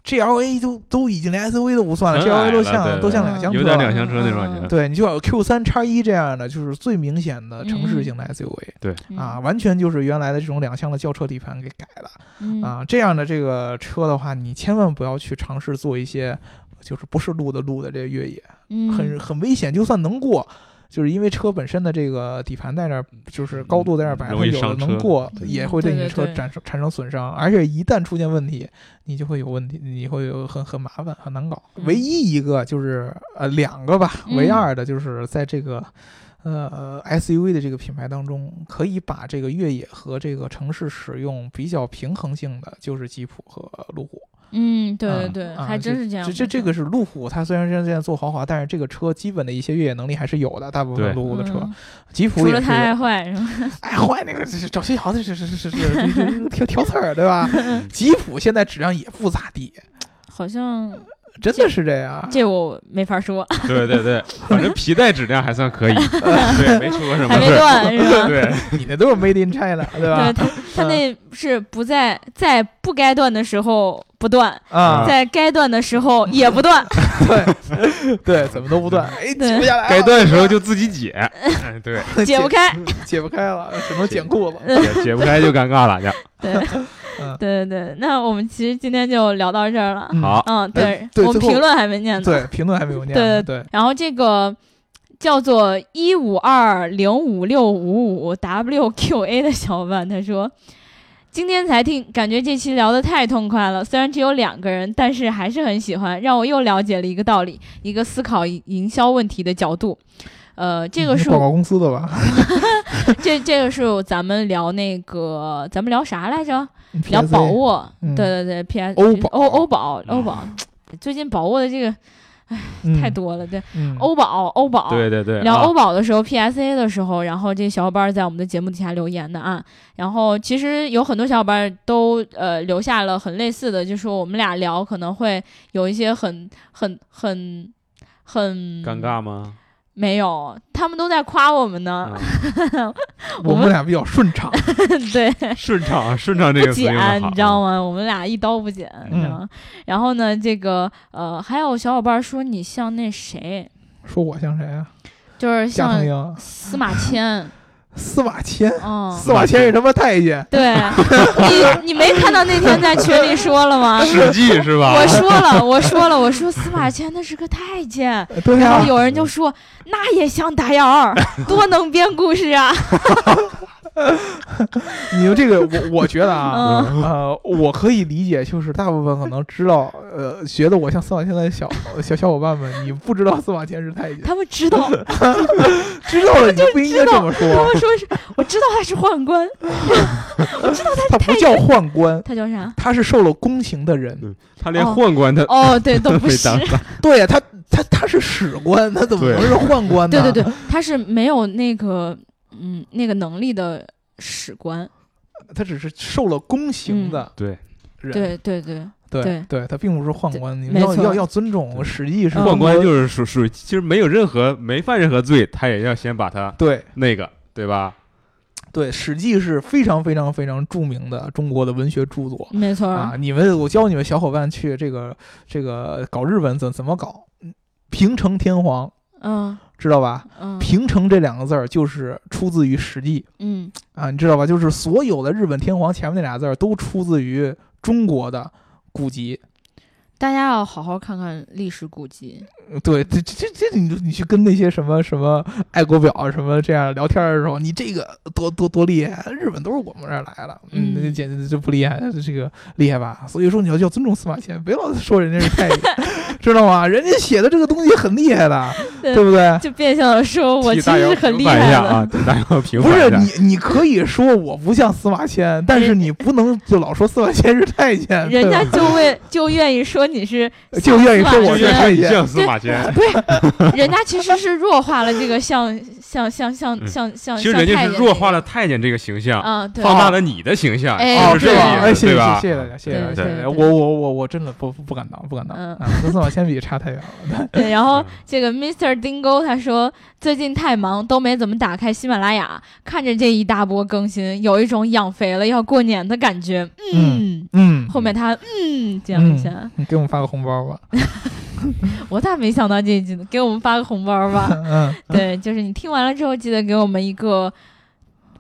[SPEAKER 2] GLA 都都已经连 SUV 都不算了
[SPEAKER 3] 很矮
[SPEAKER 2] ，GLA 都
[SPEAKER 3] 了
[SPEAKER 2] 像
[SPEAKER 3] 对
[SPEAKER 2] 都像
[SPEAKER 1] 对
[SPEAKER 2] 两厢车
[SPEAKER 3] 有
[SPEAKER 2] 了，
[SPEAKER 3] 点两厢车那种感觉。
[SPEAKER 2] 对你就要有 Q 三叉一这样的，就是最明显的城市型的 SUV、
[SPEAKER 1] 嗯
[SPEAKER 2] 啊，，完全就是原来的这种两厢的轿车底盘给改的、
[SPEAKER 1] 嗯，
[SPEAKER 2] 啊。这样的这个车的话，你千万不要去尝试做一些就是不是路的路的这越野，
[SPEAKER 1] 嗯
[SPEAKER 2] 很很危险。就算能过，就是因为车本身的这个底盘在那儿，就是高度在那儿摆着，
[SPEAKER 3] 容易
[SPEAKER 2] 有的
[SPEAKER 3] 伤
[SPEAKER 2] 能
[SPEAKER 3] 车
[SPEAKER 2] 过
[SPEAKER 1] 对
[SPEAKER 2] 也会
[SPEAKER 1] 嗯对
[SPEAKER 2] 对你的
[SPEAKER 1] 对
[SPEAKER 2] 车
[SPEAKER 1] 对
[SPEAKER 2] 产生产生损伤，而且一旦出现问题，你就会有问题，你会有很很麻烦，很难搞。
[SPEAKER 1] 嗯
[SPEAKER 2] 唯一一个就是呃两个吧，唯
[SPEAKER 1] 嗯
[SPEAKER 2] 二的就是在这个。呃，SUV 的这个品牌当中，可以把这个越野和这个城市使用比较平衡性的，就是吉普和路虎。
[SPEAKER 1] 嗯，对对
[SPEAKER 2] 嗯
[SPEAKER 1] 对，
[SPEAKER 2] 啊
[SPEAKER 1] 还真是这样
[SPEAKER 2] 这
[SPEAKER 1] 没错。
[SPEAKER 2] 这这个是路虎，它虽然现在做豪华，但是这个车基本的一些越野能力还是有的。大部
[SPEAKER 3] 对
[SPEAKER 2] 分路虎的车
[SPEAKER 1] 嗯，
[SPEAKER 2] 吉普
[SPEAKER 1] 除
[SPEAKER 2] 也
[SPEAKER 1] 了
[SPEAKER 2] 是
[SPEAKER 1] 它，爱坏是吧？
[SPEAKER 2] 哎，换那个这是找新豪的，是是是是是是挑挑刺儿，对吧？吉普现在质量也不咋地，
[SPEAKER 1] 好 像
[SPEAKER 2] 真的是这样。啊
[SPEAKER 1] 这我没法说，
[SPEAKER 3] 对对对，反正皮带质量还算 可以，对，没出过什么
[SPEAKER 1] 还没
[SPEAKER 3] 事儿。
[SPEAKER 1] 断是吧？
[SPEAKER 3] 对，
[SPEAKER 2] 你那都是 Made in China，对吧
[SPEAKER 1] 对？他，
[SPEAKER 2] 啊
[SPEAKER 1] 他那是不在在不该断的时候不断，
[SPEAKER 2] 啊，
[SPEAKER 1] 在该断的时候也不 断。
[SPEAKER 2] 对对，怎么都不断，哎，
[SPEAKER 1] 对
[SPEAKER 2] 解不下来了，
[SPEAKER 3] 该断的时候就自己 解，哎对，
[SPEAKER 1] 解不开。嗯
[SPEAKER 2] 解不开了，只能剪裤子。
[SPEAKER 3] 解解不开就尴尬了。就
[SPEAKER 1] 对，
[SPEAKER 2] 嗯
[SPEAKER 1] 对对对，那我们其实今天就聊到这儿了。
[SPEAKER 2] 嗯
[SPEAKER 3] 好，
[SPEAKER 1] 嗯，对，
[SPEAKER 2] 对
[SPEAKER 1] 我们
[SPEAKER 2] 最后
[SPEAKER 1] 评论还没念呢。
[SPEAKER 2] 对，评论还没有念
[SPEAKER 1] 嗯对
[SPEAKER 2] 呢。对，
[SPEAKER 1] 然后这个叫做一五二零五六五五 WQA 的小伙伴，他说。今天才听，感觉这期聊得太痛快了。虽然只有两个人，但是还是很喜欢，让我又了解了一个道理，一个思考营销问题的角度。呃，这个
[SPEAKER 2] 你
[SPEAKER 1] 是
[SPEAKER 2] 广告公司的吧？
[SPEAKER 1] 这这个是咱们聊那个，咱们聊啥来着？聊
[SPEAKER 2] PSA
[SPEAKER 1] 宝沃，
[SPEAKER 2] 嗯
[SPEAKER 1] 对对对，P S
[SPEAKER 2] 欧宝啊
[SPEAKER 1] 欧欧宝欧
[SPEAKER 3] 嗯
[SPEAKER 1] 宝，最近宝沃的这个
[SPEAKER 2] 嗯
[SPEAKER 1] 太多哦了，对，
[SPEAKER 2] 嗯
[SPEAKER 1] 欧宝欧宝，
[SPEAKER 3] 对对对，
[SPEAKER 1] 聊
[SPEAKER 3] 啊
[SPEAKER 1] 欧宝的时候，PSA 的时候，然后这小伙伴在我们的节目底下留言的啊，然后其实有很多小伙伴都呃留下了很类似的，就说我们俩聊可能会有一些很很很很
[SPEAKER 3] 尴尬，吗？
[SPEAKER 1] 没有，他们都在夸我们呢，
[SPEAKER 3] 啊
[SPEAKER 2] 我们俩比较顺畅，
[SPEAKER 1] 对，
[SPEAKER 3] 顺畅，顺畅这
[SPEAKER 1] 不
[SPEAKER 3] 个词用
[SPEAKER 1] 剪
[SPEAKER 3] 的，
[SPEAKER 1] 你
[SPEAKER 3] 好，嗯
[SPEAKER 1] 知道吗？我们俩一刀不剪，你知道吗？然后呢，这个呃，还有小伙伴说你像那谁，
[SPEAKER 2] 说我像谁啊？
[SPEAKER 1] 就是
[SPEAKER 2] 加藤
[SPEAKER 1] 像
[SPEAKER 2] 鹰、
[SPEAKER 1] 司马迁，
[SPEAKER 2] 司马迁，
[SPEAKER 1] 嗯，
[SPEAKER 2] 司马迁是他妈太监。
[SPEAKER 1] 对你，你没看到那天在群里说了吗？
[SPEAKER 3] 史记是
[SPEAKER 2] 啊
[SPEAKER 3] 吧？
[SPEAKER 1] 我说了，我说了，我说司马迁那是个太 监。
[SPEAKER 2] 呃对
[SPEAKER 1] 然后
[SPEAKER 2] 呀，
[SPEAKER 1] 有人就说：“那也像打眼 儿，多能编故事啊
[SPEAKER 2] 你们这个，我我觉得！”啊，
[SPEAKER 1] 嗯，
[SPEAKER 2] 呃，我可以理解，就是大部分可能知道，呃，觉得我像司马迁的小小小伙伴们，你不知道司马迁是太监，
[SPEAKER 1] 他们知道，他
[SPEAKER 2] 知道了你就不应该这么说，
[SPEAKER 1] 们说是，我知道他是宦官，
[SPEAKER 2] 他不叫宦官，
[SPEAKER 1] 他叫啥？
[SPEAKER 2] 他是受了宫刑的人，
[SPEAKER 3] 嗯他连宦官他
[SPEAKER 1] 哦，对，都
[SPEAKER 3] 都
[SPEAKER 1] 不
[SPEAKER 3] 没
[SPEAKER 1] 是
[SPEAKER 3] 当。上，
[SPEAKER 2] 对啊他他他是史官，他怎么能是宦官
[SPEAKER 1] 对
[SPEAKER 2] 呢？
[SPEAKER 1] 对对，他是没有那个嗯那个能力的史官。
[SPEAKER 2] 他只是受了宫刑的
[SPEAKER 3] 对，
[SPEAKER 2] 人，
[SPEAKER 1] 对对对，
[SPEAKER 2] 对
[SPEAKER 1] 嗯对
[SPEAKER 2] 对，他并不是宦官，你
[SPEAKER 1] 没
[SPEAKER 2] 要
[SPEAKER 1] 错
[SPEAKER 2] 要要尊重，《史记》是
[SPEAKER 1] 嗯
[SPEAKER 3] 宦官
[SPEAKER 2] 中国
[SPEAKER 3] 就是属属，其实没有任何没犯任何罪，他也要先把他
[SPEAKER 2] 对
[SPEAKER 3] 那个，对吧？
[SPEAKER 2] 对，《史记》是非常非常非常著名的中国的文学著作
[SPEAKER 1] 没错儿。
[SPEAKER 2] 啊！你们，我教你们小伙伴去这个这个搞日本怎怎么搞？嗯平成天皇
[SPEAKER 1] 嗯
[SPEAKER 2] 知道吧？
[SPEAKER 1] 嗯
[SPEAKER 2] 平成这两个字儿就是出自于《史记》
[SPEAKER 1] 嗯
[SPEAKER 2] 啊，你知道吧？就是所有的日本天皇前面那俩字儿都出自于中国的古籍。
[SPEAKER 1] 大家要好好看看历史古籍。
[SPEAKER 2] 对，这这这这，你就你去跟那些什么什么爱国表什么这样聊天的时候，你这个多多多厉害，日本都是我们这儿来了，嗯，
[SPEAKER 1] 嗯
[SPEAKER 2] 那简直就不厉害，这个厉害吧？所以说你要要尊重司马迁，不要说人家是太监， 知道吗？人家写的这个东西很厉害的，
[SPEAKER 1] 对
[SPEAKER 2] 对不 对？
[SPEAKER 1] 就变相的说， 我
[SPEAKER 3] 替
[SPEAKER 1] 其
[SPEAKER 3] 大
[SPEAKER 1] 实
[SPEAKER 3] 姚
[SPEAKER 1] 是很
[SPEAKER 3] 平
[SPEAKER 1] 厉
[SPEAKER 3] 反一
[SPEAKER 1] 害
[SPEAKER 3] 下
[SPEAKER 1] 的。
[SPEAKER 3] 啊，替大姚平
[SPEAKER 2] 不
[SPEAKER 3] 反
[SPEAKER 2] 是
[SPEAKER 3] 一下。
[SPEAKER 2] 你，你可以说我不像司马迁，但是你不能就老说司马迁是太监，对
[SPEAKER 1] 人家
[SPEAKER 2] 吧
[SPEAKER 1] 就为就愿意说你是
[SPEAKER 2] 就愿意说
[SPEAKER 1] 司马
[SPEAKER 2] 我是
[SPEAKER 1] 迁
[SPEAKER 2] 太
[SPEAKER 3] 你
[SPEAKER 2] 监。
[SPEAKER 3] 像司马迁，
[SPEAKER 1] 不是，人家其实是弱化了这个像像像像
[SPEAKER 3] 嗯
[SPEAKER 1] 像像，
[SPEAKER 3] 其实人家是弱化
[SPEAKER 1] 了
[SPEAKER 3] 了太监这个形象，
[SPEAKER 1] 啊，对，
[SPEAKER 3] 放大了你的形象，
[SPEAKER 1] 哎
[SPEAKER 3] 是不是这
[SPEAKER 1] 对
[SPEAKER 3] 个
[SPEAKER 1] 啊
[SPEAKER 2] 哎，
[SPEAKER 3] 意思？
[SPEAKER 2] 谢谢
[SPEAKER 3] 对吧？嗯
[SPEAKER 2] 谢谢大家，谢谢大
[SPEAKER 1] 对
[SPEAKER 2] 家，
[SPEAKER 1] 对
[SPEAKER 2] 谢谢
[SPEAKER 1] 对
[SPEAKER 2] 我我我我真的不不不敢当，不敢当
[SPEAKER 1] 嗯
[SPEAKER 2] 啊，跟司马迁比差太远了。
[SPEAKER 1] 对，然后
[SPEAKER 3] 嗯
[SPEAKER 1] 这个 Mr Mr. Dingo 他说，最近太忙，都没怎么打开喜马拉雅，看着这一大波更新，有一种养肥了要过年的感觉。嗯，
[SPEAKER 2] 嗯，
[SPEAKER 1] 后面他嗯这样一下，
[SPEAKER 2] 你给我们发个红包 吧。
[SPEAKER 1] 我咋没想到这一句呢？给我们发个红包吧。
[SPEAKER 2] 嗯
[SPEAKER 1] 对，就是你听完了之后，记得给我们一个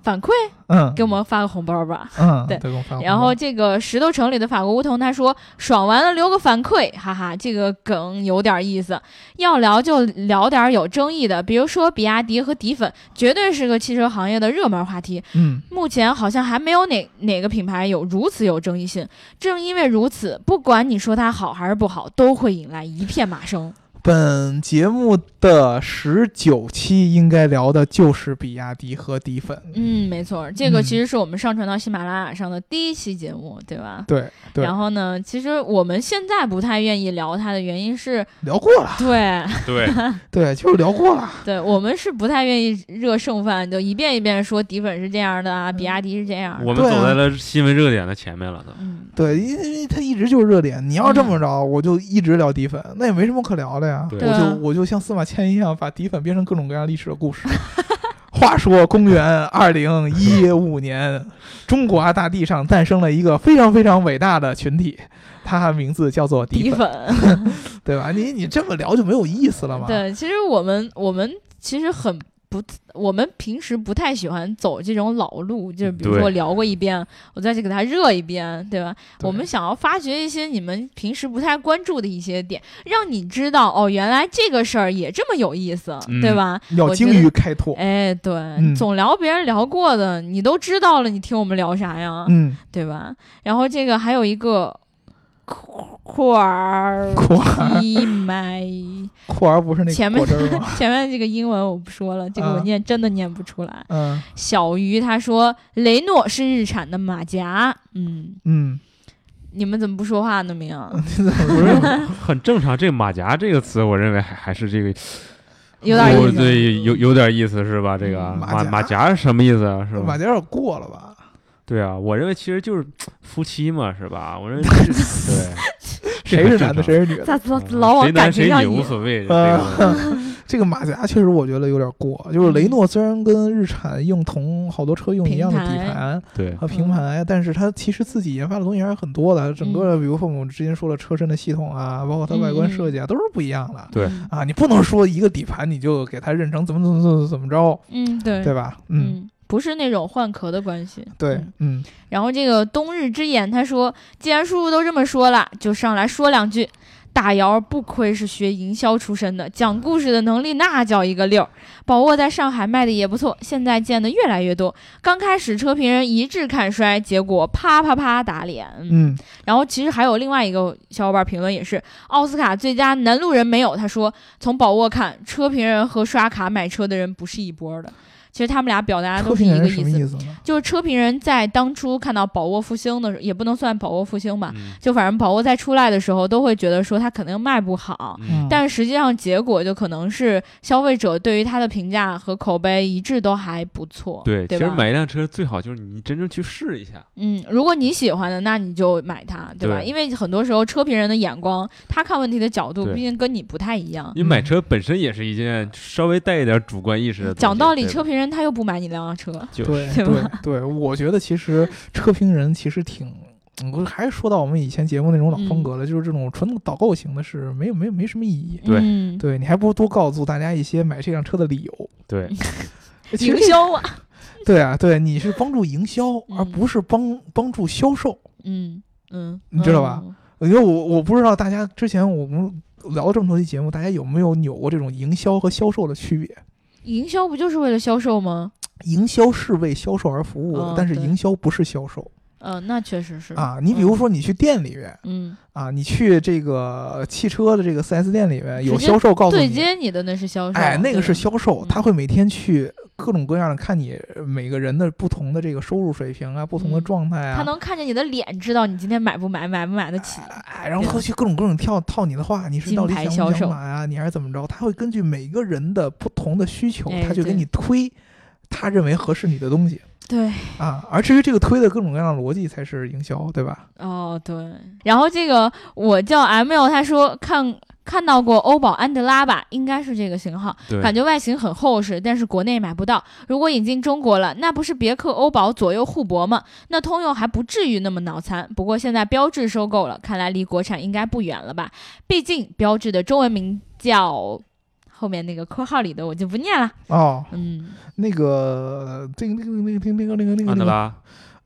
[SPEAKER 1] 反馈，
[SPEAKER 2] 嗯，
[SPEAKER 1] 给我们发个红包吧。
[SPEAKER 2] 嗯，
[SPEAKER 1] 对
[SPEAKER 2] 给我们发个红包。
[SPEAKER 1] 然后这个石头城里的法国梧桐他说爽完了留个反馈，哈哈，这个梗有点意思。要聊就聊点有争议的，比如说比亚迪和迪粉，绝对是个汽车行业的热门话题。
[SPEAKER 2] 嗯
[SPEAKER 1] 目前好像还没有哪哪个品牌有如此有争议性。正因为如此，不管你说它好还是不好，都会引来一片骂声。
[SPEAKER 2] 本节目的十九期应该聊的就是比亚迪和迪粉。
[SPEAKER 1] 嗯，没错，这个
[SPEAKER 2] 嗯
[SPEAKER 1] 其实是我们上传到喜马拉雅上的第一期节目，对吧？
[SPEAKER 2] 对对，
[SPEAKER 1] 然后呢，其实我们现在不太愿意聊它的原因是，
[SPEAKER 2] 聊过了，
[SPEAKER 1] 对。
[SPEAKER 3] 对，
[SPEAKER 2] 对，就是聊过了。
[SPEAKER 1] 对我们是不太愿意热剩饭，就一遍一遍说迪粉是这样的啊，比亚迪是这样的。
[SPEAKER 3] 我们
[SPEAKER 2] 啊
[SPEAKER 3] 走在了新闻热点的前面了都。
[SPEAKER 1] 嗯，
[SPEAKER 2] 对，因为因为它一直就是热点。你要这么着，我就一直聊迪粉，那也没什么可聊的呀。
[SPEAKER 3] 对
[SPEAKER 2] 我
[SPEAKER 1] 啊
[SPEAKER 2] 就我就像司马迁一样，把迪粉变成各种各样历史的故事。 话说，公元二零一五年，中国啊大地上诞生了一个非常非常伟大的群体，它名字叫做迪
[SPEAKER 1] 迪
[SPEAKER 2] 粉，
[SPEAKER 1] 粉。
[SPEAKER 2] 对吧？你你这么聊就没有意思了嘛。
[SPEAKER 1] 对，其实我们我们其实很不，我们平时不太喜欢走这种老路，就是比如说
[SPEAKER 3] 对
[SPEAKER 1] 聊过一遍，我再去给它热一遍，对吧？
[SPEAKER 2] 对
[SPEAKER 1] 我们想要发掘一些你们平时不太关注的一些点，让你知道哦，原来这个事儿也这么有意思，
[SPEAKER 3] 嗯
[SPEAKER 1] 对吧？
[SPEAKER 2] 要
[SPEAKER 1] 我觉得
[SPEAKER 2] 精于开拓。
[SPEAKER 1] 哎，对，总聊别人聊过的，你都知道了，你听我们聊啥呀？
[SPEAKER 2] 嗯，
[SPEAKER 1] 对吧？然后这个还有一个库 尔
[SPEAKER 2] 库尔
[SPEAKER 1] 伊麦，
[SPEAKER 2] 库尔不是那
[SPEAKER 1] 前
[SPEAKER 2] 个
[SPEAKER 1] 面
[SPEAKER 2] 果汁儿吗？
[SPEAKER 1] 前面这个英文我不说了，这个我
[SPEAKER 2] 啊
[SPEAKER 1] 念真的念不出来。
[SPEAKER 2] 嗯
[SPEAKER 1] 小鱼他说雷诺是日产的马甲，嗯，
[SPEAKER 2] 嗯，
[SPEAKER 1] 你们怎么不说话呢？明，
[SPEAKER 3] 不是 很正常，这个马甲这个词，我认为还还是这个
[SPEAKER 1] 有点
[SPEAKER 3] 我
[SPEAKER 1] 意思。
[SPEAKER 3] 对，有有点意思是吧？这个
[SPEAKER 1] 嗯
[SPEAKER 2] 马
[SPEAKER 3] 马
[SPEAKER 2] 甲
[SPEAKER 3] 马甲是什么意思啊？是
[SPEAKER 2] 马
[SPEAKER 3] 吧？
[SPEAKER 2] 甲有点过了吧？
[SPEAKER 3] 对啊，我认为其实就是夫妻嘛，是吧？我认为这 对，
[SPEAKER 2] 谁是男的，谁是女的？
[SPEAKER 1] 咋老
[SPEAKER 3] 嗯
[SPEAKER 1] 老往
[SPEAKER 3] 谁
[SPEAKER 1] 感
[SPEAKER 3] 男
[SPEAKER 1] 情
[SPEAKER 3] 谁
[SPEAKER 1] 上
[SPEAKER 3] 女无
[SPEAKER 1] 引？
[SPEAKER 3] 所谓。这
[SPEAKER 2] 呃
[SPEAKER 3] 个
[SPEAKER 2] 这个马甲确实我觉得有点过，就是
[SPEAKER 1] 嗯
[SPEAKER 2] 雷诺虽然跟日产用同好多车用一样的底
[SPEAKER 1] 平
[SPEAKER 2] 盘
[SPEAKER 3] 对，
[SPEAKER 2] 和平台，但是它其实自己研发的东西还是很多的。整个
[SPEAKER 1] 嗯
[SPEAKER 2] 比如说我们之前说的车身的系统啊，包括它外观设计啊，都是不一样的。
[SPEAKER 3] 对
[SPEAKER 1] 嗯
[SPEAKER 2] 啊，你不能说一个底盘你就给它认成怎么怎么怎么怎么着，
[SPEAKER 1] 嗯，对，
[SPEAKER 2] 对吧？嗯，
[SPEAKER 1] 嗯，不是那种换壳的关系。
[SPEAKER 2] 对
[SPEAKER 1] 嗯，
[SPEAKER 2] 嗯，
[SPEAKER 1] 然后这个冬日之眼他说，既然叔叔都这么说了，就上来说两句。大姚不愧是学营销出身的，讲故事的能力那叫一个溜儿，宝沃在上海卖的也不错，现在见的越来越多。刚开始车评人一致看衰，结果啪啪啪打脸。
[SPEAKER 2] 嗯，
[SPEAKER 1] 然后其实还有另外一个小伙伴评论也是，奥斯卡最佳男路人没有，他说从宝沃看，车评人和刷卡买车的人不是一波的。其实他们俩表达的
[SPEAKER 2] 车
[SPEAKER 1] 都是
[SPEAKER 2] 评
[SPEAKER 1] 一
[SPEAKER 2] 人
[SPEAKER 1] 个
[SPEAKER 2] 是什
[SPEAKER 1] 意
[SPEAKER 2] 么
[SPEAKER 1] 思，
[SPEAKER 2] 意思呢？
[SPEAKER 1] 就是车评人在当初看到宝沃复兴的时候，也不能算宝沃复兴吧，
[SPEAKER 3] 嗯
[SPEAKER 1] 就反正宝沃在出来的时候，都会觉得说它肯定卖不好。
[SPEAKER 2] 嗯
[SPEAKER 3] 嗯，
[SPEAKER 1] 但实际上，结果就可能是消费者对于它的评价和口碑一致都还不错，
[SPEAKER 3] 对，其
[SPEAKER 1] 对
[SPEAKER 3] 实
[SPEAKER 1] 吧？
[SPEAKER 3] 买一辆车最好就是你真正去试一下。
[SPEAKER 1] 嗯，如果你喜欢的，那你就买它，对吧？
[SPEAKER 3] 对
[SPEAKER 1] 因为很多时候车评人的眼光，他看问题的角度，
[SPEAKER 3] 对
[SPEAKER 1] 毕竟跟你不太一样。
[SPEAKER 3] 你买车本身也是一件稍微带一点主观意识的东西。
[SPEAKER 1] 嗯讲道理，
[SPEAKER 3] 对吧
[SPEAKER 1] 车评人他又不买你辆车，
[SPEAKER 3] 就是
[SPEAKER 1] 对
[SPEAKER 2] 对对对，我觉得其实车评人其实挺，嗯我还是说到我们以前节目那种老风格了，就是这种纯导购型的是没有没有没什么意义。
[SPEAKER 3] 对
[SPEAKER 1] 嗯嗯，
[SPEAKER 2] 对你还不如多告诉大家一些买这辆车的理由。
[SPEAKER 3] 对，
[SPEAKER 2] 其实
[SPEAKER 1] 营销 啊，
[SPEAKER 2] 对啊，对，你是帮助营销，而
[SPEAKER 1] 嗯
[SPEAKER 2] 不是帮帮助销售。
[SPEAKER 1] 嗯嗯，
[SPEAKER 2] 你知道吧
[SPEAKER 1] 嗯？
[SPEAKER 2] 因为我我不知道大家之前我们聊了这么多期节目，大家有没有扭过这种营销和销售的区别？
[SPEAKER 1] 营销不就是为了销售吗？
[SPEAKER 2] 营销是为销售而服务的，
[SPEAKER 1] 嗯
[SPEAKER 2] 但是
[SPEAKER 1] 对
[SPEAKER 2] 营销不是销售
[SPEAKER 1] 嗯，那确实是，
[SPEAKER 2] 啊。你比如说，你去店里面。
[SPEAKER 1] 嗯，
[SPEAKER 2] 啊，你去这个汽车的这个 4S 店里面有
[SPEAKER 1] 直接
[SPEAKER 2] 销售告诉
[SPEAKER 1] 对
[SPEAKER 2] 你，
[SPEAKER 1] 接你的那是销售，
[SPEAKER 2] 哎，那个
[SPEAKER 1] 对
[SPEAKER 2] 是
[SPEAKER 1] 吧
[SPEAKER 2] 销售
[SPEAKER 1] 嗯，
[SPEAKER 2] 他会每天去各种各样的看你每个人的不同的这个收入水平啊，不同的
[SPEAKER 1] 嗯
[SPEAKER 2] 状态啊，
[SPEAKER 1] 他能看见你的脸，知道你今天买不买，买不买得起，
[SPEAKER 2] 哎，然后
[SPEAKER 1] 对
[SPEAKER 2] 他去各种各种跳套你的话，你是
[SPEAKER 1] 金
[SPEAKER 2] 到底
[SPEAKER 1] 牌
[SPEAKER 2] 想
[SPEAKER 1] 销
[SPEAKER 2] 不
[SPEAKER 1] 售
[SPEAKER 2] 想买啊？你还是怎么着？他会根据每个人的不同的需求
[SPEAKER 1] 哎，
[SPEAKER 2] 他去
[SPEAKER 1] 对
[SPEAKER 2] 给你推他认为合适你的东西
[SPEAKER 1] 对，
[SPEAKER 2] 啊。而至于这个推的各种各样的逻辑，才是营销，对吧？
[SPEAKER 1] 哦对，然后这个我叫 M L，他说看。看到过欧宝安德拉吧，应该是这个型号，
[SPEAKER 3] 对，
[SPEAKER 1] 感觉外形很厚实，但是国内买不到。如果引进中国了，那不是别克、欧宝左右互搏吗？那通用还不至于那么脑残。不过现在标致收购了，看来离国产应该不远了吧？毕竟标致的中文名叫后面那个括号里的我就不念了。
[SPEAKER 2] 哦，
[SPEAKER 1] 嗯，
[SPEAKER 2] 那个这个那个那个那个那个那个
[SPEAKER 3] 安
[SPEAKER 2] 那
[SPEAKER 3] 德
[SPEAKER 2] 个
[SPEAKER 3] 拉，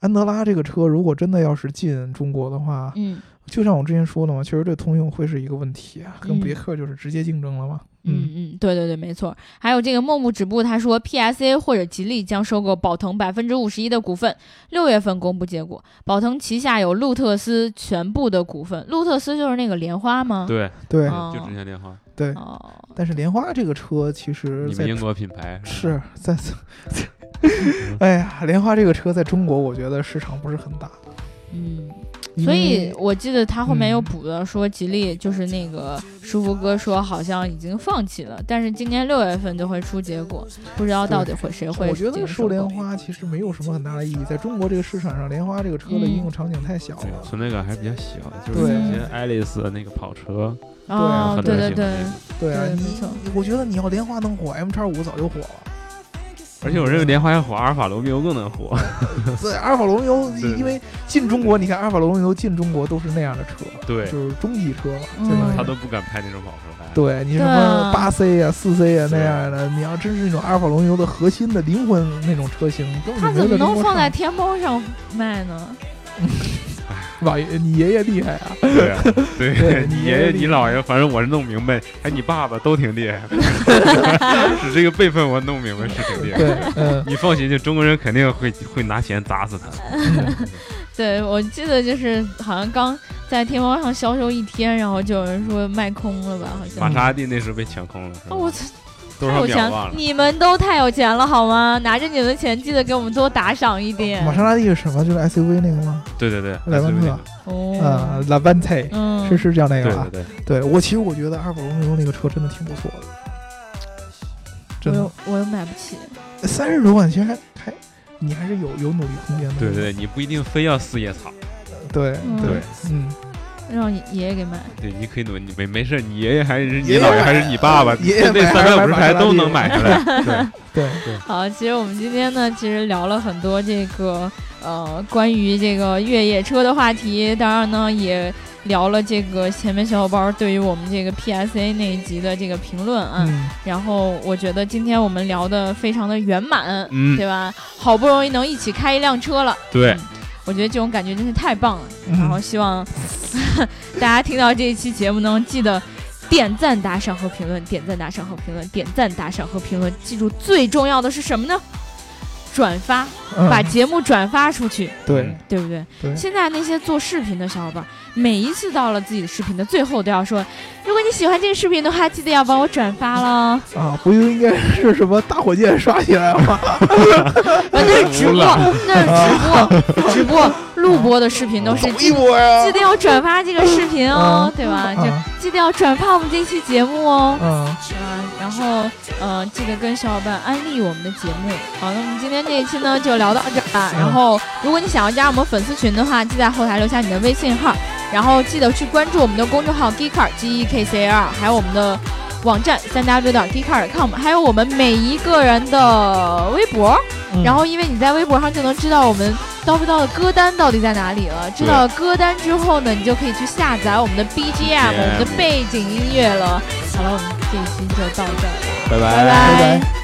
[SPEAKER 2] 安德拉这个车，如果真的要是进中国的话，
[SPEAKER 1] 嗯
[SPEAKER 2] 就像我之前说的嘛，确实对通用会是一个问题啊，跟
[SPEAKER 1] 嗯
[SPEAKER 2] 别克就是直接竞争了嘛。
[SPEAKER 1] 嗯，嗯，对对对，没错。还有这个木木止步，他说 PSA 或者吉利将收购宝腾百分之五十一的股份，六月份公布结果。宝腾旗下有路特斯全部的股份，路特斯就是那个莲花吗？
[SPEAKER 3] 对，
[SPEAKER 2] 对
[SPEAKER 1] 哦
[SPEAKER 3] 就之前莲花，
[SPEAKER 2] 对。
[SPEAKER 1] 哦，
[SPEAKER 2] 但是莲花这个车其实
[SPEAKER 3] 你
[SPEAKER 2] 在
[SPEAKER 3] 们英国品牌吧
[SPEAKER 2] 是在， 哎呀，莲花这个车在中国，我觉得市场不是很大，
[SPEAKER 1] 嗯，
[SPEAKER 2] 因
[SPEAKER 1] 所
[SPEAKER 2] 为
[SPEAKER 1] 以我记得他后面又
[SPEAKER 2] 嗯
[SPEAKER 1] 补了说，吉利就是那个舒服哥说好像已经放弃了，但是今年六月份就会出结果，不知道到底会谁会
[SPEAKER 2] 我觉
[SPEAKER 1] 这
[SPEAKER 2] 得
[SPEAKER 1] 个
[SPEAKER 2] 收莲
[SPEAKER 1] 购
[SPEAKER 2] 花其实没有什么很大的意义，在中国这个市场上，莲花这个车的应用场景太小
[SPEAKER 3] 对
[SPEAKER 2] 了。
[SPEAKER 3] 存在感还是比较小，就是
[SPEAKER 2] 对嗯
[SPEAKER 3] 以
[SPEAKER 1] 嗯
[SPEAKER 3] 前爱丽丝那个跑车，
[SPEAKER 1] 啊，
[SPEAKER 2] 很
[SPEAKER 1] 对
[SPEAKER 3] 多
[SPEAKER 1] 对对，
[SPEAKER 3] 人喜欢那个
[SPEAKER 2] 对啊，
[SPEAKER 1] 对没
[SPEAKER 2] 你
[SPEAKER 1] 错
[SPEAKER 2] 你我觉得你要莲花能火，M 叉五早就火了。
[SPEAKER 3] 而且我认为莲花要火，阿尔法罗密欧更能火。
[SPEAKER 2] 对，阿尔法罗密欧，
[SPEAKER 3] 对对
[SPEAKER 2] 因为进中国，你看阿尔法罗密欧进中国都是那样的车，
[SPEAKER 3] 对，
[SPEAKER 2] 就是中级车嘛，
[SPEAKER 1] 嗯
[SPEAKER 2] 相当于
[SPEAKER 3] 他都不敢拍那种跑车来。
[SPEAKER 2] 对你什
[SPEAKER 1] 对啊
[SPEAKER 2] 么八 C 啊、四 C 啊那样的，你要真是那种阿尔法罗密欧的核心的灵魂那种车型，根
[SPEAKER 1] 它
[SPEAKER 2] 本
[SPEAKER 1] 怎么
[SPEAKER 2] 就没在中
[SPEAKER 1] 能
[SPEAKER 2] 国
[SPEAKER 1] 放
[SPEAKER 2] 上
[SPEAKER 1] 在天猫上卖呢？
[SPEAKER 2] 老爷，你爷爷厉害 啊！
[SPEAKER 3] 对啊对
[SPEAKER 2] 对
[SPEAKER 3] 你
[SPEAKER 2] 你
[SPEAKER 3] 爷
[SPEAKER 2] 爷
[SPEAKER 3] 爷、
[SPEAKER 2] 爷
[SPEAKER 3] 你
[SPEAKER 2] 厉
[SPEAKER 3] 姥爷，反正我是弄明白，还有你爸爸都挺厉害，只这个辈分我弄明白是挺厉害。
[SPEAKER 2] 对， 嗯，
[SPEAKER 3] 你放心，就中国人肯定会会拿钱砸死他。
[SPEAKER 1] 对，我记得就是好像刚在天猫上销售一天，然后就有人说卖空了吧，好像
[SPEAKER 3] 玛。莎拉蒂那时候被抢空了，是吧
[SPEAKER 1] 哦，我操！
[SPEAKER 3] 多
[SPEAKER 1] 太
[SPEAKER 3] 少
[SPEAKER 1] 有
[SPEAKER 3] 秒
[SPEAKER 1] 钱
[SPEAKER 3] 忘
[SPEAKER 1] 了！
[SPEAKER 3] 了？
[SPEAKER 1] 你们都太有钱了好吗？拿着你们的钱，记得给我们多打赏一点。
[SPEAKER 2] 玛莎拉蒂是什么？就是 SUV 那个吗？
[SPEAKER 3] 对对对，
[SPEAKER 2] 莱万特
[SPEAKER 3] SUV 那个
[SPEAKER 2] 啊
[SPEAKER 1] 哦，
[SPEAKER 2] l a v a n t e
[SPEAKER 1] 嗯，
[SPEAKER 2] 是是叫那
[SPEAKER 3] 对
[SPEAKER 2] 个吧
[SPEAKER 3] 对？对，
[SPEAKER 2] 对我其实我觉得阿尔法罗密欧那个车真的挺不错的，
[SPEAKER 1] 我
[SPEAKER 2] 真的
[SPEAKER 1] 又我又买不起。
[SPEAKER 2] 三十多万其实还还你还是有有努力空间的。
[SPEAKER 3] 对对，你不一定非要四叶草，
[SPEAKER 2] 对
[SPEAKER 1] 嗯
[SPEAKER 2] 对，嗯，
[SPEAKER 1] 让爷爷给买。
[SPEAKER 3] 对，你可以努，你没没事，你爷爷还是你
[SPEAKER 2] 爷爷
[SPEAKER 3] 姥爷还是你爸爸，
[SPEAKER 2] 爷爷
[SPEAKER 3] 那
[SPEAKER 2] 买
[SPEAKER 3] 三百五
[SPEAKER 2] 还是买
[SPEAKER 3] 十台
[SPEAKER 2] 玛莎拉蒂
[SPEAKER 3] 都能买下来。对，
[SPEAKER 2] 对，
[SPEAKER 1] 好，其实我们今天呢，其实聊了很多这个呃关于这个越野车的话题，当然呢也聊了这个前面小伙伴儿对于我们这个 PSA 那一集的这个评论啊。
[SPEAKER 2] 嗯，
[SPEAKER 1] 然后我觉得今天我们聊的非常的圆满，
[SPEAKER 3] 嗯
[SPEAKER 1] 对吧？好不容易能一起开一辆车了，
[SPEAKER 3] 对，
[SPEAKER 1] 我觉得这种感觉真是太棒了。
[SPEAKER 2] 嗯
[SPEAKER 1] 然后希望 大家听到这一期节目呢，记得点赞、打赏和评论，点赞、打赏和评论，点赞、打赏和评论。记住，最重要的是什么呢？转发，
[SPEAKER 2] 嗯
[SPEAKER 1] 把节目转发出去，
[SPEAKER 3] 嗯
[SPEAKER 2] 对
[SPEAKER 1] 对不对？
[SPEAKER 2] 对
[SPEAKER 1] 现在那些做视频的小伙伴，每一次到了自己的视频的最后，都要说：如果你喜欢这个视频的话，记得要帮我转发喽。
[SPEAKER 2] 啊，不应该是什么大火箭刷起来 吗？
[SPEAKER 1] 啊， 那是直
[SPEAKER 3] 服
[SPEAKER 1] 播
[SPEAKER 3] 了，
[SPEAKER 1] 那是直播，直播录播的视频都是
[SPEAKER 2] 走
[SPEAKER 1] 记
[SPEAKER 2] 一波呀
[SPEAKER 1] 记！得要转发这个视频哦，对吧？就
[SPEAKER 2] 啊
[SPEAKER 1] 记得要转发我们这期节目哦，
[SPEAKER 2] 啊，
[SPEAKER 1] 对吧？然后呃，记得跟小伙伴安利我们的节目。好，那我们今天这一期呢就聊到这儿吧。
[SPEAKER 2] 嗯
[SPEAKER 1] 然后，如果你想要加入我们粉丝群的话，记得在后台留下你的微信号，然后记得去关注我们的公众号 Geekr G E K C A R，还有我们的。网站三 w 点 geekr.com，还有我们每一个人的微博，
[SPEAKER 2] 嗯
[SPEAKER 1] 然后因为你在微博上就能知道我们到不到的歌单到底在哪里了。知道了歌单之后呢，你就可以去下载我们的 BGM，我们的背景音乐了。好了，我们这一期就到这儿，
[SPEAKER 3] 拜
[SPEAKER 1] 拜
[SPEAKER 2] 拜拜
[SPEAKER 1] 拜